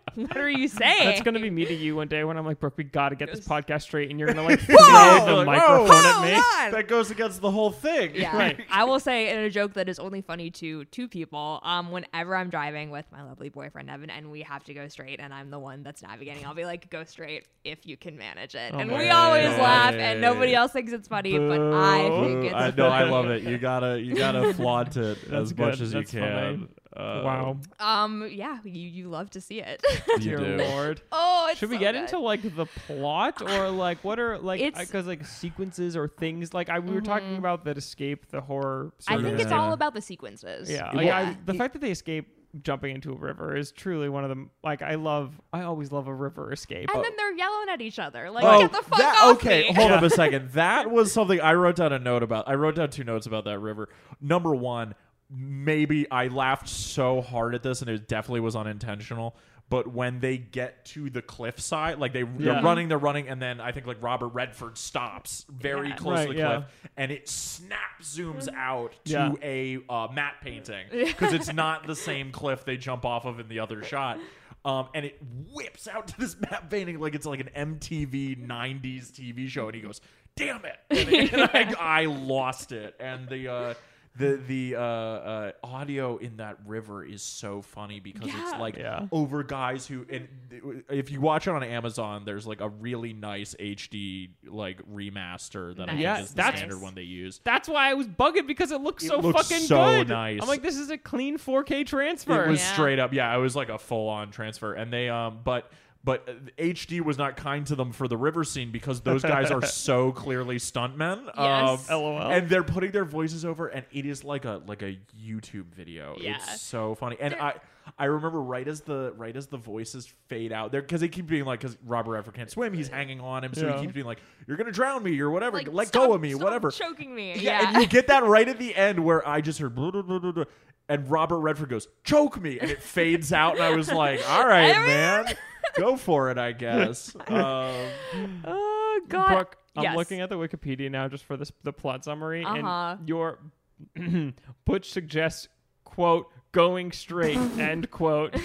S1: [laughs] what are you saying?"
S2: That's gonna be me to you one day when I'm like, Brooke, we gotta get this podcast straight, and you're gonna
S1: [laughs]
S2: like throw
S3: Whoa!
S2: the
S3: Whoa!
S2: microphone at me.
S1: Hold on!
S3: That goes against the whole thing.
S1: Yeah.
S2: [laughs] Right.
S1: I will say in a joke that is only funny to two people, um, whenever I'm driving with my lovely boyfriend Evan and we have to go straight and I'm the one that's navigating, I'll be like, go straight if you can manage it.
S2: Oh
S1: and
S2: my
S1: we
S2: God.
S1: always
S2: Yeah,
S1: laugh
S3: yeah, yeah,
S1: and nobody
S3: yeah.
S1: else thinks it's funny, but
S3: [laughs]
S1: I think it's
S3: Oh, I
S1: funny.
S3: know. I love it. You gotta, you gotta flaunt [laughs] it
S2: That's
S3: as much
S2: good.
S3: as you
S2: That's
S3: can. Uh,
S2: wow,
S1: Um yeah, you, you love to see it. [laughs]
S3: You
S2: dear
S3: do.
S2: lord.
S1: oh [laughs] it's
S2: Should we
S1: so
S2: get
S1: good.
S2: into like the
S1: [laughs]
S2: plot or like what are like
S1: It's- Mm-hmm.
S2: because like sequences or things like I we were talking about that escape the horror.
S1: I
S2: sort of
S1: think it's
S3: Yeah.
S1: all about the sequences.
S2: Yeah,
S3: It
S2: like,
S1: wa-
S2: I, the fact that they escape jumping into a river is truly one of the like I love. I always love a river escape.
S1: And then they're yelling at each other. Like,
S3: Oh,
S1: get the fuck
S3: that,
S1: off
S3: okay.
S1: me.
S3: Hold
S1: [laughs]
S3: up a second. That was something I wrote down a note about. I wrote down two notes about that river. Number one, maybe I laughed so hard at this, and it definitely was unintentional. But when they get to the cliffside, like they,
S2: Yeah.
S3: they're running, they're running, and then I think like Robert Redford stops very
S1: Yeah.
S3: close to the
S2: Right, yeah.
S3: cliff, and it snap zooms out to
S2: Yeah.
S3: a uh, matte painting because it's not the same cliff they jump off of in the other shot. Um, and it whips out to this [laughs] matte painting like it's like an MTV '90s TV show, and he goes, "Damn it!" And, and I, I lost it. And the uh, the the uh, uh, audio in that river is so funny because
S1: Yeah.
S3: it's like
S2: Yeah.
S3: over guys who and if you watch it on Amazon, there's like a really nice HD like remaster that I
S1: Nice.
S3: think is the
S2: That's-
S3: standard one they use.
S2: That's why I was bugging because it looks
S3: It
S2: so
S3: looks
S2: fucking
S3: so
S2: good.
S3: nice.
S2: I'm like, this is a clean 4K transfer.
S3: It was
S1: Yeah.
S3: straight up, yeah. It was like a full on transfer, and they um, but but uh, HD was not kind to them for the river scene because those guys
S1: [laughs]
S3: are so clearly stuntmen.
S1: Yes.
S3: Um,
S2: LOL.
S3: and they're putting their voices over, and it is like a like a YouTube video.
S1: Yeah.
S3: It's so funny, and
S1: They're-
S3: I I remember right as the right as the voices fade out there because they keep being like because Robert Redford can't swim, he's hanging on him, so
S2: Yeah.
S3: he keeps being like, "You're gonna drown me," or whatever,
S1: Like,
S3: "Let
S1: stop-
S3: go of me,"
S1: stop
S3: whatever.
S1: Choking me.
S3: Yeah, and you get that right at the end where I just heard blah, blah, blah, blah, blah, and Robert Redford goes, "Choke me," and it fades out, and I was like,
S1: [laughs]
S3: "All right, man, go for it, I guess." Um,
S1: [laughs] Oh god.
S2: Brooke, I'm
S1: Yes.
S2: looking at the Wikipedia now just for this, the plot summary,
S1: Uh-huh.
S2: and your [clears throat]
S1: [laughs]
S2: Butch suggests, quote, going straight, end quote.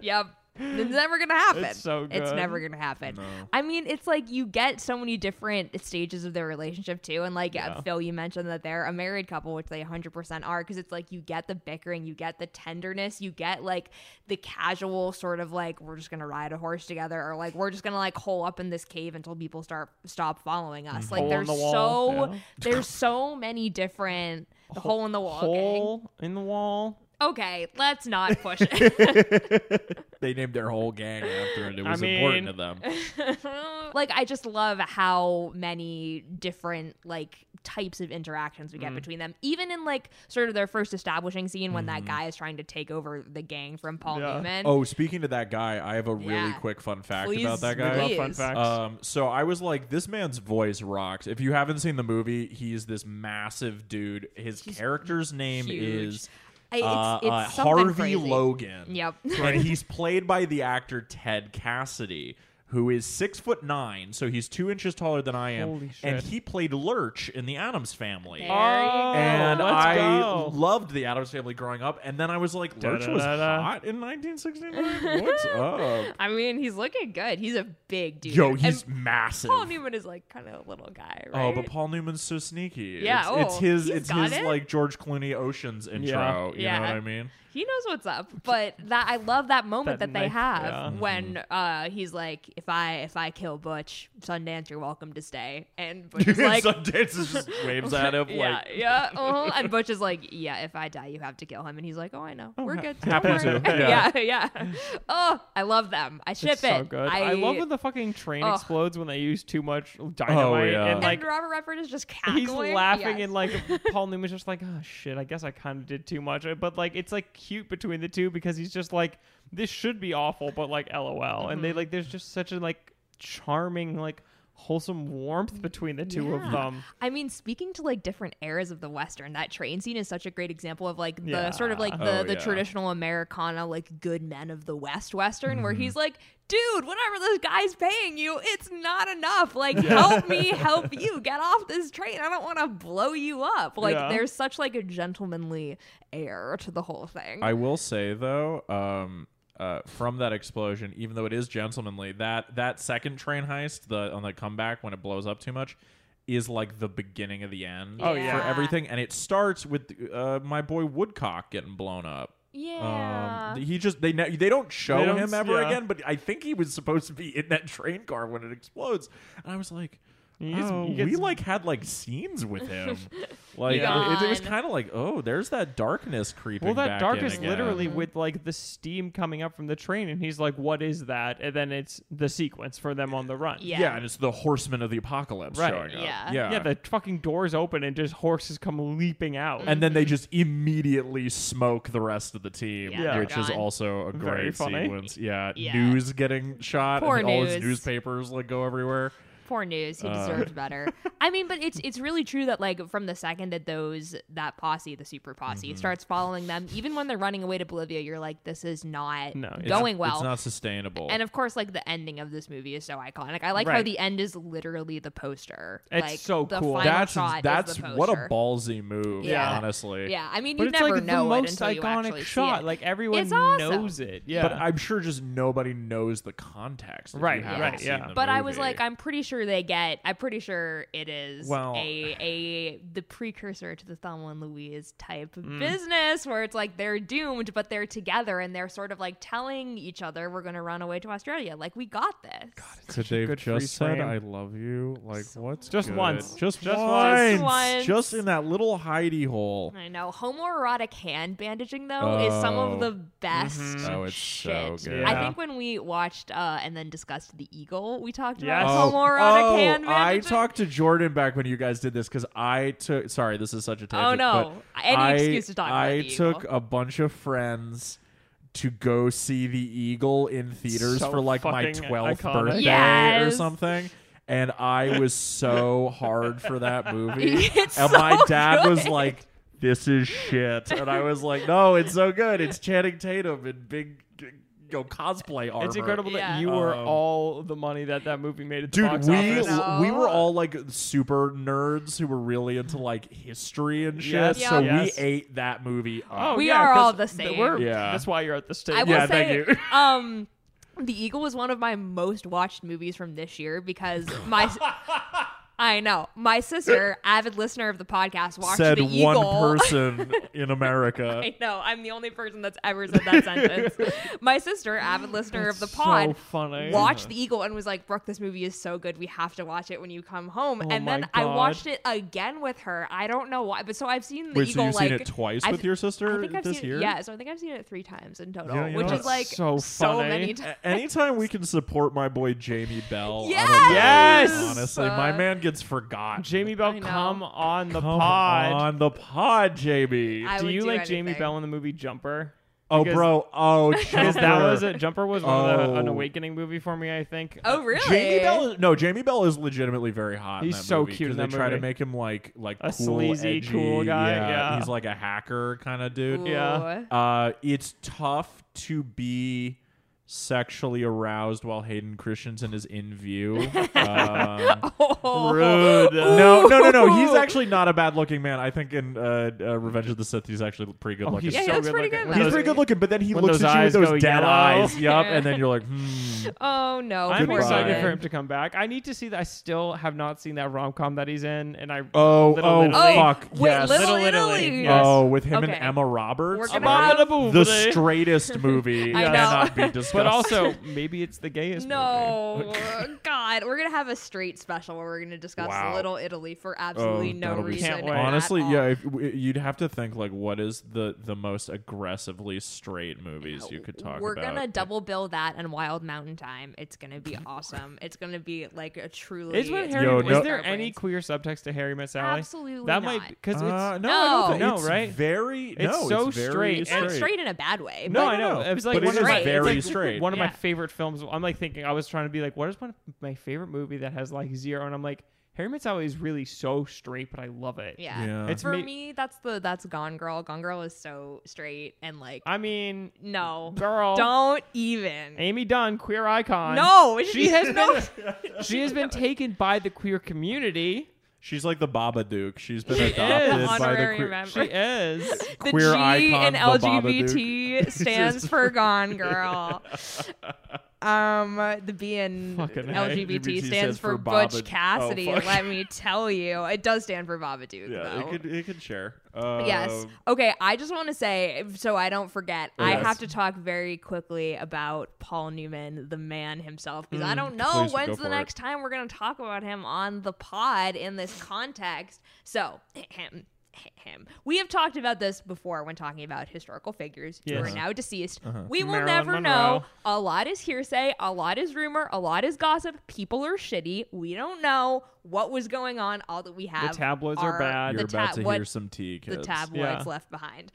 S1: Yep. It's never gonna happen.
S2: It's so
S1: It's
S2: good.
S1: never gonna happen.
S3: No.
S1: I mean, it's like you get so many different stages of their relationship too, and like yeah,
S2: Yeah.
S1: Phil, you mentioned that they're a married couple, which they 100% are, because it's like you get the bickering, you get the tenderness, you get like the casual sort of like we're just gonna ride a horse together, or like we're just gonna like hole up in this cave until people start stop following us. Like
S2: Mm-hmm. Hole in
S1: there's
S2: the wall,
S1: so
S2: yeah.
S1: there's so many different the hole in the wall. gang.
S2: Hole in the wall.
S1: Okay, let's not push
S2: [laughs]
S1: it.
S3: They named their whole gang after it. It
S2: I
S3: was important to
S2: mean-
S3: them.
S1: [laughs]
S3: [laughs]
S1: like I just love how many different like types of interactions we get
S3: Mm.
S1: between them. Even in like sort of their first establishing scene when that guy is trying to take over the gang from Paul
S2: Yeah.
S1: Newman.
S3: Mm. Oh, speaking to that guy, I have a really
S1: Yeah.
S3: quick fun fact
S1: Please,
S3: about that
S2: We
S3: guy.
S2: love fun
S1: Please.
S2: facts.
S3: Um, so I was like, this man's voice rocks. If you haven't seen the movie, he's this massive dude. His character's name
S1: huge.
S3: is
S1: I- it's-
S3: uh,
S1: it's
S3: uh,
S1: something
S3: Harvey
S1: crazy.
S3: Logan.
S1: Yep.
S3: and he's played by the actor Ted Cassidy, who is six foot nine, so he's two inches taller than I am.
S2: Holy
S3: And
S2: shit.
S3: he played Lurch in the Adams Family.
S1: There you go.
S3: And
S2: let's
S3: I
S2: go.
S3: loved the Adams Family growing up, and then I was like, Lurch was
S2: Da-da-da-da.
S3: hot in
S1: [laughs]
S3: 1969. What's up?
S1: I mean, he's looking good. He's a big dude.
S3: Yo,
S1: And
S3: he's massive.
S1: Paul Newman is like kind of a little guy, right?
S3: Oh, but Paul Newman's so sneaky.
S1: Yeah,
S3: it's, it's
S1: oh,
S3: his,
S1: he's
S3: it's
S1: got
S3: his
S1: it.
S3: like George Clooney Ocean's intro. You
S1: Yeah.
S3: know what I mean?
S1: he knows what's up. But that I love that moment that,
S2: That
S1: they
S2: knife-
S1: have
S2: yeah.
S1: when
S3: Mm-hmm.
S1: uh, he's like, "If I if I kill Butch, Sundance, you're welcome to stay."
S3: [laughs]
S1: And Butch is like,
S3: Sundance is just
S1: [laughs]
S3: waves at him
S1: yeah,
S3: like
S1: yeah. uh-huh. And Butch is like, yeah, if I die, you have to kill him. And he's like, oh, I know, we're
S2: ha-
S1: good.
S2: happy
S1: Don't worry." [laughs]
S2: to,
S1: yeah. yeah, Oh, I love them. I ship
S2: It's
S1: it.
S2: so good. I, love when the fucking train
S1: Ugh.
S2: explodes when they use too much dynamite
S3: Oh, yeah.
S2: and like
S1: and Robert Redford is just cackling.
S2: he's laughing
S1: Yes. [laughs]
S2: and like Paul Newman's just like, oh shit, I guess I kind of did too much. Uh, But like it's like cute between the two because he's just like, this should be awful, but like LOL. And they
S1: Mm-hmm.
S2: like there's just such a like charming like wholesome warmth between the two
S1: Yeah.
S2: of them.
S1: I mean, speaking to like different eras of the Western, that train scene is such a great example of like the
S2: Yeah.
S1: sort of like the,
S3: Oh,
S1: the
S3: yeah.
S1: traditional Americana, like good men of the West Western,
S3: Mm-hmm.
S1: where he's like, dude, whatever this guy's paying you, it's not enough. Like, help
S3: [laughs]
S1: me help you get off this train. I don't want to blow you up. Like,
S2: Yeah.
S1: there's such like a gentlemanly air to the whole thing.
S3: I um, will say though, um, uh, from that explosion, even though it is gentlemanly, that that second train heist, the on the comeback when it blows up too much, is like the beginning of the end.
S1: Oh, yeah.
S3: for everything, and it starts with uh, my boy Woodcock getting blown up.
S1: yeah.
S3: Um, he just they ne- they don't show
S2: They don't-
S3: him ever
S2: yeah.
S3: again, but I think he was supposed to be in that train car when it explodes, and I was like.
S2: He gets-
S3: oh,
S2: he gets-
S3: we like had like scenes with
S1: [laughs]
S3: him, like
S2: Yeah.
S3: it, it was
S1: Gone.
S3: kind of like oh, there's that darkness creeping.
S2: Well,
S3: back
S2: that
S3: in
S2: darkness
S3: again.
S2: literally
S1: Mm-hmm.
S2: with like the steam coming up from the train, and he's like, "What is that?" And then it's the sequence for them on the run.
S1: Yeah.
S3: Yeah. and it's the horsemen of the apocalypse
S2: Right.
S3: showing up.
S1: Yeah.
S3: Yeah.
S2: yeah. The fucking doors open and just horses come leaping out.
S1: Mm-hmm.
S3: and then they just immediately smoke the rest of the team,
S1: Yeah, they're
S3: which is
S1: gone.
S3: also a great
S2: Very funny.
S3: sequence. Yeah,
S1: Yeah.
S3: news getting shot,
S1: Poor
S3: and all his
S1: News.
S3: newspapers like go everywhere.
S1: Poor news.
S2: Uh.
S1: He
S2: [laughs]
S1: deserved better. I mean, but it's it's really true that like from the second that those that posse, the super posse,
S2: Mm-hmm.
S1: starts following them, even when they're running away to Bolivia, you're like, this is not
S2: No, it's-
S1: going well.
S3: It's not sustainable.
S1: and of course, like the ending of this movie is so iconic. I like how
S2: Right.
S1: the end is literally the poster.
S2: It's
S1: like,
S2: so
S1: the
S2: cool.
S1: Final
S3: that's
S1: shot is
S3: that's
S1: the
S3: what
S1: poster.
S3: a ballsy move.
S1: Yeah.
S3: honestly.
S1: Yeah, I mean,
S2: but
S1: you
S2: it's
S1: never
S2: like
S1: know
S2: the
S1: it
S2: most
S1: until you
S2: iconic
S1: actually
S2: shot.
S1: see it.
S2: Like everyone
S1: It's awesome.
S2: knows it. Yeah.
S3: But I'm sure just nobody knows the context. if you
S2: Right,
S3: haven't
S1: right,
S3: seen
S2: yeah.
S3: the
S1: But I was
S3: movie.
S1: like, I'm pretty sure they get. I'm pretty sure it is
S3: Well-
S1: a a the precursor to the Thelma and Louise type of business where it's like they're doomed, but they're together and they're sort of like telling each other, "We're going to run away to Australia. Like we got this."
S3: Could they
S2: good
S3: have just
S2: freeze
S3: said
S2: frame.
S3: "I love you"? Like what's
S2: Just
S3: good?
S2: once.
S3: just,
S2: Just
S1: once.
S3: once,
S1: once.
S3: just in that little hidey hole.
S1: I know homoerotic hand bandaging though is some of
S3: Oh.
S1: the best.
S3: Oh, it's so
S1: shit.
S3: good.
S1: I
S2: Yeah.
S1: think when we watched uh, and then discussed the eagle, we talked
S2: Yes.
S1: about homoerotic
S3: oh,
S1: hand
S3: I
S1: bandaging.
S3: talked to Jordan back when you guys did this because I took. Sorry, this is such a tangent.
S1: Oh, no.
S3: but
S1: Any
S3: I,
S1: excuse to talk about
S3: I
S1: the Eagle.
S3: took a bunch of friends to go see the Eagle in theaters
S2: So
S3: for like my
S2: fucking
S3: twelfth
S2: iconic.
S3: birthday or
S1: Yes.
S3: something. And I was so hard
S1: [laughs]
S3: for that movie.
S1: It's
S3: and my
S1: so
S3: dad was
S1: good.
S3: like, "This is shit," and I was like, "No, it's so good. It's Channing Tatum in big, you know, cosplay armor."
S2: It's incredible
S1: Yeah.
S2: that you were
S3: Um,
S2: all the money that that movie made at the
S3: Dude,
S2: box
S3: we
S2: office.
S1: No.
S3: we were all like super nerds who were really into like history and shit.
S2: Yes.
S1: Yeah.
S3: So
S2: Yes.
S3: we ate that movie. Up.
S2: Oh,
S1: We
S2: yeah,
S1: are all
S2: 'cause
S1: the
S2: th-
S1: same.
S2: We're,
S3: Yeah.
S2: That's why you're at the stage.
S1: I will
S3: Yeah,
S1: say,
S3: thank you. [laughs]
S1: um, The Eagle was one of my most watched movies from this year because my
S3: [laughs]
S1: I know. My sister, avid listener of the podcast, watched
S3: Said
S1: The Eagle.
S3: one person in America.
S1: [laughs] I know. I'm the only person that's ever said that
S3: [laughs]
S1: sentence. My sister, avid listener of the pod,
S2: so funny.
S1: watched The Eagle and was like, Brooke, this movie is so good. We have to watch it when you come home.
S2: Oh
S1: and then
S2: my
S1: I
S2: God.
S1: watched it again with her. I don't know why, but so I've seen The
S3: Wait, so
S1: Eagle
S3: you've
S1: like.
S3: seen it twice
S1: I've-
S3: with your sister
S1: I think I've
S3: this
S1: seen
S3: year?
S1: it. Yeah, so I think I've seen it three times in total,
S3: Yeah, you know
S1: which
S3: what?
S1: is like
S2: So
S1: so
S2: funny.
S1: many times.
S3: A- Anytime we can support my boy Jamie Bell,
S1: Yes!
S3: I'm okay,
S2: Yes!
S3: honestly, my
S1: Uh,
S3: man gets forgotten.
S2: Jamie
S1: I
S2: Bell,
S1: know.
S2: come on the
S3: Come
S2: pod.
S3: on the pod, Jamie.
S1: I
S2: Do
S1: would
S2: you
S1: do
S2: like Jamie
S1: anything.
S2: Bell in the movie Jumper?
S3: oh,
S2: because-
S3: bro.
S1: [laughs]
S3: Oh,
S2: Because that was
S3: Jumper.
S2: it. Jumper was one of the, an
S3: Oh.
S2: awakening movie for me. I think.
S1: Oh, really?
S3: Jamie Bell. Is, no, Jamie Bell is legitimately very hot. in
S2: He's
S3: that
S2: so
S3: movie,
S2: cute in
S3: 'cause They
S2: that
S3: try to
S2: movie.
S3: make him like like
S2: A
S3: cool,
S2: sleazy,
S3: edgy,
S2: cool guy, yeah.
S3: he's like a hacker kind of
S1: Ooh.
S3: dude.
S2: Yeah.
S3: Uh, it's tough to be sexually aroused while Hayden Christensen is in view.
S2: [laughs]
S3: um,
S1: Oh.
S2: Rude.
S3: No, no, no, no. He's actually not a bad looking man. I think in uh, uh, Revenge of the Sith, he's actually pretty good
S2: Oh,
S3: looking.
S2: he's
S1: Yeah, he
S2: so
S1: looks
S2: good
S1: pretty
S2: looking.
S1: good in
S2: When
S1: that
S3: He's
S2: those-
S3: pretty good looking, but then he
S2: When
S3: looks
S2: those
S3: at you
S2: eyes
S3: with
S2: go
S3: those dead
S2: yellow.
S3: eyes. Yup. And then you're like,
S2: [laughs]
S3: hmm.
S1: [laughs] Oh no.
S2: I'm
S1: poor
S2: excited
S1: Hayden.
S2: for him to come back. I need to see that. I still have not seen that rom com that he's in, and I [laughs]
S3: Oh,
S2: Little
S3: oh,
S2: Italy.
S3: fuck.
S1: Wait,
S3: yes.
S1: Little,
S2: Little
S1: Italy.
S2: Italy, yes.
S3: Oh, with him
S1: Okay.
S3: and Emma Roberts.
S1: We're gonna
S3: About
S1: have-
S2: abominable.
S3: the
S2: buddy.
S3: straightest
S1: [laughs]
S3: movie
S1: I know.
S3: cannot be
S1: But
S3: discussed.
S2: but [laughs] also maybe it's the gayest. movie.
S1: No, God, we're gonna have a straight special where we're gonna discuss
S3: Wow. Oh,
S1: Little Italy for absolutely no
S3: that'll be-
S1: reason.
S2: Can't wait.
S1: at
S3: honestly,
S1: all.
S3: yeah, if, w- you'd have to think like, what is the the most aggressively straight movies you could talk
S1: We're
S3: about?
S1: gonna double bill that and Wild Mountain Time. It's gonna
S3: [laughs]
S1: be awesome. It's gonna be like a truly.
S2: Is when Harry?
S3: Yo,
S2: is
S3: no-
S2: there any queer subtext to Harry Met Sally?
S1: Absolutely
S2: That
S1: not.
S2: might because
S3: Uh,
S2: it's
S3: no, I don't
S1: No.
S3: think-
S2: No,
S3: it's
S2: right?
S3: Very,
S2: It's
S3: no,
S2: so
S3: very
S2: straight, and-
S1: not straight in a bad way.
S2: No,
S1: but
S2: I know.
S3: no.
S2: It was like
S3: But
S2: one
S1: it
S2: of
S1: is
S2: my
S3: very
S2: it's like
S3: straight.
S2: One of
S1: Yeah.
S2: my favorite films. I'm like thinking. I was trying to be like, what is one of my favorite movie that has like zero? And I'm like, Harry Met Sally is really so straight, but I love it.
S1: Yeah.
S3: Yeah.
S2: It's
S1: For
S2: ma-
S1: me, that's the that's Gone Girl. Gone Girl is so straight and like
S2: I mean,
S1: no,
S2: girl,
S1: don't even.
S2: Amy Dunn, queer icon.
S1: No,
S2: she has
S1: no.
S2: been she
S1: [laughs]
S2: has been taken by the queer community.
S3: She's like the Babadook. She's been
S2: She
S3: adopted
S2: is.
S3: by the
S1: Honorary
S3: queer.
S1: member.
S2: She is.
S1: [laughs] the
S3: queer
S1: G
S3: icon,
S1: in
S3: the
S1: LGBT stands
S3: Just-
S1: for Gone Girl. Um, the B in
S2: Fucking A.
S1: LGBT stands,
S3: stands
S1: for
S3: for
S1: Butch
S3: Baba-
S1: Cassidy.
S3: Oh, fuck.
S1: let me tell you, it does stand for Babadook.
S3: Yeah,
S1: though.
S3: it could it could share.
S1: Yes.
S3: Um,
S1: Okay. I just want to say, so I don't forget, I
S3: Yes.
S1: have to talk very quickly about Paul Newman, the man himself, because I don't know
S3: Mm, please go
S1: when's
S3: for
S1: the
S3: it.
S1: next time we're going to talk about him on the pod in this context. So, him. Him. We have talked about this before when talking about historical figures who
S2: Yes.
S1: are now deceased.
S3: Uh-huh.
S1: We will
S2: Marilyn
S1: never
S2: Monroe.
S1: know. A lot is hearsay, a lot is rumor, a lot is gossip. People are shitty. We don't know what was going on. All that we have
S2: tabloids are
S1: Uh,
S2: bad.
S1: the
S3: You're about
S1: tab-
S3: to
S1: what
S3: hear some tea, kids.
S1: the tabloids
S2: Yeah.
S1: left behind.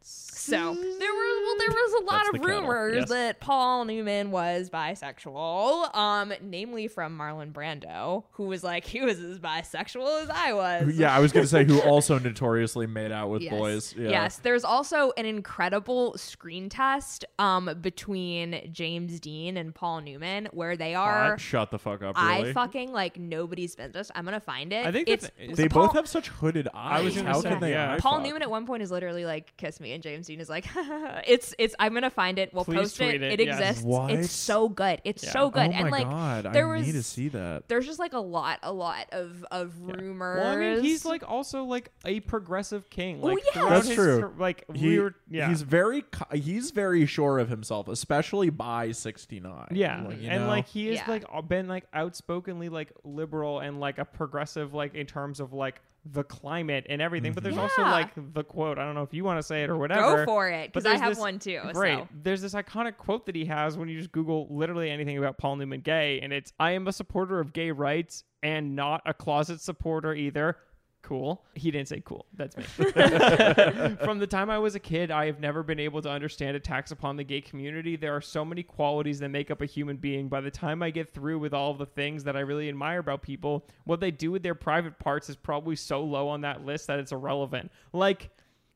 S1: So there was well, there was a lot
S3: That's the
S1: of
S3: kettle,
S1: rumors
S2: yes.
S1: that Paul Newman was bisexual, um, namely from Marlon Brando, who was like he was as bisexual as I was.
S3: Yeah, I
S1: [laughs]
S3: was gonna say who also notoriously made out with
S1: Yes.
S3: boys. Yeah.
S1: Yes. There's also an incredible screen test um, between James Dean and Paul Newman where they are.
S3: God, shut the fuck up.
S1: I
S3: Really.
S1: fucking like nobody's business. I'm gonna find it.
S2: I think
S1: it's
S2: that's-
S3: they
S1: Paul-
S3: both have such hooded eyes.
S2: was gonna
S3: How
S2: say,
S3: can they?
S2: yeah.
S3: eye
S1: Paul
S3: fuck?
S1: Newman at one point is literally like, "Kiss me," and James Dean is like, [laughs] "It's it's I'm gonna find it. We'll
S2: Please
S1: post it.
S2: tweet
S1: It,
S2: it, yes.
S1: exists.
S3: What?
S1: It's so good. It's
S2: Yeah.
S1: so good."
S3: Oh
S1: and
S3: my
S1: like,
S3: god,
S1: there
S3: I
S1: was
S3: need to see that.
S1: there's just like a lot, a lot of of rumors.
S2: Well, I mean, he's like also like a progressive king. Like,
S1: yeah.
S2: throughout
S3: That's
S2: his
S3: true.
S2: car- Like
S3: He,
S2: weird. Yeah.
S3: He's very co- he's very sure of himself, especially by 69.
S2: Yeah,
S3: Like, you
S2: and
S3: know?
S2: like he has
S1: Yeah.
S2: like all- been like outspokenly like liberal and like a progressive like in terms of like the climate and everything. But there's also
S1: Mm-hmm. Yeah.
S2: like the quote. I don't know if you want to say it or whatever.
S1: go for it
S2: but
S1: because I
S2: there's
S1: have
S2: this-
S1: one too.
S2: Great.
S1: Oh, So.
S2: There's this iconic quote that he has when you just Google literally anything about Paul Newman gay, and it's I am a supporter of gay rights and not a closet supporter either. Cool. He didn't say cool.
S1: [laughs]
S2: That's me. From the time I was a kid, I have never been able to understand attacks upon the gay community. There are so many qualities that make up a human being. By the time I get through with all of the things that I really admire about people, what they do with their private parts is probably so low on that list that it's irrelevant. Like,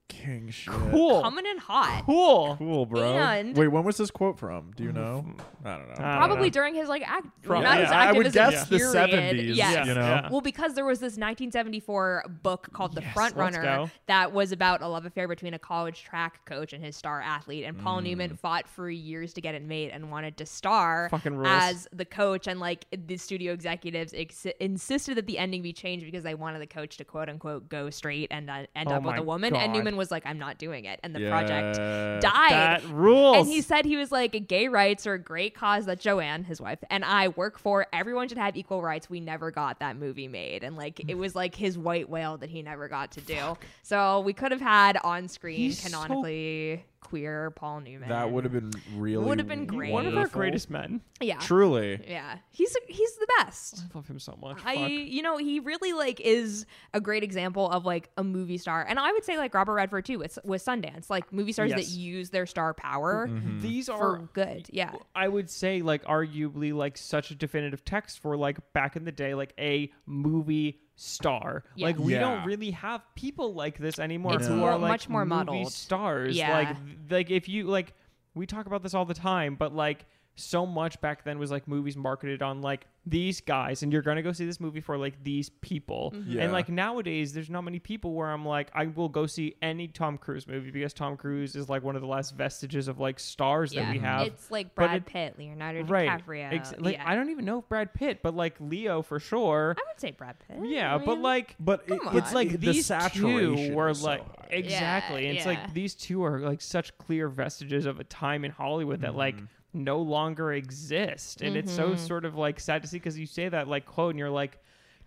S3: King shit.
S2: Cool.
S1: Coming in hot.
S2: Cool.
S3: Cool, bro.
S1: And-
S3: Wait, when was this quote from? Do you know? I don't know.
S2: Mm. I don't
S1: Probably
S2: know.
S1: during his like act,
S2: Probably.
S1: not
S2: Yeah,
S1: his
S3: I
S1: activism
S3: would guess the
S1: period.
S3: 70s,
S1: Yes.
S3: you know?
S2: Yeah.
S1: Well, because there was this 1974 book called The
S2: Yes,
S1: Front
S2: let's
S1: Runner
S2: go.
S1: that was about a love affair between a college track coach and his star athlete, and
S2: Mm.
S1: Paul Newman fought for years to get it made and wanted to star
S2: Fucking rules.
S1: as the coach, and like the studio executives ex- insisted that the ending be changed because they wanted the coach to quote unquote go straight and uh, end
S2: Oh
S1: up with
S2: my
S1: a woman, and
S2: God.
S1: Newman was like, "I'm not doing it," and the project
S3: Yeah.
S1: died.
S2: That rules.
S1: And he said he was like, gay rights are a great cause that Joanne, his wife, and I work for. Everyone should have equal rights. We never got that movie made. And like, it was like his white whale that he never got to do. So we could have had on screen
S2: He's so-
S1: canonically queer Paul Newman.
S3: That would have been really.
S1: Would have been great.
S2: One of our
S3: wonderful.
S2: greatest men.
S1: Yeah.
S3: Truly.
S1: Yeah. He's, he's the best.
S2: I love him so much.
S1: I,
S2: Fuck.
S1: you know, he really like is a great example of like a movie star, and I would say like Robert Redford too with with Sundance, like movie stars that
S2: Yes. Mm-hmm.
S1: use their star power
S2: These are
S1: for good. Yeah,
S2: I would say like arguably like such a definitive text for like back in the day like a movie star.
S1: Yeah.
S2: Like we
S3: Yeah.
S2: don't really have people like this anymore
S1: It's
S2: who
S1: more-
S2: are like
S1: much more
S2: movie
S1: muddled.
S2: stars.
S1: Yeah.
S2: Like th- like if you like we talk about this all the time, but like so much back then was like movies marketed on like these guys and you're going to go see this movie for like these people.
S1: Mm-hmm.
S3: Yeah.
S2: And like nowadays there's not many people where I'm like I will go see any Tom Cruise movie because Tom Cruise is like one of the last vestiges of like stars that we have.
S1: It's like
S2: but
S1: Brad
S2: it-
S1: Pitt, Leonardo
S2: right.
S1: DiCaprio.
S2: Ex- like,
S1: yeah.
S2: I don't even know if Brad Pitt, but like Leo for sure.
S1: I would say Brad Pitt.
S2: yeah,
S1: I
S2: but
S1: mean,
S2: like,
S3: But it,
S1: Come
S2: it's
S1: on.
S2: like these two
S3: saturation
S2: were
S3: is so
S2: like [laughs]
S3: high.
S2: exactly.
S1: Yeah,
S2: and It's
S1: yeah.
S2: like these two are like such clear vestiges of a time in Hollywood that like
S3: Mm-hmm.
S2: no longer exist, and it's so
S1: Mm-hmm.
S2: sort of like sad to see because you say that like quote and you're like.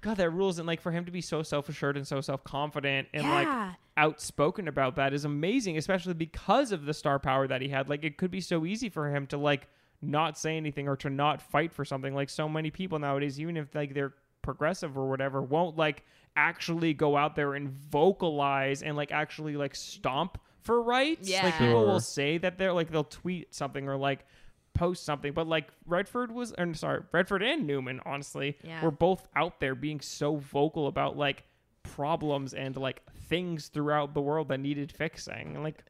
S2: God, that rules, and like for him to be so self-assured and so self-confident and
S1: Yeah.
S2: like outspoken about that is amazing, especially because of the star power that he had. Like it could be so easy for him to like not say anything or to not fight for something. Like so many people nowadays, even if like they're progressive or whatever, won't like actually go out there and vocalize and like actually like stomp for rights.
S1: Yeah.
S2: Like people
S3: Sure.
S2: will say that they're like they'll tweet something or like post something but like redford was and sorry redford and newman honestly
S1: Yeah.
S2: were both out there being so vocal about like problems and like things throughout the world that needed fixing and like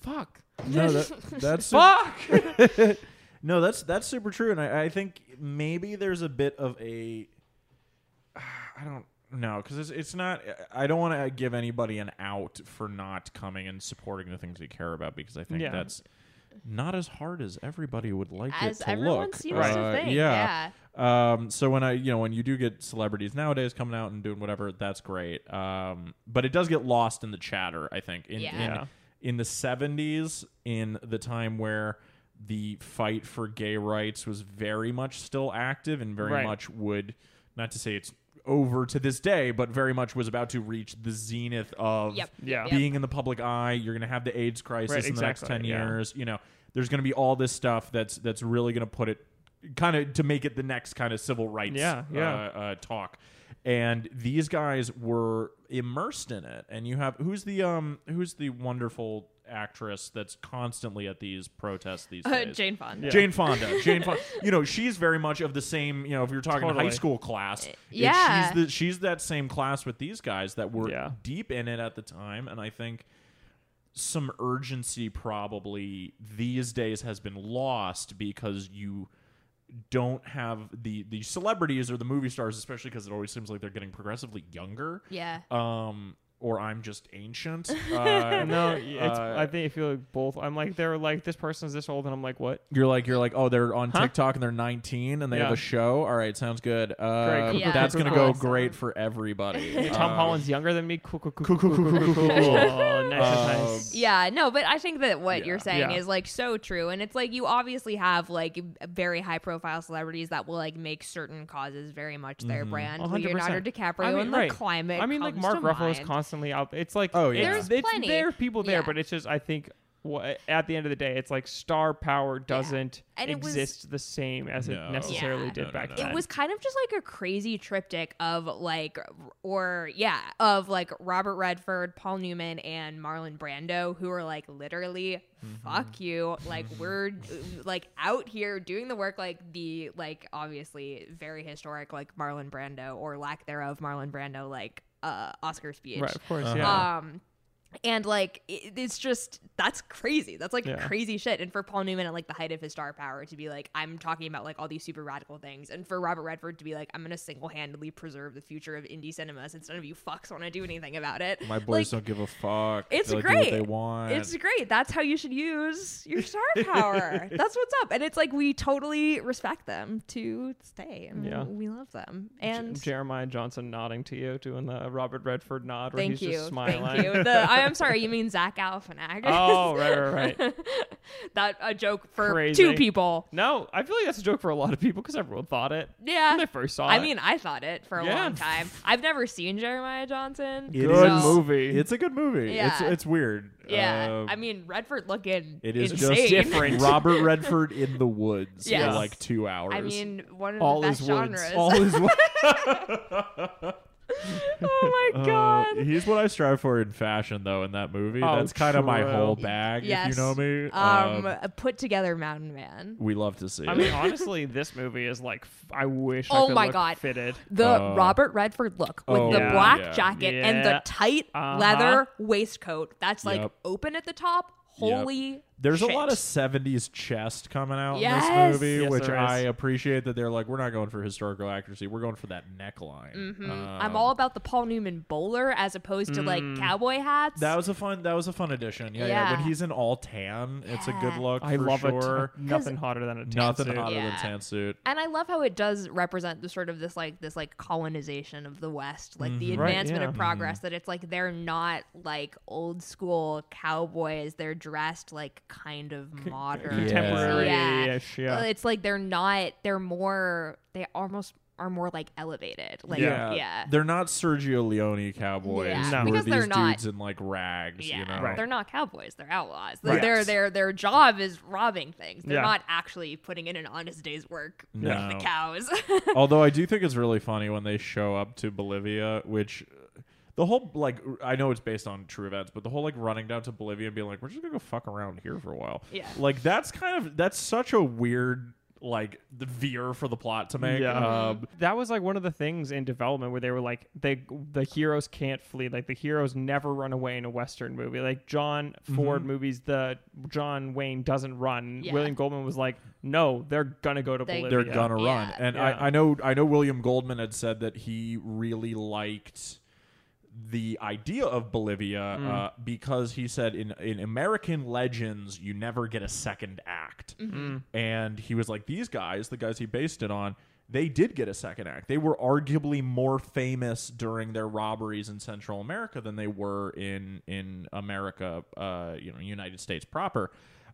S2: fuck
S3: No, that,
S2: [laughs]
S3: that's su-
S2: fuck
S3: no, that's that's super true, and I, I think maybe there's a bit of a. [sighs] I don't know because it's it's not. I don't want to give anybody an out for not coming and supporting the things we care about because I think
S2: Yeah.
S3: that's not as hard as everybody would like
S1: As
S3: it to
S1: everyone
S3: look.
S1: seems to think, yeah.
S3: Um, so when I, you know, when you do get celebrities nowadays coming out and doing whatever, that's great. Um, but it does get lost in the chatter. I think in
S1: Yeah.
S3: in,
S2: Yeah.
S3: in the seventies, in the time where the fight for gay rights was very much still active and very
S2: Right.
S3: much would not to say it's over to this day, but very much was about to reach the zenith of
S1: Yep.
S2: Yeah.
S1: Yep.
S3: being in the public eye. You're going to have the AIDS crisis
S2: Right,
S3: in the next ten
S2: exactly, yeah.
S3: years. You know, there's going to be all this stuff that's that's really going to put it kind of to make it the next kind of civil rights
S2: Yeah, yeah.
S3: Uh, uh, talk. And these guys were immersed in it. And you have who's the um who's the wonderful actress that's constantly at these protests these
S1: [laughs] Uh,
S3: days.
S1: Jane Fonda.
S3: Jane Fonda.
S2: [laughs]
S3: Jane Fonda. You know, she's very much of the same, you know, if you're talking
S2: Totally.
S3: high school class, it-
S1: yeah.
S3: she's, the, she's that same class with these guys that were
S2: Yeah.
S3: deep in it at the time. And I think some urgency probably these days has been lost because you don't have the the celebrities or the movie stars especially because it always seems like they're getting progressively younger
S1: Yeah.
S3: um or i'm just
S2: [laughs]
S3: ancient uh, [laughs]
S2: no it's,
S3: uh,
S2: i think i feel like both i'm like they're like this person's this old and i'm like
S3: [laughs]
S2: what
S3: You're like you're like oh they're on TikTok and they're 19 and they have
S2: Yeah.
S3: a show. All right, sounds good. Uh,
S2: Great.
S1: Yeah.
S3: That's gonna
S1: Awesome.
S3: go great for
S1: [laughs]
S3: everybody.
S2: tom
S3: Uh,
S2: holland's younger than me cool cool cool
S3: Cool, cool, cool, cool, cool, cool.
S2: Oh, [laughs] nice,
S3: Um,
S2: nice.
S1: Yeah, no, but I think that what you're
S3: Yeah.
S1: saying
S2: Yeah.
S1: is like so true. And it's like you obviously have like very high profile celebrities that will like make certain causes very much their
S2: Mm-hmm.
S1: brand.
S2: 100%.
S1: Leonardo DiCaprio and like
S2: right.
S1: climate.
S2: I mean, like
S1: comes to
S2: Mark Ruffalo is
S1: mind.
S2: constantly out. It's like
S3: Oh, yeah.
S2: it's,
S3: There's
S2: it's-
S1: plenty.
S2: there are people there,
S1: Yeah.
S2: but it's just I think wha- at the end of the day, it's like star power doesn't
S1: And it was-
S2: exist the same as
S3: No.
S2: it necessarily
S1: Yeah.
S2: did
S3: No, no,
S2: back
S3: no.
S2: then.
S1: It was kind of just like a crazy triptych of like, or yeah, of like Robert Redford, Paul Newman, and Marlon Brando, who are like literally, fuck you. Like, we're like out here doing the work, like the, like, obviously very historic, like Marlon Brando or lack thereof, Marlon Brando, like, uh, Oscar speech.
S2: right, of course,
S3: Uh-huh.
S2: yeah.
S1: Um, and like it, it's just that's crazy that's like
S2: Yeah.
S1: crazy shit and for paul newman at like the height of his star power to be like i'm talking about like all these super radical things and for robert redford to be like i'm gonna single-handedly preserve the future of indie cinema since none of you fucks want to do anything about it
S3: My
S1: Like,
S3: boys don't give a fuck.
S1: it's
S3: They'll Do
S1: great.
S3: what they want.
S1: it's great that's how you should use
S2: [laughs]
S1: your star power that's what's up and it's like we totally respect them to stay and
S2: Yeah.
S1: we love them
S2: J-
S1: and
S2: Jeremiah Johnson nodding to you, doing the Robert Redford nod where
S1: Thank
S2: he's
S1: you.
S2: just smiling.
S1: Thank you. The, I am sorry. You mean Zach Galifianakis?
S2: [laughs] Oh, right,
S1: [laughs]
S2: right, right.
S1: that a joke for
S2: Crazy.
S1: two people.
S2: No, I feel like that's a joke for a lot of people because everyone thought it when
S1: Yeah.
S2: they first saw it.
S1: I mean, I thought it for a
S2: Yeah.
S1: long time. I've never seen Jeremiah Johnson.
S3: It
S2: good
S3: is-
S1: so-
S2: movie.
S3: It's a good movie. It's
S1: Yeah.
S3: it's weird.
S1: Yeah.
S3: Um,
S1: I mean, Redford looking
S3: it is
S1: insane.
S3: [laughs] just
S2: Different.
S3: Robert Redford in the woods
S1: Yes.
S3: for like two hours.
S1: [laughs] I mean, one of
S2: All
S1: the
S2: his
S1: best
S2: woods.
S1: genres. [laughs]
S3: all is what.
S1: oh
S3: [laughs] Uh,
S1: my god.
S3: he's what I strive for in fashion, though. In that movie,
S2: Oh,
S3: that's kind of my
S2: true.
S3: whole bag.
S1: yes.
S3: If you know me, uh,
S1: Um, a put together mountain man.
S3: we love to see.
S2: I
S3: it.
S2: mean, honestly, this movie is like, f- I wish I
S1: Oh
S2: could
S1: my
S2: look
S1: God.
S2: fitted.
S1: The
S3: Uh,
S1: Robert Redford look with
S3: oh,
S1: the
S2: yeah.
S1: black
S3: yeah.
S1: jacket and the
S2: Yeah.
S1: tight
S2: Uh-huh.
S1: leather waistcoat that's like
S3: Yep.
S1: open at the top. Holy
S3: There's a
S1: shit.
S3: lot of 70s chest coming out
S1: Yes.
S3: in this movie,
S2: Yes,
S3: which
S2: there
S3: I
S2: is.
S3: appreciate that they're like, we're not going for historical accuracy. We're going for that neckline.
S1: Mm-hmm. I'm
S3: Um, Hmm.
S1: all about the Paul Newman bowler as opposed to like cowboy hats.
S3: That was a fun. That was a fun addition. Yeah, yeah. When
S1: Yeah.
S3: he's in all tan, it's a
S1: Yeah.
S3: good look.
S2: I
S3: for
S2: love
S3: sure.
S2: it. [laughs] Nothing hotter than a tan
S3: Nothing
S2: suit.
S3: hotter
S1: Yeah.
S3: than tan suit.
S1: and I love how it does represent the sort of this like this like colonization of the West, like the
S3: Mhm.
S2: Right,
S1: advancement
S2: yeah.
S1: of progress.
S3: Mm-hmm.
S1: That it's like they're not like old school cowboys; they're dressed like kind of modern,
S2: Contemporary.
S1: Yeah.
S2: ish, yeah.
S1: Uh, It's like they're not. They're more. They almost are more like elevated. Like yeah,
S3: yeah. They're not Sergio Leone cowboys.
S1: Yeah.
S2: No.
S3: who are
S1: Because
S3: these
S1: they're not-
S3: dudes in like rags.
S1: Yeah,
S3: You know.
S2: Right.
S1: they're not cowboys. They're outlaws.
S2: Right.
S1: Their
S2: Yes.
S1: their their job is robbing things. They're
S2: Yeah.
S1: not actually putting in an honest day's work with
S3: No.
S1: the cows. [laughs]
S3: Although I do think it's really funny when they show up to Bolivia, which uh, the whole like r- I know it's based on true events, but the whole like running down to Bolivia and being like, we're just gonna go fuck around here for a while.
S1: Yeah.
S3: like that's kind of that's such a weird like the veer for the plot to make.
S2: Yeah.
S1: Mm-hmm.
S3: Um,
S2: that was like one of the things in development where they were like they the heroes can't flee like the heroes never run away in a western movie like john
S3: Mm-hmm.
S2: ford movies the john wayne doesn't run
S1: Yeah.
S2: william goldman was like no they're gonna go to
S1: They-
S2: bolivia
S3: they're gonna run,
S1: Yeah.
S3: and
S2: Yeah.
S3: I, I know I know William Goldman had said that he really liked the idea of Bolivia uh, because he said in in American legends you never get a second act, and he was like these guys, the guys he based it on. They did get a second act. They were arguably more famous during their robberies in Central America than they were in in America, uh, you know, United States proper.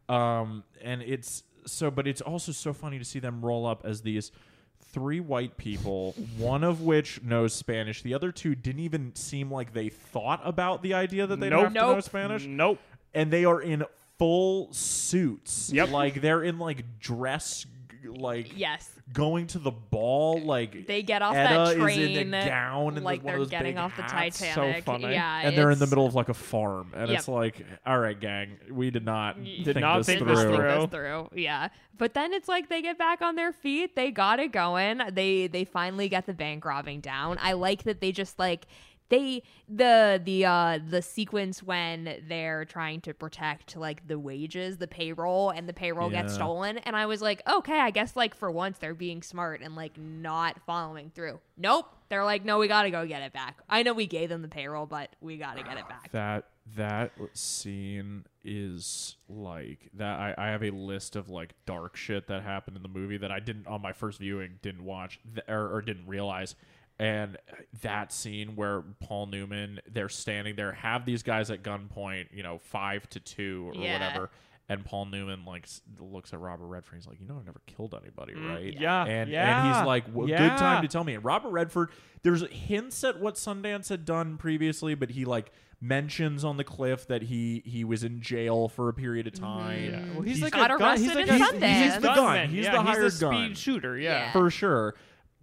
S3: Um, and it's so, but it's also so funny to see them roll up as these three white people, one of which knows Spanish. The other two didn't even seem like they thought about the idea that they
S2: Nope.
S3: have to know
S1: Nope.
S3: Spanish.
S2: nope
S3: And they are in full suits.
S2: Yep.
S3: Like they're in like dress, g- like
S1: yes,
S3: going to the ball. Like
S1: they get off
S3: Edda
S1: that train
S3: is in a gown and
S1: like
S3: one
S1: they're
S3: of those
S1: getting
S3: big
S1: off the
S3: hats.
S2: so
S1: Titanic.
S2: funny.
S1: Yeah,
S3: And they're in the
S1: it's-
S3: middle of like a farm, and
S1: Yep.
S3: it's like, all right, gang, we did not
S2: Did not think this
S1: Think
S2: through.
S1: this through. Yeah, but then it's like they get back on their feet. They got it going. They they finally get the bank robbing down. I like that they just like they the the uh the sequence when they're trying to protect like the wages the payroll and the payroll gets
S3: Yeah.
S1: stolen and i was like okay i guess like for once they're being smart and like not following through nope they're like no we gotta go get it back i know we gave them the payroll but we gotta get it back
S3: That that scene is like that. I, I have a list of like dark shit that happened in the movie that I didn't on my first viewing didn't watch th- or, or didn't realize. And that scene where Paul Newman, they're standing there, have these guys at gunpoint, you know, five to two or
S1: Yeah.
S3: whatever. And Paul Newman like s- looks at Robert Redford. He's like, "You know, I've never killed anybody, right?"
S2: Mm, yeah,
S3: and and
S2: yeah,
S3: he's like, well,
S2: yeah.
S3: "Good time to tell me. And Robert Redford, there's hints at what Sundance had done previously, but he like mentions on the cliff that he he was in jail for a period of
S2: Mm-hmm.
S3: time.
S2: well, he's, like
S1: got
S2: a gun. He's
S1: arrested
S2: like
S1: in
S2: a,
S1: Sundance.
S2: He's,
S1: He's the
S2: gun.
S3: gun. He's
S2: yeah,
S3: the
S2: he's
S3: hired
S2: the
S3: gun.
S2: speed shooter. Yeah.
S1: Yeah.
S3: For sure.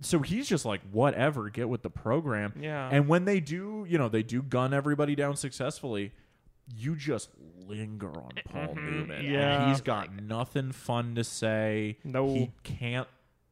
S3: So he's just like, whatever, get with the program.
S2: Yeah.
S6: Uh-huh.
S3: And when they do, you know, they do gun everybody down successfully. You just linger on
S6: Mm-hmm.
S3: Paul Newman.
S2: Yeah.
S3: And he's got nothing fun to say.
S2: No.
S3: He can't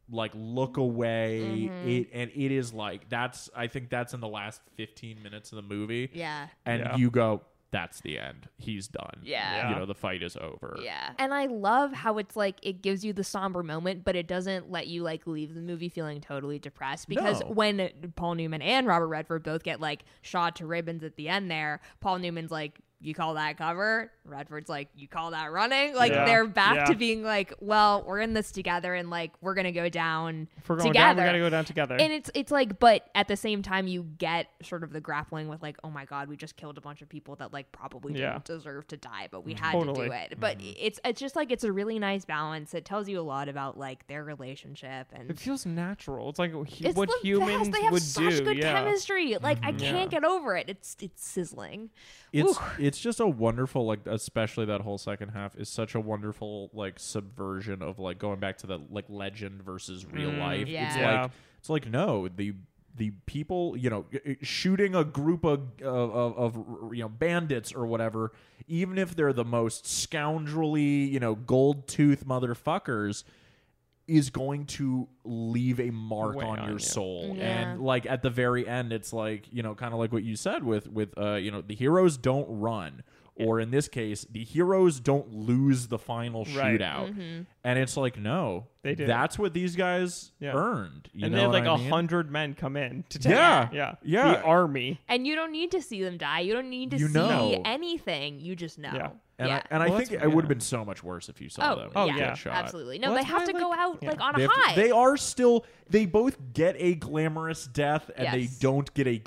S3: like look away.
S6: Mm-hmm.
S3: It and it is like that's I think that's in the last fifteen minutes of the movie.
S1: yeah
S3: And
S2: Yeah.
S3: you go, that's the end. He's done.
S6: Yeah.
S3: You know, the fight is over.
S6: Yeah.
S1: And I love how it's like it gives you the somber moment, but it doesn't let you like leave the movie feeling totally depressed. Because
S3: No.
S1: when Paul Newman and Robert Redford both get like shot to ribbons at the end, there, Paul Newman's like, "You call that cover?" Redford's like, "You call that running?" Like
S2: Yeah.
S1: they're back
S2: Yeah.
S1: to being like, "Well, we're in this together, and like we're gonna go down
S2: If we're going
S1: together."
S2: down, we gotta go down together.
S1: and it's it's like but at the same time you get sort of the grappling with like oh my god we just killed a bunch of people that like probably
S2: Yeah. Mm-hmm.
S1: didn't deserve to die but we had to
S2: Totally. Mm-hmm.
S1: do it but it's it's just like it's a really nice balance it tells you a lot about like their relationship
S2: it
S1: and
S2: feels natural. It's like hu-
S1: it's
S2: what
S1: the
S2: humans
S1: best. they have
S2: would
S1: such
S2: do.
S1: good
S2: yeah. Mm-hmm.
S1: chemistry like i can't
S2: Yeah.
S1: get over it it's it's sizzling
S3: It's
S1: Oof.
S3: it's just a wonderful like especially that whole second half is such a wonderful like subversion of like going back to the like legend versus real
S2: Mm,
S3: life. It's
S1: yeah.
S3: like it's like no, the the people, you know, shooting a group of, of of you know bandits or whatever, even if they're the most scoundrelly, you know, gold tooth motherfuckers, is going to leave a mark
S2: Way
S3: on,
S2: on
S3: your
S2: you.
S3: soul
S1: Mm, Yeah.
S3: and like at the very end it's like you know kind of like what you said with with uh you know the heroes don't run or in this case the heroes don't lose the final
S2: Right. Mm-hmm.
S3: shootout
S1: Mm-hmm.
S3: and it's like no
S2: They did.
S3: that's what these guys
S2: Yeah.
S3: earned you
S2: and
S3: know
S2: they had like
S3: what I
S2: a
S3: mean?
S2: hundred men come in to take
S3: Yeah.
S2: yeah,
S3: Yeah.
S2: the army.
S1: and you don't need to see them die you don't need to
S3: You
S1: see
S3: know.
S1: anything you just know
S2: Yeah.
S3: and
S1: yeah.
S3: I, and I
S2: Well,
S3: think
S2: that's-
S3: it would
S2: yeah.
S3: have been so much worse if you saw
S1: Oh,
S3: them
S1: Oh,
S3: get
S2: yeah.
S3: shot.
S1: Absolutely. No,
S2: Well,
S1: they
S2: that's
S1: have
S2: why
S1: to
S2: I
S1: go
S2: like-
S1: out
S2: yeah.
S1: like on a
S3: They, have to-
S1: high.
S3: they are still. They both get a glamorous death, and
S1: Yes.
S3: they don't get a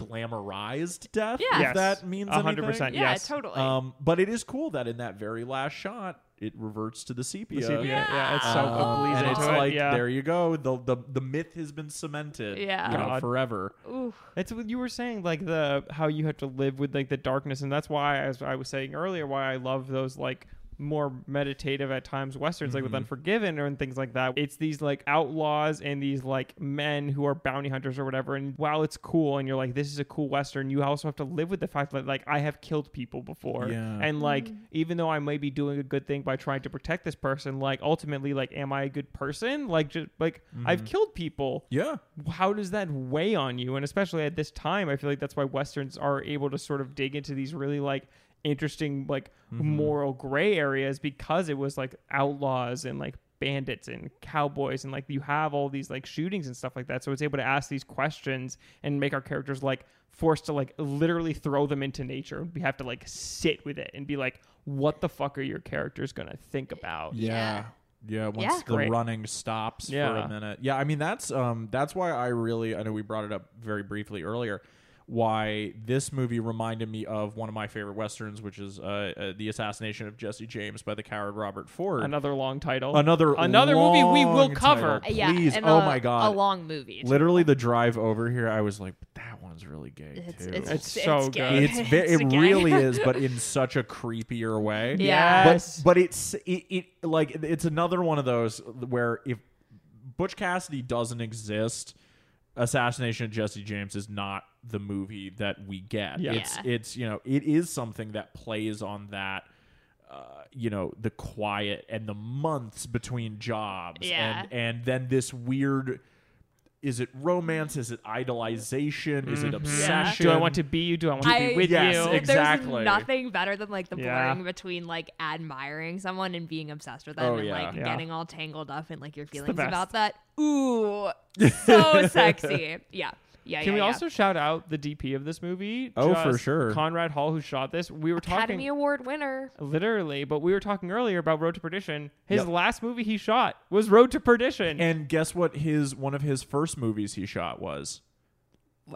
S3: glamorized death.
S1: Yeah.
S3: if
S2: Yes.
S3: that means
S2: A hundred
S3: anything.
S2: percent.
S1: yeah,
S2: yes.
S1: totally.
S3: Um, but it is cool that in that very last shot, it reverts to the sepia.
S2: The sepia, yeah. it's so
S3: Uh,
S2: oblique
S3: and it's
S2: to it,
S3: like
S2: yeah.
S3: there you go. The the the myth has been cemented.
S1: Yeah.
S3: you know,
S2: God.
S3: forever.
S1: Ooh.
S2: It's what you were saying, like the how you have to live with like the darkness, and that's why, as I was saying earlier, why I love those like more meditative at times westerns, like with Unforgiven or and things like that. It's these like outlaws and these like men who are bounty hunters or whatever. And while it's cool, and you're like, this is a cool western, you also have to live with the fact that like I have killed people before,
S3: Yeah.
S2: and like even though I may be doing a good thing by trying to protect this person, like ultimately, like am I a good person? Like just like I've killed people
S3: Yeah,
S2: how does that weigh on you? And especially at this time, I feel like that's why westerns are able to sort of dig into these really like interesting like
S3: Mm-hmm.
S2: moral gray areas because it was like outlaws and like bandits and cowboys and like you have all these like shootings and stuff like that. So it's able to ask these questions and make our characters like forced to like literally throw them into nature. We have to like sit with it and be like, what the fuck are your characters gonna think about?
S3: Yeah. Yeah, once
S1: Yeah.
S3: the
S2: Great.
S3: running stops for
S2: Yeah.
S3: a minute. Yeah, I mean that's um that's why I really I know we brought it up very briefly earlier why this movie reminded me of one of my favorite westerns which is uh, uh the assassination of Jesse James by the coward Robert Ford.
S2: Another long title.
S3: another
S2: another movie we will
S3: long
S2: cover.
S3: title.
S1: Uh, yeah,
S3: Please.
S1: and
S3: oh
S1: a-
S3: my god.
S1: a long movie. too.
S3: Literally the drive over here I was like that one's really gay
S1: It's
S3: too.
S1: it's,
S2: It's so
S1: gay. [laughs]
S2: good.
S3: It's ve- it
S1: gay.
S3: really is but in such a creepier way.
S1: Yeah.
S2: Yes.
S3: But but it's it, it like it's another one of those where if Butch Cassidy doesn't exist, Assassination of Jesse James is not the movie that we get.
S2: Yeah.
S3: It's
S1: Yeah.
S3: it's you know it is something that plays on that. Uh, you know the quiet and the months between jobs
S1: Yeah.
S3: and and then this weird is it romance is it idolization is it
S2: Mm-hmm.
S3: obsession
S2: Do I want to be you? Do I want to
S1: [laughs] I,
S2: be with
S3: Yes,
S2: you?
S3: ex- exactly.
S1: There's nothing better than like the
S2: Yeah.
S1: blurring between like admiring someone and being obsessed with them
S3: Oh,
S1: and
S3: yeah.
S1: like
S2: Yeah.
S1: getting all tangled up in like your feelings
S2: best.
S1: about that.
S3: [laughs]
S1: Ooh, so sexy. Yeah, yeah.
S2: Can
S1: yeah,
S2: we
S1: yeah.
S2: also shout out the DP of this movie?
S3: Oh, for
S2: Just
S3: sure.
S2: Conrad Hall, who shot this. We were
S1: Academy
S2: talking
S1: Award winner?
S2: literally, but we were talking earlier about Road to Perdition. His
S3: Yep.
S2: last movie he shot was Road to Perdition.
S3: and guess what his one of his first movies he shot was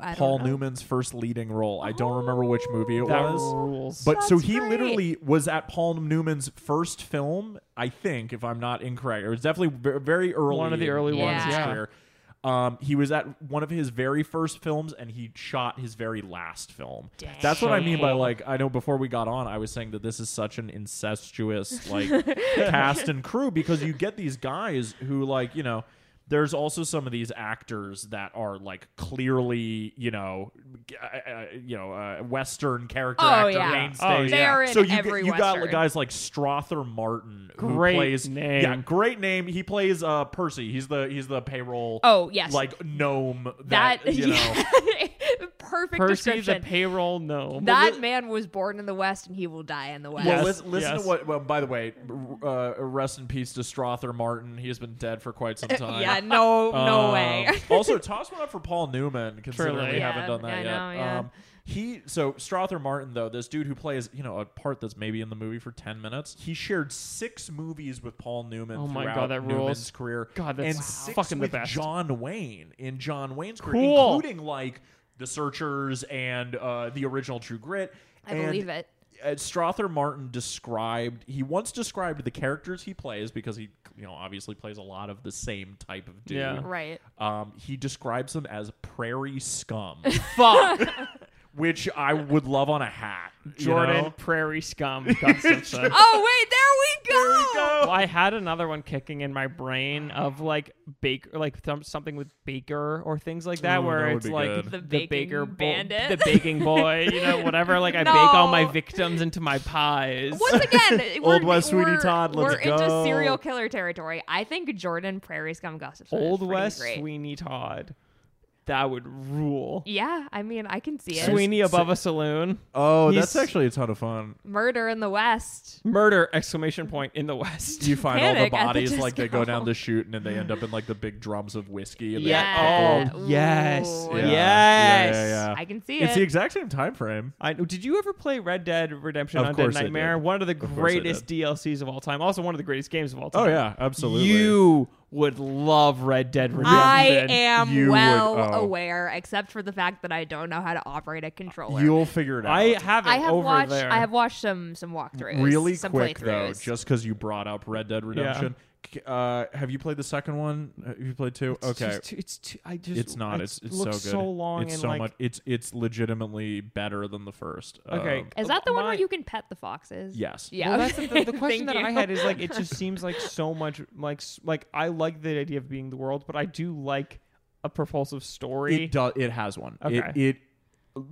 S1: I don't
S3: Paul
S1: know.
S3: Newman's first leading role. I don't remember which movie it
S2: that
S3: was.
S2: rules.
S3: But so
S1: That's
S3: he
S1: great.
S3: literally was at Paul Newman's first film, I think, if I'm not incorrect. It was definitely ve- very early.
S2: One of the
S3: in-
S2: early
S3: in
S1: ones,
S3: his
S2: yeah.
S3: career. Um, he was at one of his very first films, and he shot his very last film.
S1: Dang.
S3: That's what I
S2: So
S3: mean by
S2: cool.
S3: like. I know before we got on, I was saying that this is such an
S1: [laughs]
S3: incestuous like cast and crew because you get these guys who like you know. There's also some of these actors that are like clearly, you know, g- uh, uh, you know, uh, Western character
S1: Oh,
S3: actor
S1: yeah.
S3: mainstays.
S2: Oh, yeah.
S1: They're in
S3: So you get-
S1: every
S3: you got
S1: Western.
S3: guys like Strother Martin, who
S2: Great
S3: plays
S2: name.
S3: yeah, great name. He plays uh Percy. He's the he's the payroll
S1: Oh yes,
S3: like gnome
S1: [laughs]
S3: that,
S1: that.
S3: you know.
S1: yeah. [laughs] perfect
S2: Percy the
S1: description.
S2: payroll gnome.
S1: that man was born in the West and he will die in the West.
S3: Well,
S2: Yes,
S3: lis- listen
S2: yes.
S3: to what. Well, by the way, r- uh, rest in peace to Strother Martin. He has been dead for quite some time.
S1: [laughs] yeah, no, no
S3: Um,
S1: way. [laughs]
S3: also, toss one up for Paul Newman, considering
S2: Truly.
S3: we
S2: Yeah,
S3: haven't done that
S7: I
S3: yet.
S7: know, yeah.
S3: Um, he so Strother Martin though, this dude who plays you know a part that's maybe in the movie for ten minutes. He shared six movies with Paul Newman.
S2: Oh my
S3: throughout
S2: God, that rules.
S3: Newman's career.
S2: God, that's
S3: and
S2: wow.
S3: six
S2: fucking the
S3: with
S2: best.
S3: John Wayne in John Wayne's career,
S2: Cool.
S3: including like The Searchers and uh, the original True Grit.
S1: I believe it.
S3: Uh, Strother Martin described he once described the characters he plays because he you know obviously plays a lot of the same type of dude.
S2: Yeah.
S1: Right.
S3: Um, he describes them as prairie scum, [laughs]
S2: Fuck
S3: which I would love on a hat. you
S2: Jordan
S3: know?
S2: Prairie Scum
S3: [laughs]
S2: Gustafson.
S1: [laughs] Oh wait, there we go.
S2: well, I had another one kicking in my brain of like baker, like thum- something with baker or things like that,
S3: Ooh,
S2: where
S3: that would
S2: it's
S3: be
S2: like
S3: good.
S2: the,
S1: The
S2: baker
S1: baking
S2: bo-
S1: bandit.
S2: the baking boy, you
S1: [laughs]
S2: know, whatever. Like I bake all my
S1: No.
S2: victims into my pies.
S1: Once [laughs] again,
S8: Old
S1: we're-
S8: West Sweeney
S1: we're-
S8: Todd, let's
S1: We're into
S8: go.
S1: serial killer territory. I think Jordan Prairie Scum Gossip.
S2: Old West
S1: Great.
S2: Sweeney Todd. That would rule.
S1: Yeah, I mean, I can see it.
S2: Sweeney above a saloon.
S8: Oh,
S2: He's-
S8: that's actually a ton of fun.
S1: Murder in the West.
S2: Murder exclamation point in the West.
S3: You find all the
S1: Panic at the
S3: bodies like they go
S1: disco.
S3: down the chute and then they end up in like the big drums of whiskey. And they-
S2: Yeah.
S1: Yeah.
S2: [laughs] Oh, yes.
S1: Ooh. Yeah.
S2: Yes.
S3: Yeah, yeah, yeah.
S1: I can see
S8: It's
S1: it.
S8: the exact same time frame.
S2: I, did you ever play Red Dead Redemption
S8: Of
S2: on Dead
S8: course I
S2: Nightmare?
S8: did.
S2: One of the
S8: course I
S2: greatest DLCs of all time. Also, one of the greatest games of all time.
S3: Oh yeah, absolutely.
S2: You would love Red Dead Redemption.
S1: I am
S3: You would-
S1: well
S3: oh.
S1: aware, except for the fact that I don't know how to operate a controller.
S3: you'll figure it out.
S2: I have it
S1: I have
S2: over
S1: watched.
S2: there.
S1: I have watched some some walkthroughs.
S3: really
S1: some
S3: quick though,
S1: playthroughs.
S3: just because you brought up Red Dead Redemption. C- Uh, have you played the second one? Have you played two?
S2: It's
S3: okay,
S2: just too- it's too, I just.
S3: it's not.
S2: it
S3: It's it's so good.
S2: looks so long
S3: It's
S2: and
S3: so
S2: like,
S3: much. It's it's legitimately better than the first.
S2: Okay.
S3: Um,
S1: Is that the one where
S2: My-
S1: you can pet the foxes?
S3: yes.
S1: Yeah.
S2: [laughs] Well,
S1: [laughs]
S2: that's the, the, the
S1: Thank
S2: question that I
S1: you.
S2: had is like it just seems like so much like s- like I like the idea of being the world, but I do like a propulsive story.
S3: It does. It has one.
S2: Okay.
S3: It, it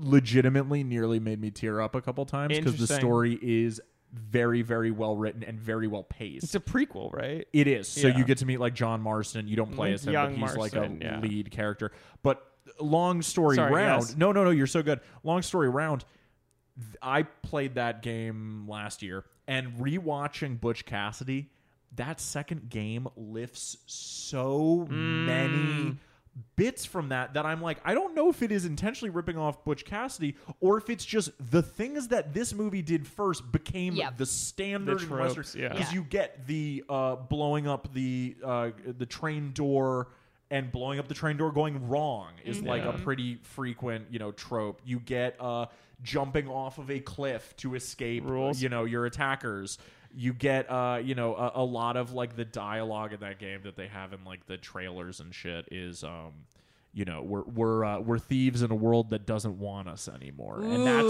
S3: legitimately nearly made me tear up a couple times because the
S2: Interesting.
S3: story is very, very well written and very well paced.
S2: It's a prequel, right?
S3: it is. So
S2: Yeah.
S3: you get to meet like John Marston. You don't play
S2: Like
S3: as him,
S2: young
S3: but he's like a
S2: Marston, yeah.
S3: lead character. But long story
S2: Sorry,
S3: round.
S2: yes.
S3: No, no, no. You're so good. Long story round. th- I played that game last year and rewatching Butch Cassidy. That second game lifts so
S2: Mm.
S3: many bits from that that I'm like, I don't know if it is intentionally ripping off Butch Cassidy or if it's just the things that this movie did first became
S1: Yep.
S3: the standard
S2: The
S3: in Western-
S2: tropes, yeah.
S3: 'cause
S1: Yeah.
S3: you get the uh, blowing up the uh, the train door and blowing up the train door going wrong is like a pretty frequent you know trope. You get uh, jumping off of a cliff to escape
S2: Rules.
S3: you know your attackers. You get uh, you know a, a lot of like the dialogue in that game that they have in like the trailers and shit is um you know we're we're uh, we're thieves in a world that doesn't want us anymore, and that's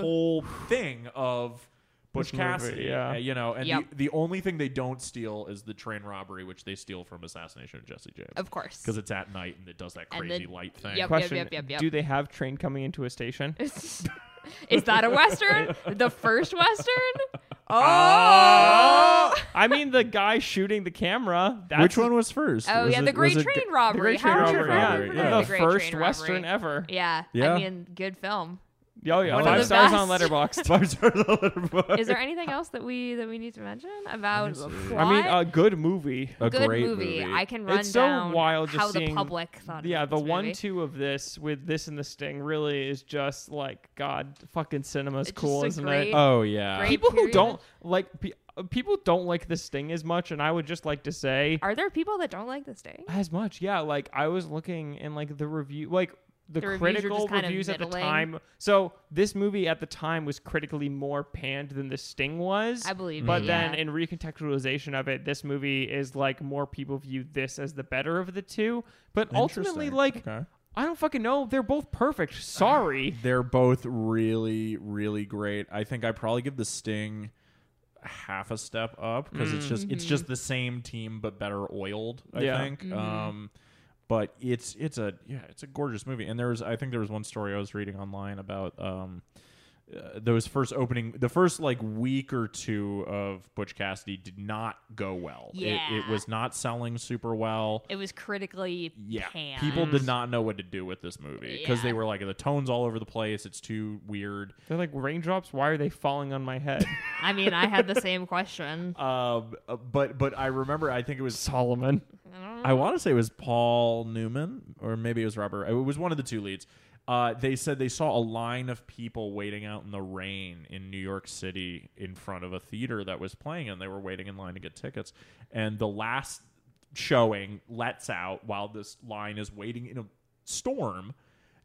S1: Ooh.
S3: whole thing of. Butch
S2: movie,
S3: Cassidy,
S2: yeah.
S3: uh, you know, and
S1: Yep.
S3: the, the only thing they don't steal is the train robbery, which they steal from Assassination of Jesse James.
S1: Of course.
S3: Because it's at night and it does that
S1: And
S3: crazy
S1: the-
S3: light thing.
S1: yep.
S2: Question:
S1: yep, yep.
S2: Do they have train coming into a station?
S1: [laughs] Is that a western? the first western?
S2: Oh!
S1: [laughs] Oh.
S2: I mean, the guy shooting the camera. That's
S8: Which one was first?
S1: Oh
S8: Was
S1: yeah,
S8: it-
S1: the Great
S8: was it-
S3: [laughs]
S1: Train
S2: The
S1: Robbery.
S2: Great Train
S1: How did you
S2: Robbery.
S3: Train
S1: forget
S3: Robbery,
S1: about
S3: yeah.
S2: The,
S1: Great
S2: first
S1: Train
S2: Western
S1: Robbery?
S2: ever.
S1: Yeah.
S8: Yeah.
S1: I mean, good film.
S2: Yo, yo.
S1: One of
S2: Five
S1: the
S2: stars on
S1: best. [laughs]
S2: Letterboxd.
S8: Five stars on Letterboxd.
S1: Is there anything else that we that we need to mention about the plot?
S2: I mean, a good movie.
S3: A
S1: good
S3: great
S1: movie. I can run
S2: It's so
S1: down
S2: wild just
S1: how the
S2: seeing-
S1: public thought.
S2: Yeah,
S1: about
S2: the
S1: this movie.
S2: one two of this with this and the sting really is just like God, fucking cinema's
S1: It's
S2: cool,
S1: just a
S2: isn't
S1: great-
S2: it?
S1: Uh,
S3: Oh, yeah.
S1: Great
S2: people who
S1: period.
S2: don't like pe- uh, people don't like the sting as much, and I would just like to say
S1: Are there people that don't like this day?
S2: [sighs] as much. Yeah, like I was looking and like the review, like the,
S1: The reviews were
S2: critical
S1: just kind of
S2: reviews at the
S1: middling.
S2: time. So this movie at the time was critically more panned than the sting was.
S1: I believe
S2: But
S3: Mm.
S1: it,
S2: then
S1: yeah.
S2: in recontextualization of it, this movie is like more people view this as the better of the two. But ultimately,
S3: Interesting.
S2: like
S3: Okay.
S2: I don't fucking know. They're both
S3: [sighs]
S2: perfect. Sorry.
S3: They're both really, really great. I think I probably give the Sting half a step up because it's just it's just the same team but better oiled. I
S2: Yeah.
S3: think. Um, but it's it's a yeah it's a gorgeous movie. And there was I think there was one story I was reading online about um, uh, those first opening, the first like week or two of Butch Cassidy did not go well. It, it
S1: Yeah.
S3: was not selling super well.
S1: It was critically
S3: Yeah,
S1: panned.
S3: people did not know what to do with this movie because they
S1: Yeah.
S3: were like, the tone's all over the place. It's too weird.
S2: They're like raindrops. Why are they falling on my
S3: [laughs]
S2: head,
S1: I mean, I had the same question.
S3: Um, uh, but but I remember, I think it was
S2: Solomon?
S3: I want to say it was Paul Newman or maybe it was Robert. It was one of the two leads. Uh, they said they saw a line of people waiting out in the rain in New York City in front of a theater that was playing, and they were waiting in line to get tickets. And the last showing lets out while this line is waiting in a storm.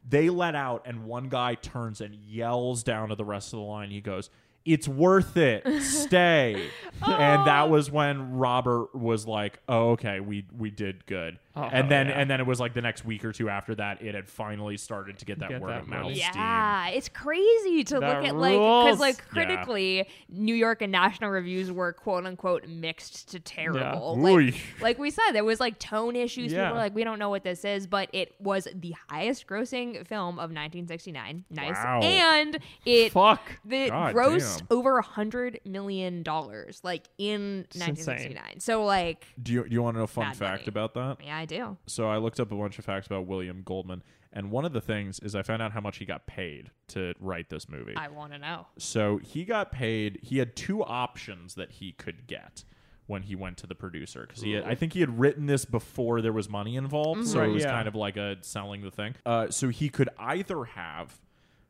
S3: They let out, and one guy turns and yells down to the rest of the line. He goes, It's worth it.
S1: [laughs]
S3: Stay. And that
S1: Oh.
S3: was when Robert was like, Oh, okay, we, we did good.
S2: Oh,
S3: and then
S2: yeah.
S3: and then it was like the next week or two after that, it had finally started to get that
S2: Get
S3: word
S2: that
S3: of mouth
S2: money.
S3: steam.
S1: Yeah, it's crazy to
S2: That
S1: look at like because
S2: rules.
S1: like
S3: Yeah.
S1: critically, New York and national reviews were quote unquote mixed to terrible.
S3: Ooh.
S1: Like, like we said, there was like tone issues.
S2: Yeah.
S1: People were like, we don't know what this is, but it was the highest grossing film of 1969. Nice,
S3: Wow.
S1: and it
S2: Fuck.
S1: the
S3: God
S1: grossed
S3: damn.
S1: over a hundred million dollars, like in
S2: insane.
S1: 1969. So like,
S3: Do you, do you want to know a fun
S1: Mad
S3: fact
S1: money.
S3: about that?
S1: yeah, I do.
S3: So I looked up a bunch of facts about William Goldman, and one of the things is I found out how much he got paid to write this movie.
S1: I want to know. [laughs]
S3: So he got paid. He had two options that he could get when he went to the producer because he, had, I think he had written this before there was money involved, so
S2: Mm-hmm. Right,
S3: it was
S2: yeah.
S3: kind of like a selling the thing. Uh, so he could either have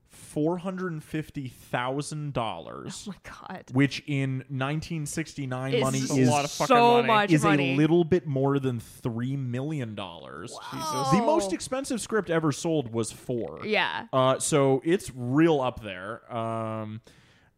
S3: four hundred and fifty thousand dollars,
S1: Oh my god.
S3: which in nineteen sixty nine
S1: It's
S3: money
S2: That's
S3: is
S2: a lot of fucking
S1: so
S2: money.
S1: much
S3: is
S1: money.
S3: a little bit more than three million dollars.
S1: Wow.
S3: The most expensive script ever sold was four.
S1: Yeah.
S3: Uh, so it's real up there. Um,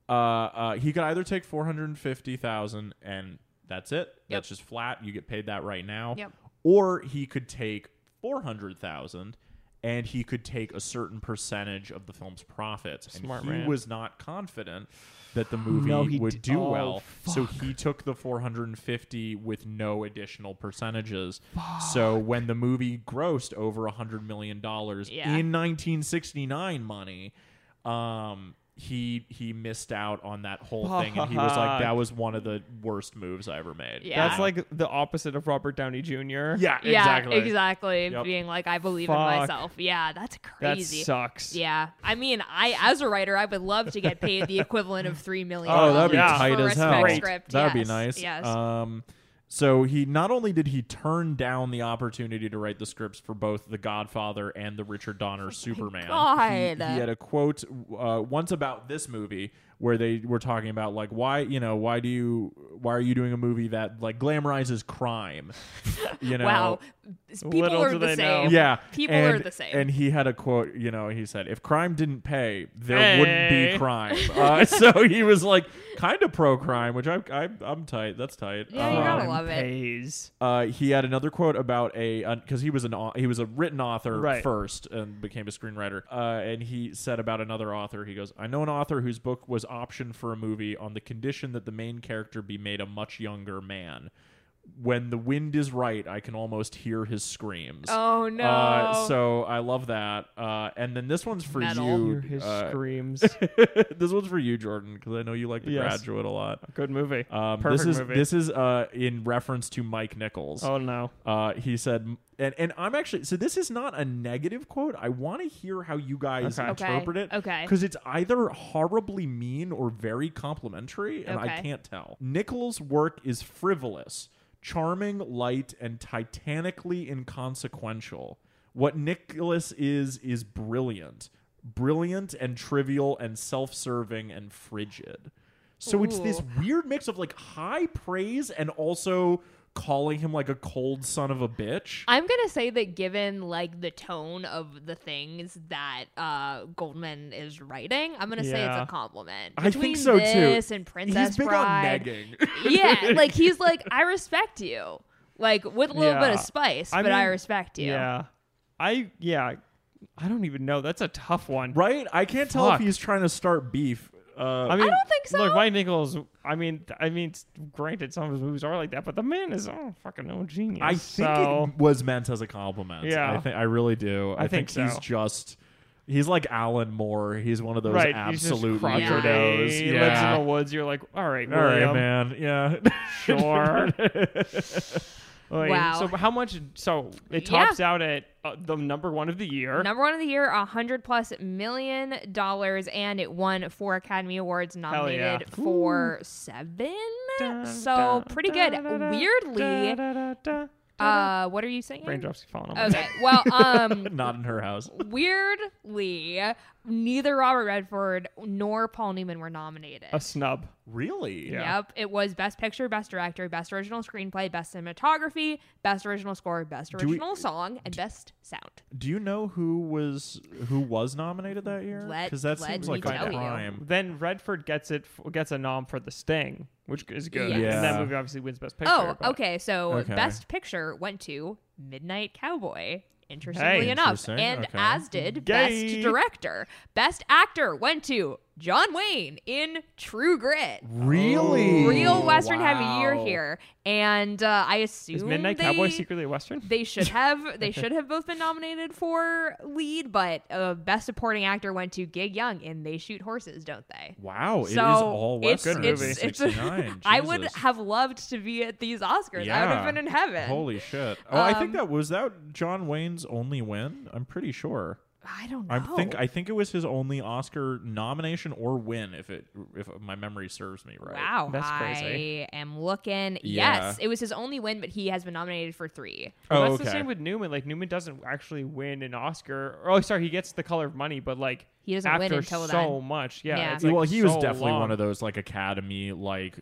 S3: uh, uh, he could either take four hundred and fifty thousand, and that's it. That's just flat. You get paid that right now.
S1: Yep.
S3: Or he could take four hundred thousand, and he could take a certain percentage of the film's profits.
S2: Smart
S3: and he
S2: man.
S3: was not confident that the movie
S2: No, he
S3: would
S2: d-
S3: do
S2: oh,
S3: well, so he took the four hundred and fifty with no additional percentages. So when the movie grossed over hundred million dollars
S1: Yeah.
S3: in 1969 money um he he missed out on that whole thing and he was like that was one of the worst moves i ever made
S1: Yeah.
S2: That's like the opposite of Robert Downey Jr.
S3: yeah exactly,
S1: Yeah, exactly.
S3: Yep.
S1: Being like, I believe in
S2: Fuck.
S1: myself. Yeah, that's
S2: that
S1: crazy.
S2: sucks.
S1: yeah, I mean, I as a writer, I would love to get paid the equivalent of three million.
S3: oh that'd be
S2: Yeah.
S3: tight
S1: for
S3: as
S1: a
S3: hell
S1: spec script.
S3: that'd
S1: Yes,
S3: be nice
S1: Yes.
S3: um so he not only did he turn down the opportunity to write the scripts for both the godfather and the richard donner superman he,
S1: Oh God.
S3: he had a quote uh, once about this movie where they were talking about like why you know why do you why are you doing a movie that like glamorizes crime [laughs]
S1: [laughs]
S3: you know
S1: wow, people
S2: Little
S1: are
S2: do
S1: the
S2: they know.
S1: same.
S3: Yeah.
S1: People
S3: and,
S1: are the same.
S3: And he had a quote, you know, he said, if crime didn't pay, there
S2: Hey.
S3: wouldn't be
S1: [laughs]
S3: crime. Uh, so he was like kind of pro crime, which I, I, I'm tight. That's tight.
S1: Yeah, you gotta
S3: Um,
S1: love it.
S2: Pays.
S3: uh, he had another quote about a because he was an au- he was a written author
S2: Right.
S3: first and became a screenwriter. Uh, and he said about another author, he goes, "I know an author whose book was optioned for a movie on the condition that the main character be made a much younger man. When the wind is right, I can almost hear his screams."
S1: Oh no.
S3: Uh, so I love that. Uh, and then this one's for
S1: Metal.
S3: you.
S2: Hear his
S3: uh, [laughs]
S2: screams.
S3: this one's for you, Jordan, because I know you like The
S2: Yes.
S3: Graduate a lot.
S2: Good movie.
S3: Um,
S2: Perfect
S3: this is
S2: movie.
S3: this is uh, in reference to Mike Nichols.
S2: oh no.
S3: Uh, he said, and, and I'm actually, so this is not a negative quote. I want to hear how you guys
S2: Okay.
S1: Okay,
S3: interpret it.
S1: okay.
S3: Because it's either horribly mean or very complimentary, and I
S1: Okay.
S3: can't tell. Nichols' work is frivolous, charming, light, and titanically inconsequential. What Nicholas is, is brilliant. Brilliant and trivial and self serving and frigid. So it's this
S1: Ooh.
S3: weird mix of like high praise and also calling him like a cold son of a bitch.
S1: I'm gonna say that given like the tone of the things that uh, Goldman is writing, I'm gonna say
S2: Yeah.
S1: it's a compliment.
S3: I think
S1: Between
S3: so, too.
S1: this And Princess
S3: He's big
S1: Bride,
S3: on negging.
S2: [laughs]
S1: yeah, like he's like, I respect you, like with a little bit
S2: Yeah.
S1: of spice,
S2: I
S1: but I
S2: mean,
S1: respect you.
S2: Yeah. I yeah. I don't even know. That's a tough one.
S3: [laughs] right? I can't tell if
S2: Fuck.
S3: he's trying to start beef. Uh,
S2: I mean,
S1: don't think so.
S2: Look, Mike Nichols. I mean, th- I mean, s- granted, some of his movies are like that, but the man is oh, fucking no genius.
S3: I think
S2: so.
S3: it was meant as a compliment.
S2: Yeah.
S3: I think I really do. I,
S2: I think
S3: he's
S2: so.
S3: just He's like Alan Moore. He's one of those
S2: right, he's just
S3: absolute
S2: crotchety.
S3: weirdos.
S2: He
S3: yeah.
S2: lives in the woods. You're like, all right,
S3: All right,
S2: William,
S3: man. Yeah.
S2: [laughs]
S3: [laughs]
S2: Sure. Like,
S9: Wow.
S2: So how much? So it
S9: Yeah.
S2: tops out at uh, the number one of the year.
S1: Number one of the year, a hundred plus million dollars, and it won four Academy Awards, nominated
S2: yeah.
S1: for seven.
S2: Dun,
S1: so
S2: dun,
S1: pretty
S2: dun,
S1: good.
S2: dun, dun,
S1: Weirdly,
S2: dun, dun, dun, dun.
S1: uh, what are you saying?
S2: raindrops keep falling on my
S1: Okay.
S2: [laughs]
S1: Well, um,
S3: Not in her house.
S1: weirdly, neither Robert Redford nor Paul Newman were nominated.
S2: A snub.
S3: Really?
S2: yeah.
S1: Yep, it was Best Picture, Best Director, Best Original Screenplay, Best Cinematography, Best Original Score, Best
S3: we-
S1: Original Song, and Best Sound.
S3: Do you know who was who was nominated that year?
S1: Let-
S3: Because that
S1: let
S3: seems
S1: me
S3: like
S1: tell
S3: a
S1: you.
S3: crime.
S2: Then Redford gets it f- gets a nom for The Sting, which is good.
S1: Yes.
S3: Yeah.
S2: And that movie obviously wins Best Picture.
S1: Oh,
S2: but-
S1: okay. So
S3: Okay.
S1: Best Picture went to Midnight Cowboy. Interestingly
S2: Hey.
S1: enough,
S3: Interesting,
S1: and
S3: okay.
S1: as did
S2: Gay.
S1: Best Director, Best Actor went to John Wayne in True Grit.
S3: Really?
S1: Real Western
S3: Wow.
S1: heavy year here, and uh, I assume
S2: Is Midnight
S1: they,
S2: Cowboy secretly a Western?
S1: they
S3: [laughs]
S1: should have they should have both been nominated for lead, but uh, Best Supporting Actor went to Gig Young in They Shoot Horses, Don't They?
S3: Wow, it is
S1: So,
S3: all
S1: it's-
S3: Western.
S2: it's-
S3: in
S1: it's- [laughs]
S3: 69.
S1: I would
S3: Jesus.
S1: have loved to be at these Oscars. I would
S3: Yeah.
S1: have been Um, in heaven.
S3: Holy shit! Oh, I think that was that John Wayne's only win. I'm pretty sure.
S1: I don't know.
S3: I think I think it was his only Oscar nomination or win, if it if my memory serves me right.
S1: Wow,
S2: That's crazy.
S1: I am looking.
S3: Yeah.
S1: Yes, it was his only win, but he has been nominated for three.
S3: Oh,
S2: that's
S3: okay.
S2: the same with Newman. Like Newman doesn't actually win an Oscar. Oh, sorry, he gets The Color of Money, but like
S1: He doesn't
S2: after
S1: win until
S2: so
S1: then.
S2: much. Yeah.
S1: Yeah.
S2: it's, like,
S3: well, he was
S2: so
S3: definitely
S2: long.
S3: one of those like Academy like.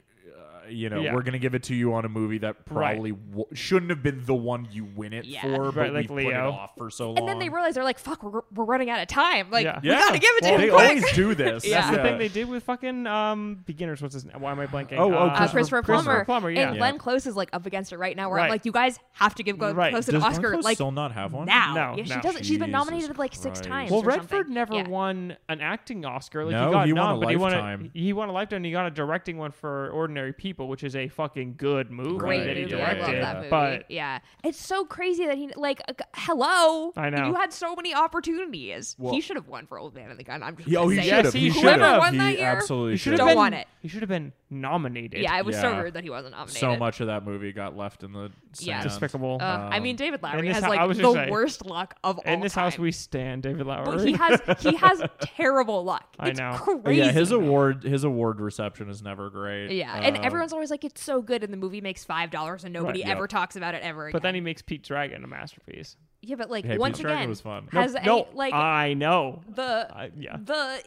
S3: Uh, you know,
S2: Yeah.
S3: we're gonna give it to you on a movie that
S2: Right.
S3: probably w- shouldn't have been the one you win it
S1: Yeah.
S3: for, but
S2: Right, like
S3: we put it
S2: Leo.
S3: off for so long.
S1: And then they realize they're like, "Fuck, we're, we're running out of time. Like,
S2: Yeah.
S1: we
S3: yeah,
S1: gotta give it to
S3: Well,
S1: him."
S3: They
S1: quick.
S3: always
S1: [laughs]
S3: do this.
S1: Yeah.
S2: That's the thing they did with fucking um beginners. What's his name? Why am I blanking?
S3: Oh, oh,
S1: uh,
S3: Christopher
S1: Christopher,
S2: Plummer.
S1: Plummer.
S2: Plummer, yeah.
S1: And
S3: Yeah.
S1: Glenn Close is like up against it right now, where
S2: Right.
S1: I'm like, "You guys have to give Glenn
S2: Right.
S1: Close an
S3: Does Glenn
S1: Oscar
S3: Close
S1: like
S3: still not have one
S1: now."
S2: No,
S1: yeah, she
S2: no.
S1: doesn't. She's been
S3: Jesus
S1: nominated like six
S3: Christ.
S1: times.
S2: Well,
S1: or something.
S2: Redford never
S1: Yeah.
S2: won an acting Oscar. Like
S3: No,
S2: he got
S3: he
S2: a
S3: won a
S2: nom, but he won a
S3: lifetime.
S2: he won a lifetime. And he got a directing one for Ordinary People, which is a fucking good movie
S1: Great
S2: that he
S1: movie.
S2: directed.
S1: I love that movie.
S2: But
S1: yeah, it's so crazy that he like, uh, g- hello,
S2: I know.
S1: you had so many opportunities.
S3: Well-
S1: he should have won for Old Man and the Gun. I'm just
S3: Yeah, oh,
S1: gonna
S3: he
S1: say
S3: should
S1: it.
S3: have.
S2: Yes, he
S3: he
S2: should
S3: should
S2: have.
S3: have.
S1: Won
S3: he
S1: that year.
S3: absolutely
S2: he
S3: should
S2: should
S1: Don't
S2: have been.
S1: want it.
S2: He should have been nominated.
S1: Yeah, it was so
S3: Yeah.
S1: rude that he wasn't nominated.
S3: So much of that movie got left in the
S1: Yeah.
S3: sand.
S2: despicable.
S1: Uh, I
S3: um,
S1: mean, David Lowry
S2: this
S1: has
S2: hou-
S1: like
S2: I was
S1: the
S2: gonna say,
S1: worst luck of all
S2: in this house,
S1: time.
S2: we stand, David Lowry.
S1: But he has he has
S3: [laughs]
S1: terrible luck.
S2: I
S1: It's
S2: know.
S1: crazy.
S3: Yeah, his award his award reception is never great.
S1: Yeah, and
S3: Um,
S1: everyone's always like, "It's so good," and the movie makes five dollars, and nobody
S3: Right,
S1: ever
S3: yep.
S1: talks about it ever. Again.
S2: [laughs] but then he makes Pete Dragon a masterpiece.
S1: yeah, but like
S3: Hey,
S1: once
S3: Pete's Dragon
S1: again,
S3: was fun. Nope, uh,
S1: has
S2: no,
S1: any, like
S2: I know.
S1: the
S2: I- yeah.
S1: the uh,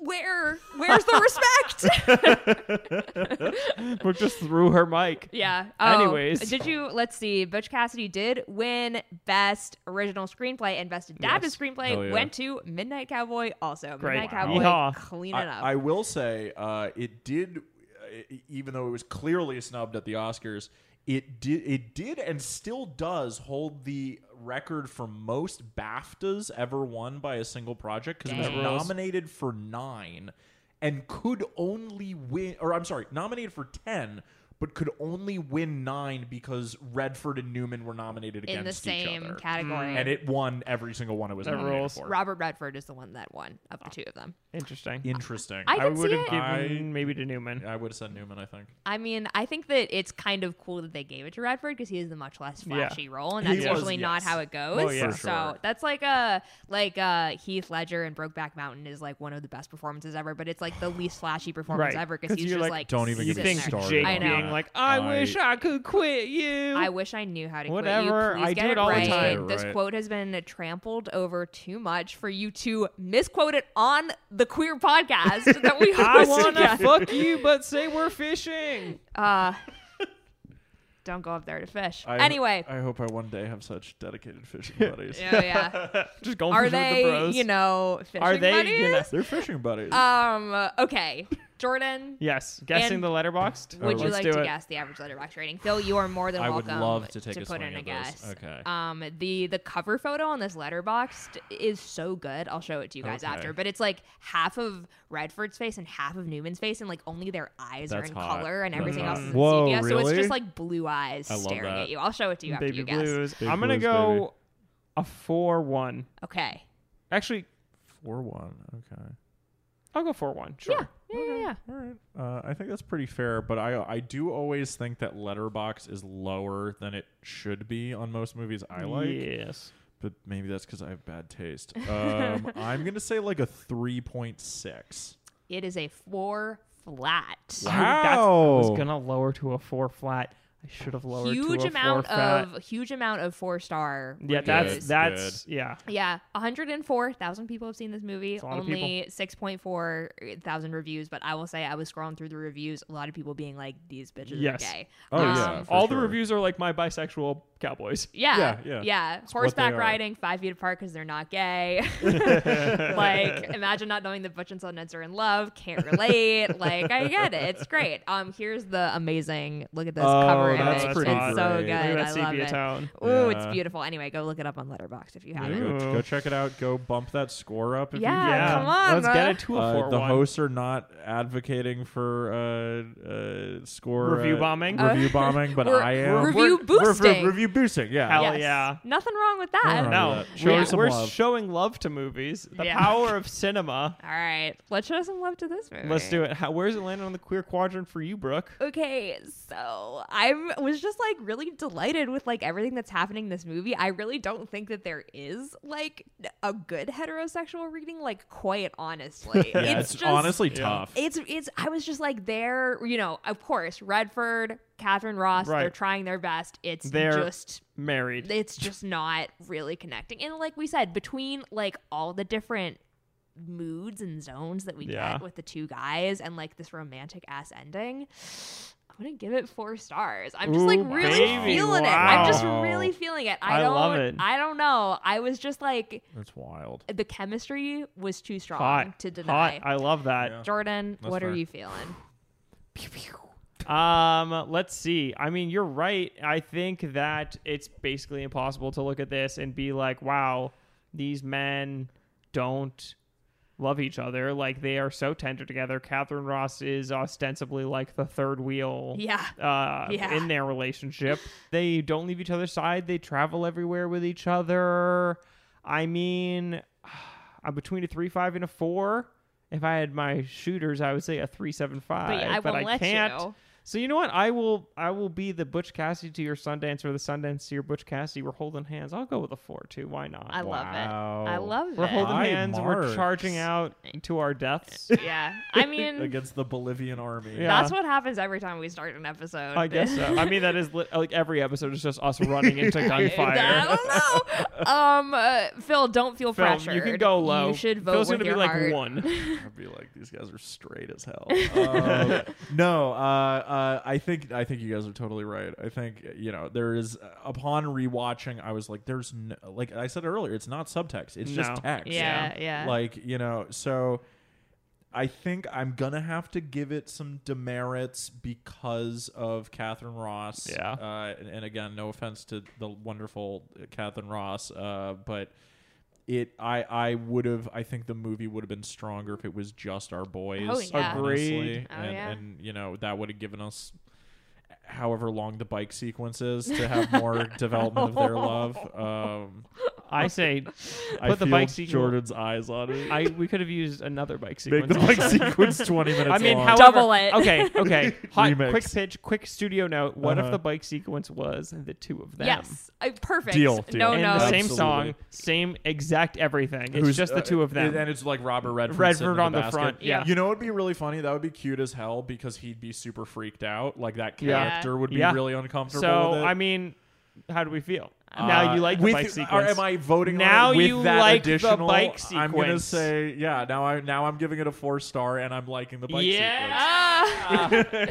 S1: where where's the
S3: [laughs]
S1: respect? [laughs]
S2: Brooke just threw her mic.
S1: [laughs] yeah. Oh,
S2: Anyways.
S1: did you let's see? Butch Cassidy did win best original screenplay and best adapted
S2: Yes.
S1: screenplay
S3: Hell yeah.
S1: went to Midnight Cowboy. Also,
S2: Great.
S1: Midnight
S2: Wow.
S1: Cowboy
S2: Yeehaw.
S1: clean it up.
S3: I, I will say, uh, it did, e- even though it was clearly snubbed at the Oscars, it did, it did, and still does hold the record for most BAFTAs ever won by a single project because it was
S1: Dang.
S3: nominated for nine, and could only win, or I'm sorry, nominated for ten. But could only win nine because Redford and Newman were nominated against
S1: in the
S3: each
S1: same
S3: other, Mm.
S1: category.
S3: and it won every single one it was
S2: That
S3: nominated
S2: rules.
S3: for.
S1: Robert Redford is the one that won of
S2: Oh.
S1: the two of them.
S2: Interesting.
S3: Interesting.
S1: I
S2: I
S1: could
S2: would
S1: see
S2: have
S1: it.
S2: given maybe to Newman.
S3: I would have said Newman. I think.
S1: I mean, I think that it's kind of cool that they gave it to Redford because he is the much less
S2: Yeah.
S1: flashy role, and
S3: He
S1: that's
S3: was,
S1: usually not
S3: yes.
S1: how it goes.
S2: Oh, yeah.
S3: For
S1: So
S3: sure.
S1: that's like a like uh Heath Ledger and Brokeback Mountain is like one of the best performances ever, but it's like the least flashy performance
S2: Right.
S1: ever
S2: 'Cause
S1: because he's
S2: you're
S1: just
S2: like,
S1: like,
S3: "Don't even
S2: You
S3: get me
S1: sitting
S2: think
S1: there.
S3: started
S2: Jake
S1: I know.
S2: being like, I,
S3: I-
S2: wish I could quit you.
S1: I wish I knew how to
S2: Whatever,
S1: quit you. Please
S2: I
S1: get
S2: do
S1: it,
S2: it all the
S1: right.
S2: time.
S1: This
S3: Right.
S1: quote has been trampled over too much for you to misquote it on the queer podcast that [laughs]
S2: [laughs]
S1: we
S2: I
S1: host
S2: wanna
S1: together.
S2: fuck you, but say we're fishing.
S3: [laughs]
S1: Uh, don't go up there to fish.
S3: I-
S1: anyway,
S3: I hope I one day have such
S1: [laughs]
S3: dedicated fishing buddies.
S1: oh
S3: [laughs]
S1: yeah,
S2: Just going
S1: are
S2: fishing with the
S1: they
S2: bros.
S1: you know fishing
S2: Are they
S1: buddies?
S2: gonna-
S3: They're fishing buddies.
S1: Um. Okay,
S3: [laughs]
S1: Jordan.
S2: Yes, guessing
S1: And
S2: the letterbox.
S1: Would you
S2: Let's
S1: like
S2: do
S1: to
S2: it.
S1: guess the average letterbox rating? Phil, you are more than
S3: I would
S1: welcome
S3: love to take a
S1: put
S3: swing
S1: in a
S3: at this.
S1: guess.
S3: Okay.
S1: Um, the the cover photo on this letterbox is so good. I'll show it to you guys
S3: Okay.
S1: after. But it's like half of Redford's face and half of Newman's face, and like only their eyes are
S3: That's
S1: in
S3: hot.
S1: color, and
S3: That's
S1: everything
S3: hot.
S1: else is in
S3: Whoa,
S1: sepia. So it's
S3: really?
S1: just like blue eyes
S3: I love
S1: staring
S3: that.
S1: at you. I'll show it to you after
S2: Baby
S1: you guess.
S2: blues.
S3: Big
S2: I'm gonna
S3: blues,
S2: go
S3: baby.
S2: a four one.
S1: Okay.
S2: Actually,
S3: Four one. Okay.
S2: I'll go for one. Sure.
S10: Yeah. Yeah, yeah, yeah.
S3: All right. Uh, I think that's pretty fair, but I I do always think that Letterbox is lower than it should be on most movies I like.
S2: Yes.
S3: But maybe that's because I have bad taste.
S1: [laughs]
S3: Um, I'm gonna say like a three point six.
S10: It is a four flat.
S2: I- that's- I
S3: Wow.
S2: was gonna lower to a four flat. I should have lowered
S1: huge
S2: to a
S1: amount
S2: four flat.
S1: of huge amount of four star.
S2: yeah. That's
S3: Good,
S2: that's yeah.
S1: Yeah, 104,000 people have seen this movie.
S2: a lot of
S1: Only 6.4 thousand reviews, but I will say I was scrolling throw through the reviews. A lot of people being like, "These bitches
S2: Yes.
S1: are gay." Um,
S3: Oh, yeah. for
S2: All
S3: sure.
S2: the reviews are like my bisexual cowboys.
S1: Yeah, yeah,
S3: Yeah, yeah. what
S1: Horseback
S3: they are.
S1: riding, five feet apart because they're not
S3: [laughs]
S1: gay. like, imagine not knowing that Butch and Sundance are in love. Can't relate. like, I get it. It's great. Um, here's the amazing. Look at this
S3: Oh,
S1: cover
S3: that's
S1: image.
S3: pretty
S1: it's so good.
S3: great.
S2: Look at that
S1: I love
S2: sepia
S1: it.
S2: tone.
S1: Ooh,
S3: Yeah.
S1: it's beautiful. Anyway, go look it up on Letterboxd if you
S3: Yeah,
S1: haven't.
S3: go,
S2: Ooh.
S3: go check it out. Go bump that score up. If
S1: Yeah,
S3: you can.
S1: come on,
S2: Let's
S1: bro.
S2: get it to a
S3: Uh,
S2: four
S3: the
S2: one.
S3: hosts are not advocating for uh, uh, score
S2: Review
S3: uh,
S2: bombing?
S3: Review bombing, but
S1: We're-
S3: I am.
S1: review
S3: We're- we're-
S1: boosting.
S3: review boosting. Yeah.
S2: Hell
S1: Yes.
S2: yeah.
S1: Nothing wrong with
S3: Nothing
S1: that.
S3: wrong.
S2: No,
S3: that. Show
S2: we,
S3: us some
S2: we're
S3: love.
S2: showing love to movies. The
S1: Yeah.
S2: power of
S1: [laughs]
S2: cinema.
S1: All right, let's show some love to this movie.
S2: Let's do it. How, where's it landing on the queer quadrant for you, Brooke?
S1: Okay, so I was just like really delighted with like everything that's happening in this movie. I really don't think that there is like a good heterosexual reading, like quite honestly.
S3: [laughs] Yeah, it's, honestly tough.
S1: It's it's I was just like they're you know, of course, Redford, Catherine Ross, they're
S2: Right.
S1: trying their best. It's
S2: They're-
S1: just
S2: Married.
S1: it's just not really connecting. And like we said, between like all the different moods and zones that we
S2: Yeah.
S1: get with the two guys and like this romantic ass ending, I'm gonna give it four stars. I'm just like
S2: Ooh,
S1: really
S2: baby,
S1: feeling it. I'm just
S3: wow.
S1: really feeling it. I,
S2: I
S1: don't
S2: love it.
S1: I don't know. I was just like
S3: That's wild.
S1: the chemistry was too strong
S2: Hot.
S1: to
S2: Hot.
S1: deny.
S2: I love that.
S3: Yeah.
S1: Jordan,
S3: That's
S1: what are
S3: fair.
S1: you feeling?
S2: Um, let's see. I mean, you're right. I think that it's basically impossible to look at this and be like, wow, these men don't love each other. Like they are so tender together. Catherine Ross is ostensibly like the third wheel
S1: Yeah.
S2: uh,
S1: Yeah.
S2: in their relationship. They don't leave each other's side. They travel everywhere with each other. I mean, [sighs] I'm between a three five and a four. If I had my shooters, I would say a three seven five,
S1: But I
S2: but
S1: won't
S2: I
S1: let
S2: can't.
S1: you.
S2: So you know what? I will. I will be the Butch Cassidy to your Sundance, or the Sundance to your Butch Cassidy. We're holding hands. I'll go with a four too. Why not?
S1: I love
S3: Wow.
S1: it. I love
S2: We're
S1: it.
S2: holding
S3: High
S2: hands. We're
S3: marks.
S2: charging out to our deaths.
S1: yeah. I
S2: [laughs]
S1: mean
S3: Against the Bolivian army.
S2: Yeah.
S1: that's what happens every time we start an episode. [laughs]
S2: I guess so.
S3: [laughs]
S2: I mean, that is li- like every episode is just us running into gunfire.
S1: I don't
S2: [laughs]
S1: know. Um, uh, Phil, don't feel
S2: Phil,
S1: pressured.
S2: You can go low.
S1: You should vote
S2: Phil's
S1: with
S2: gonna
S1: your
S2: be like
S1: heart. [laughs]
S2: one.
S3: I'd be like, these guys are straight as hell. no, uh, uh, I think I think you guys are totally right. I think you know there is upon rewatching, I was like, there's no, like I said earlier, it's not subtext, it's
S2: No.
S3: just text.
S1: Yeah, yeah.
S3: Like you know, so I think I'm gonna have to give it some demerits because of Catherine Ross.
S2: Yeah.
S3: uh, and, and again, no offense to the wonderful Catherine Ross, uh, but it I I would have I think the movie would have been stronger if it was just our boys.
S1: Oh, yeah.
S3: honestly.
S2: Agreed.
S1: Oh,
S3: and,
S1: yeah.
S3: and you know that would have given us however long the bike sequence is to
S1: [laughs]
S3: have more development of their love. Um,
S2: I say, put
S3: I
S2: the
S3: feel
S2: bike sequence.
S3: Jordan's eyes on it.
S2: I we could have used another bike
S3: Make
S2: sequence.
S3: the
S2: [laughs]
S3: bike [laughs] sequence twenty minutes.
S2: I mean,
S3: long.
S2: however,
S1: Double it.
S2: Okay,
S3: [laughs]
S2: okay. Hot,
S3: Remix.
S2: quick pitch, quick studio note. What
S3: Uh-huh.
S2: if the bike sequence was the two of them?
S1: Yes, Uh, perfect.
S3: Deal, deal.
S1: No,
S2: In
S1: no.
S2: the same
S3: Absolutely.
S2: song, same exact everything. It's just the
S3: uh,
S2: two of them.
S3: and it's like Robert Redford.
S2: Redford
S3: sitting in
S2: on the
S3: basket.
S2: front, yeah.
S3: you know, it'd be really funny. That would be cute as hell because he'd be super freaked out. Like that
S2: Yeah.
S3: character would be
S2: Yeah.
S3: really uncomfortable.
S2: so,
S3: with it.
S2: I mean, how do we feel?
S1: Uh,
S2: now you like the
S3: Uh, with,
S2: bike
S3: Or
S2: sequence.
S3: am I voting on it
S2: Now
S3: with
S2: you
S3: that
S2: like the
S3: additional,
S2: bike
S3: I'm gonna
S2: sequence.
S3: say yeah. Now I now I'm giving it a four star and I'm liking the bike
S2: Yeah. [laughs]
S1: Ah.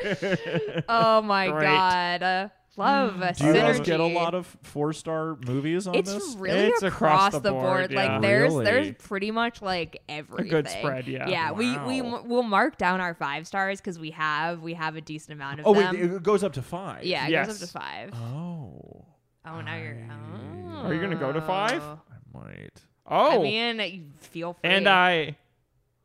S1: oh my
S2: Great.
S1: god, Uh, love.
S3: sequence. Do you
S1: synergy.
S3: guys get a lot of four star movies on
S1: It's
S3: this?
S1: really
S2: It's
S1: across, the board.
S2: yeah.
S1: Like there's
S3: Really?
S1: there's pretty much like everything.
S2: spread, yeah.
S1: Yeah. We we
S3: Wow.
S1: m- we'll mark down our five stars because we have we have a decent amount of
S3: oh
S1: them.
S3: wait, it goes up to five.
S1: yeah, it
S2: Yes.
S1: goes up to five.
S3: Oh,
S1: Oh, now you're.
S3: I-
S1: Oh.
S2: Are you gonna go to five?
S3: I might.
S2: oh,
S1: I mean, you feel free.
S2: and I.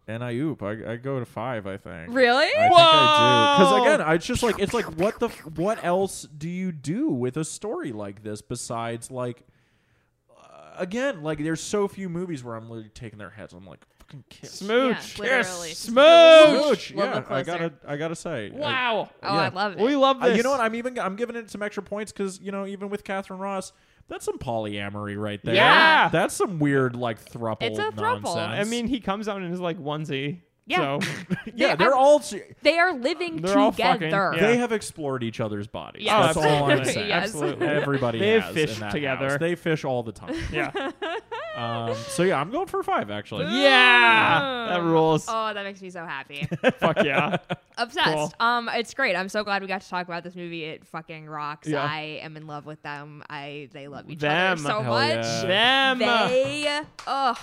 S3: And I oop, I, I go to five. I think.
S1: really.
S3: I think I do. Because
S2: Whoa!
S3: again, I just like
S1: [laughs]
S3: it's like what the f- what else do you do with a story like this besides like uh, again like there's so few movies where I'm literally taking their heads. I'm like fucking kiss.
S2: Smooch.
S1: Yeah, literally.
S2: Smooch.
S3: Smooch,
S1: Love
S3: yeah,
S1: it
S3: I
S1: closer.
S3: gotta, I gotta say, I-
S2: Wow.
S1: Oh, I love it.
S2: We love
S3: Uh,
S2: this.
S3: you know what? I'm even I'm giving it some extra points because you know even with Catherine Ross, that's some polyamory right there.
S2: Yeah.
S3: that's some weird like thruple.
S1: It's a thruple.
S3: nonsense.
S2: I mean, he comes out in his like onesie.
S1: Yeah. [laughs]
S2: So.
S1: they-
S3: yeah, they're
S1: I'm-
S3: all se-
S1: They are living
S2: They're all fucking-
S1: together.
S2: yeah.
S3: they have explored each other's bodies.
S1: Yes.
S3: That's all I'm
S2: Oh, [laughs] absolutely.
S3: saying.
S1: Yes.
S2: Absolutely.
S3: Everybody
S2: They
S3: has
S2: fish
S3: in that
S2: together.
S3: house. They fish all
S2: [laughs]
S3: the time.
S1: [laughs]
S2: Yeah.
S3: um, so yeah, I'm going for five actually.
S2: [laughs] yeah. That rules.
S1: Oh, that makes me so
S2: [laughs]
S1: happy.
S2: Fuck yeah.
S1: Obsessed.
S2: Cool.
S1: Um, it's great. I'm so glad we got to talk about this movie. It fucking rocks.
S2: Yeah.
S1: I am in love with them. I they love each
S2: Them.
S1: other so
S3: Hell
S1: much.
S3: yeah.
S2: Them.
S1: They ugh.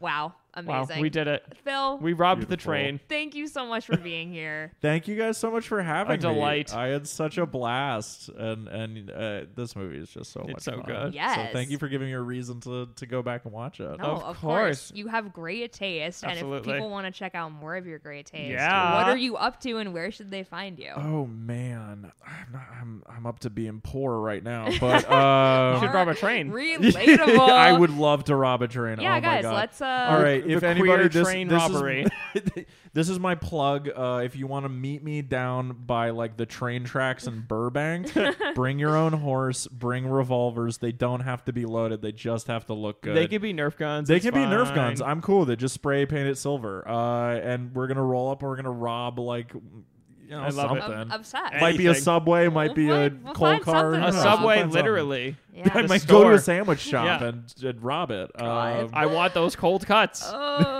S1: Wow.
S2: wow.
S1: Amazing.
S2: We did it.
S1: Phil,
S2: We robbed the
S3: Beautiful.
S2: train.
S1: thank you so much for being here.
S3: Thank you guys so much for having
S2: A delight.
S3: me. I had such a blast, and and uh, this movie is just so much
S2: It's so
S3: fun.
S2: good.
S1: Yes.
S3: So thank you for giving me a reason to to go back and watch it.
S1: No,
S2: Of
S1: of,
S2: course.
S1: course. You have great taste. And
S2: Absolutely.
S1: if people want to check out more of your great taste,
S2: Yeah.
S1: what are you up to and where should they find you?
S3: Oh man, I'm not, I'm I'm up to being poor
S2: [laughs]
S3: right now,
S2: You
S3: but uh,
S2: should
S1: Alright.
S2: rob a
S3: [laughs]
S2: train.
S1: Relatable.
S3: I would love to rob a train.
S1: Yeah,
S3: oh
S1: guys,
S3: my God.
S1: let's uh
S3: All right,
S2: The
S3: if
S2: queer
S3: anybody this,
S2: train
S3: this
S2: robbery.
S3: is, [laughs] this is my plug. Uh, if you want to meet me down by like the train tracks in
S2: [laughs]
S3: Burbank, bring your own horse, bring revolvers. They don't have to be loaded; they just have to look good.
S2: They could be Nerf guns.
S3: They
S2: it's
S3: can be Nerf
S2: fine.
S3: guns. I'm cool with it. Just spray paint it silver. Uh, and we're gonna roll up. and We're gonna rob like, you know,
S2: I love it.
S3: something.
S1: I'm obsessed.
S2: Hey,
S3: might be a
S2: Anything.
S3: subway. Might
S1: We'll
S3: be a
S1: find- we'll
S3: coal
S1: find
S3: car.
S1: something
S3: who
S2: A
S1: wrong.
S3: knows?
S2: subway,
S3: We'll find something.
S2: literally.
S1: Yeah.
S3: [laughs] I
S2: The
S3: might go to
S2: store.
S3: a sandwich shop
S2: Yeah.
S3: and, and rob it. Um,
S2: I want those cold cuts.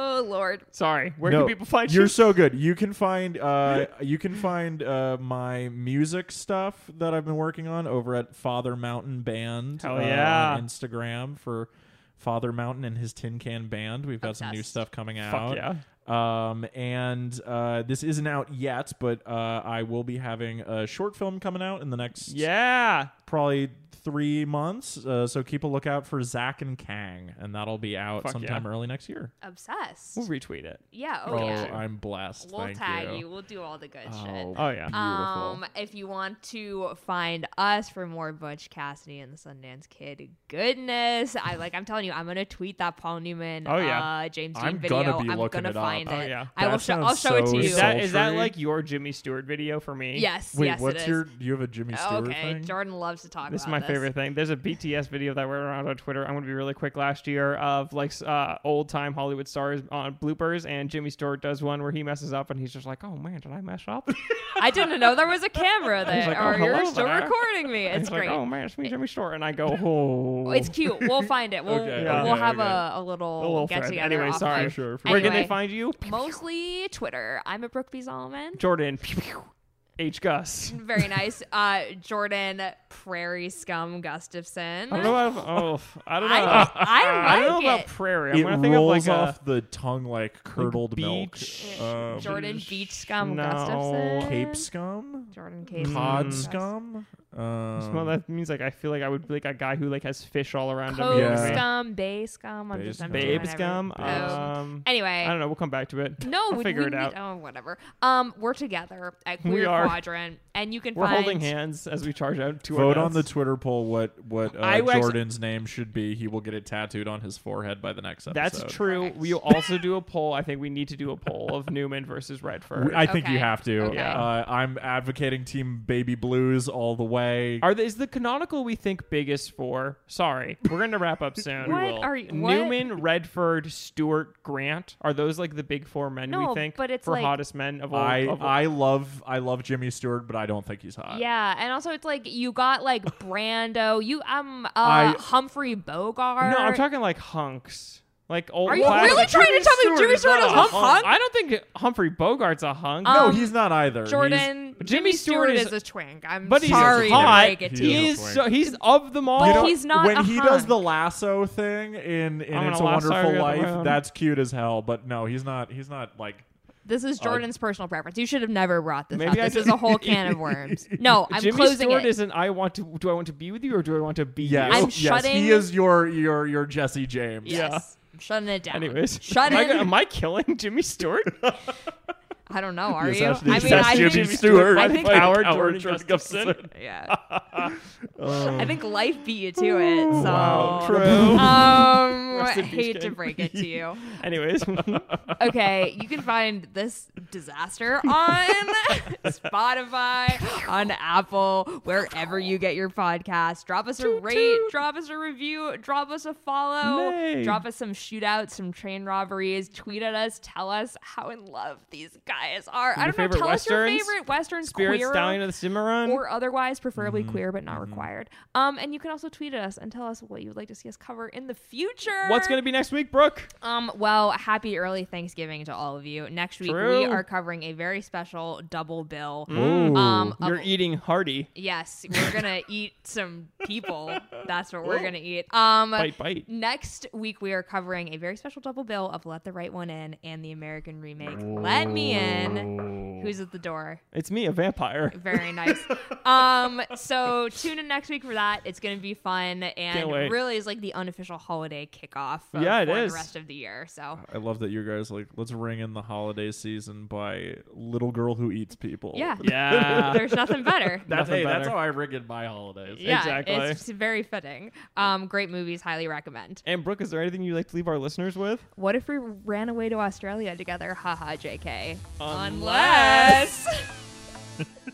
S1: [laughs] Oh Lord.
S2: Sorry. Where
S3: no,
S2: can people find
S3: you're
S2: you?
S3: so good. You can find uh, you can find uh, my music stuff that I've been working on over at Father Mountain Band.
S2: Hell
S3: uh,
S2: yeah.
S3: on Instagram for Father Mountain and his Tin Can Band. We've got some new
S1: Obsessed.
S3: stuff coming
S2: Fuck
S3: out.
S2: yeah.
S3: Um, and uh, this isn't out yet, but uh, I will be having a short film coming out in the next
S2: Yeah.
S3: probably three months. Uh, so keep a lookout for Zach and Kang, and that'll be out
S2: Fuck
S3: sometime
S2: yeah.
S3: early next year.
S1: Obsessed.
S2: We'll retweet it.
S1: Yeah. Oh, yeah.
S3: I'm blessed.
S1: We'll
S3: Thank
S1: tag you. We'll do all the good
S3: Oh,
S1: shit.
S2: Oh, yeah.
S1: Um, if you want to find us for more Butch Cassidy and the Sundance Kid goodness, I like. I'm telling you, I'm gonna tweet that Paul Newman,
S2: Oh, yeah.
S1: uh, James Dean
S3: I'm
S1: video.
S3: gonna be
S1: I'm
S3: looking
S1: gonna
S3: it up.
S1: find
S2: Oh,
S1: it.
S2: yeah.
S1: I
S3: That
S1: will. Show, I'll
S3: sounds
S1: show it
S3: so
S1: to you.
S2: Is that is that
S3: Sultry.
S2: like your Jimmy Stewart video for me?
S1: yes.
S3: Wait,
S1: yes.
S3: what's
S1: it is.
S3: your? Do you have a Jimmy Stewart
S1: okay,
S3: thing?
S1: Jordan loves to talk.
S2: This is
S1: about
S2: my favorite thing. There's a BTS video that went around on Twitter. I'm gonna be really quick. Last year of like s- uh, old time Hollywood stars on bloopers, and Jimmy Stewart does one where he messes up, and he's just like, "Oh man, did I mess up?" [laughs]
S1: I didn't know there was a camera there,
S2: like,
S1: or
S2: "Oh,
S1: you're
S2: hello
S1: still
S2: there."
S1: recording
S2: [laughs]
S1: me.
S2: And
S1: It's
S2: he's like,
S1: great.
S2: "Oh man, it's me, Jimmy Stewart," and
S1: [laughs]
S2: I go, "Oh,
S1: It's cute.
S2: [laughs]
S1: We'll find it. We'll
S3: Okay,
S2: Yeah.
S1: we'll
S3: okay,
S1: have
S3: okay.
S1: a, a little,
S2: a little
S1: get
S2: friend."
S1: together.
S2: Anyway,
S1: off
S2: sorry.
S1: mic.
S3: Sure, for
S2: Where can
S1: Anyway.
S2: they find you?
S1: Mostly Twitter. I'm at Brooke B. Zolomon.
S2: Jordan. Pew, pew.
S1: [laughs]
S2: H. Gus.
S1: Very nice. Uh, Jordan Prairie Scum Gustafson.
S2: I don't know. About, oh, I don't know.
S1: I- I
S2: I don't know
S1: like
S2: about
S1: it.
S2: prairie. I'm
S3: it
S2: gonna think of like
S3: rolls
S2: a
S3: off the tongue like curdled
S2: beach.
S3: milk. Um,
S1: Jordan Beach Scum
S2: No.
S1: Gustafson.
S3: Cape scum,
S1: Jordan Cape.
S3: cod
S1: Gustafson.
S3: scum. Um,
S2: Well, that means like I feel like I would be like a guy who like has fish all around
S1: Cove
S2: him.
S3: Yeah.
S1: Scum. Bay Scum. I'm
S3: Bay
S1: just I'm
S3: Scum.
S1: doing
S2: Babe
S1: whatever.
S2: scum.
S1: Oh.
S2: Um,
S1: Anyway.
S2: I don't know. We'll come back to it.
S1: No,
S2: We'll
S1: we,
S2: figure
S1: we
S2: it out.
S1: Need, oh, whatever. Um, we're together at
S2: We
S1: Queer
S2: are.
S1: Quadrant, and you can
S2: We're
S1: find
S2: holding hands as we charge out to
S3: Vote
S2: our
S3: on the
S2: deaths.
S3: Twitter poll what what uh,
S2: I actually-
S3: Jordan's name should be. He will get it tattooed on his forehead by the next episode.
S2: That's true.
S1: Correct.
S2: We also do a poll. I think we need to do a poll of Newman versus Redford.
S3: We- I think you
S1: Okay.
S3: have to.
S1: Okay. Yeah.
S3: Uh, I'm advocating Team Baby Blues all the way.
S2: Are the, is the canonical we think biggest for? Sorry, we're going to wrap up soon.
S1: [laughs] What will. are you- what?
S2: Newman, Redford, Stewart, Grant? Are those like the big four men we
S1: No,
S2: think
S1: but it's
S2: for
S1: like-
S2: hottest men of all?
S3: I
S2: of all-
S3: I love I love Jimmy Stewart, but I don't think he's hot.
S1: Yeah, and also it's like you got like Brando, you um uh
S3: I-
S1: Humphrey Bogart.
S2: no, I'm talking like hunks, like old.
S1: Are you
S2: classic-
S1: really trying to tell me Jimmy
S2: is
S1: Stewart
S2: not
S1: is
S2: a
S1: a hunk?
S2: I don't think Humphrey Bogart's a hunk.
S1: Um,
S3: No, he's not either. He's-
S1: Jordan
S2: Jimmy
S1: Jimmy,
S2: Stewart
S1: Stewart,
S2: is-
S1: is, a twink. I'm
S2: but he's
S1: sorry
S2: hot.
S1: to break it to
S3: He
S1: you.
S2: He is
S3: is a twink.
S2: so he's of them all.
S1: But
S3: know,
S1: he's not uh-huh.
S3: when
S1: a
S3: he does
S1: hunk.
S3: the lasso thing in in
S2: I'm
S3: It's a
S2: gonna lasso you
S3: Wonderful
S2: the
S3: Life,
S2: round.
S3: that's cute as hell. But no, he's not. He's not like
S1: This is Jordan's personal preference. You should have never brought this
S2: Uh, Maybe
S1: up.
S2: I
S1: This
S2: did-
S1: is a whole
S2: [laughs]
S1: can of worms. No, I'm
S2: Jimmy
S1: closing
S2: Stewart
S1: it.
S2: is an I want to. Do I want to be with you or do I want to be?
S3: yes,
S2: you?
S1: I'm
S3: yes.
S1: shutting-
S3: He is your your your Jesse James.
S1: yes. I'm shutting it down.
S2: [laughs] Anyways,
S1: Shut
S2: am I,
S1: it.
S2: am I killing Jimmy Stewart?
S1: [laughs] I don't know. Are
S3: Yes,
S1: you?
S3: that's the-
S1: I mean,
S3: that's
S1: I
S3: Jimmy
S1: think,
S3: Stewart.
S1: I think,
S3: Like,
S2: Howard
S3: Howard
S2: George
S3: Gustafson.
S2: Gustafson.
S1: [laughs]
S2: [laughs]
S1: yeah. I think life beat you to it. So.
S2: Oh, Wow,
S1: Um,
S2: true.
S1: I
S2: Rest in peace,
S1: hate to
S2: King.
S1: break it to
S2: [laughs]
S1: you. [laughs]
S2: Anyways,
S1: Okay, you can find this disaster on
S2: [laughs]
S1: Spotify, on Apple, wherever you get your podcast. Drop us a rate, drop us a review, drop us a follow,
S2: Nay.
S1: drop us some shootouts, some train robberies. Tweet at us, tell us how in love these guys are. I
S2: Your
S1: don't know,
S2: favorite
S1: tell us your
S2: Westerns?
S1: favorite Western
S2: Spirit
S1: queer
S2: Stallion of the Mm-hmm. Cimarron.
S1: or otherwise, preferably queer but not required. Um, and you can also tweet at us and tell us what you would like to see us cover in the future.
S2: What's going to be next week, Brooke?
S1: Um, well, happy early Thanksgiving to all of you. Next week we
S2: True.
S1: are covering a very special double bill.
S3: Ooh.
S1: Um, of-
S2: You're eating hearty.
S1: yes, we're
S2: [laughs]
S1: gonna eat some people. That's what we're gonna eat. Um,
S2: Bite, bite.
S1: next week we are covering a very special double bill of Let the Right One In and the American remake Let Me In. Who's at the door?
S2: It's me, a vampire.
S1: Very nice. um, so tune in next week for that. It's gonna be fun and
S2: wait.
S1: really is like the unofficial holiday kickoff. Of,
S2: Yeah, it
S1: for
S2: is. Uh,
S1: the rest of the year. So.
S3: I love that you guys like let's ring in the holiday season by little girl who eats people.
S1: Yeah.
S2: Yeah.
S1: [laughs] There's nothing better.
S3: That's,
S2: Nothing
S3: hey, that's
S2: better.
S3: how I rig in my holidays.
S1: yeah,
S2: Exactly.
S1: it's very fitting. Um, great movies, highly recommend.
S2: [laughs] and Brooke, is there anything you'd like to leave our listeners with?
S1: What if we ran away to Australia together? Haha, JK.
S2: Unless-
S1: Unless.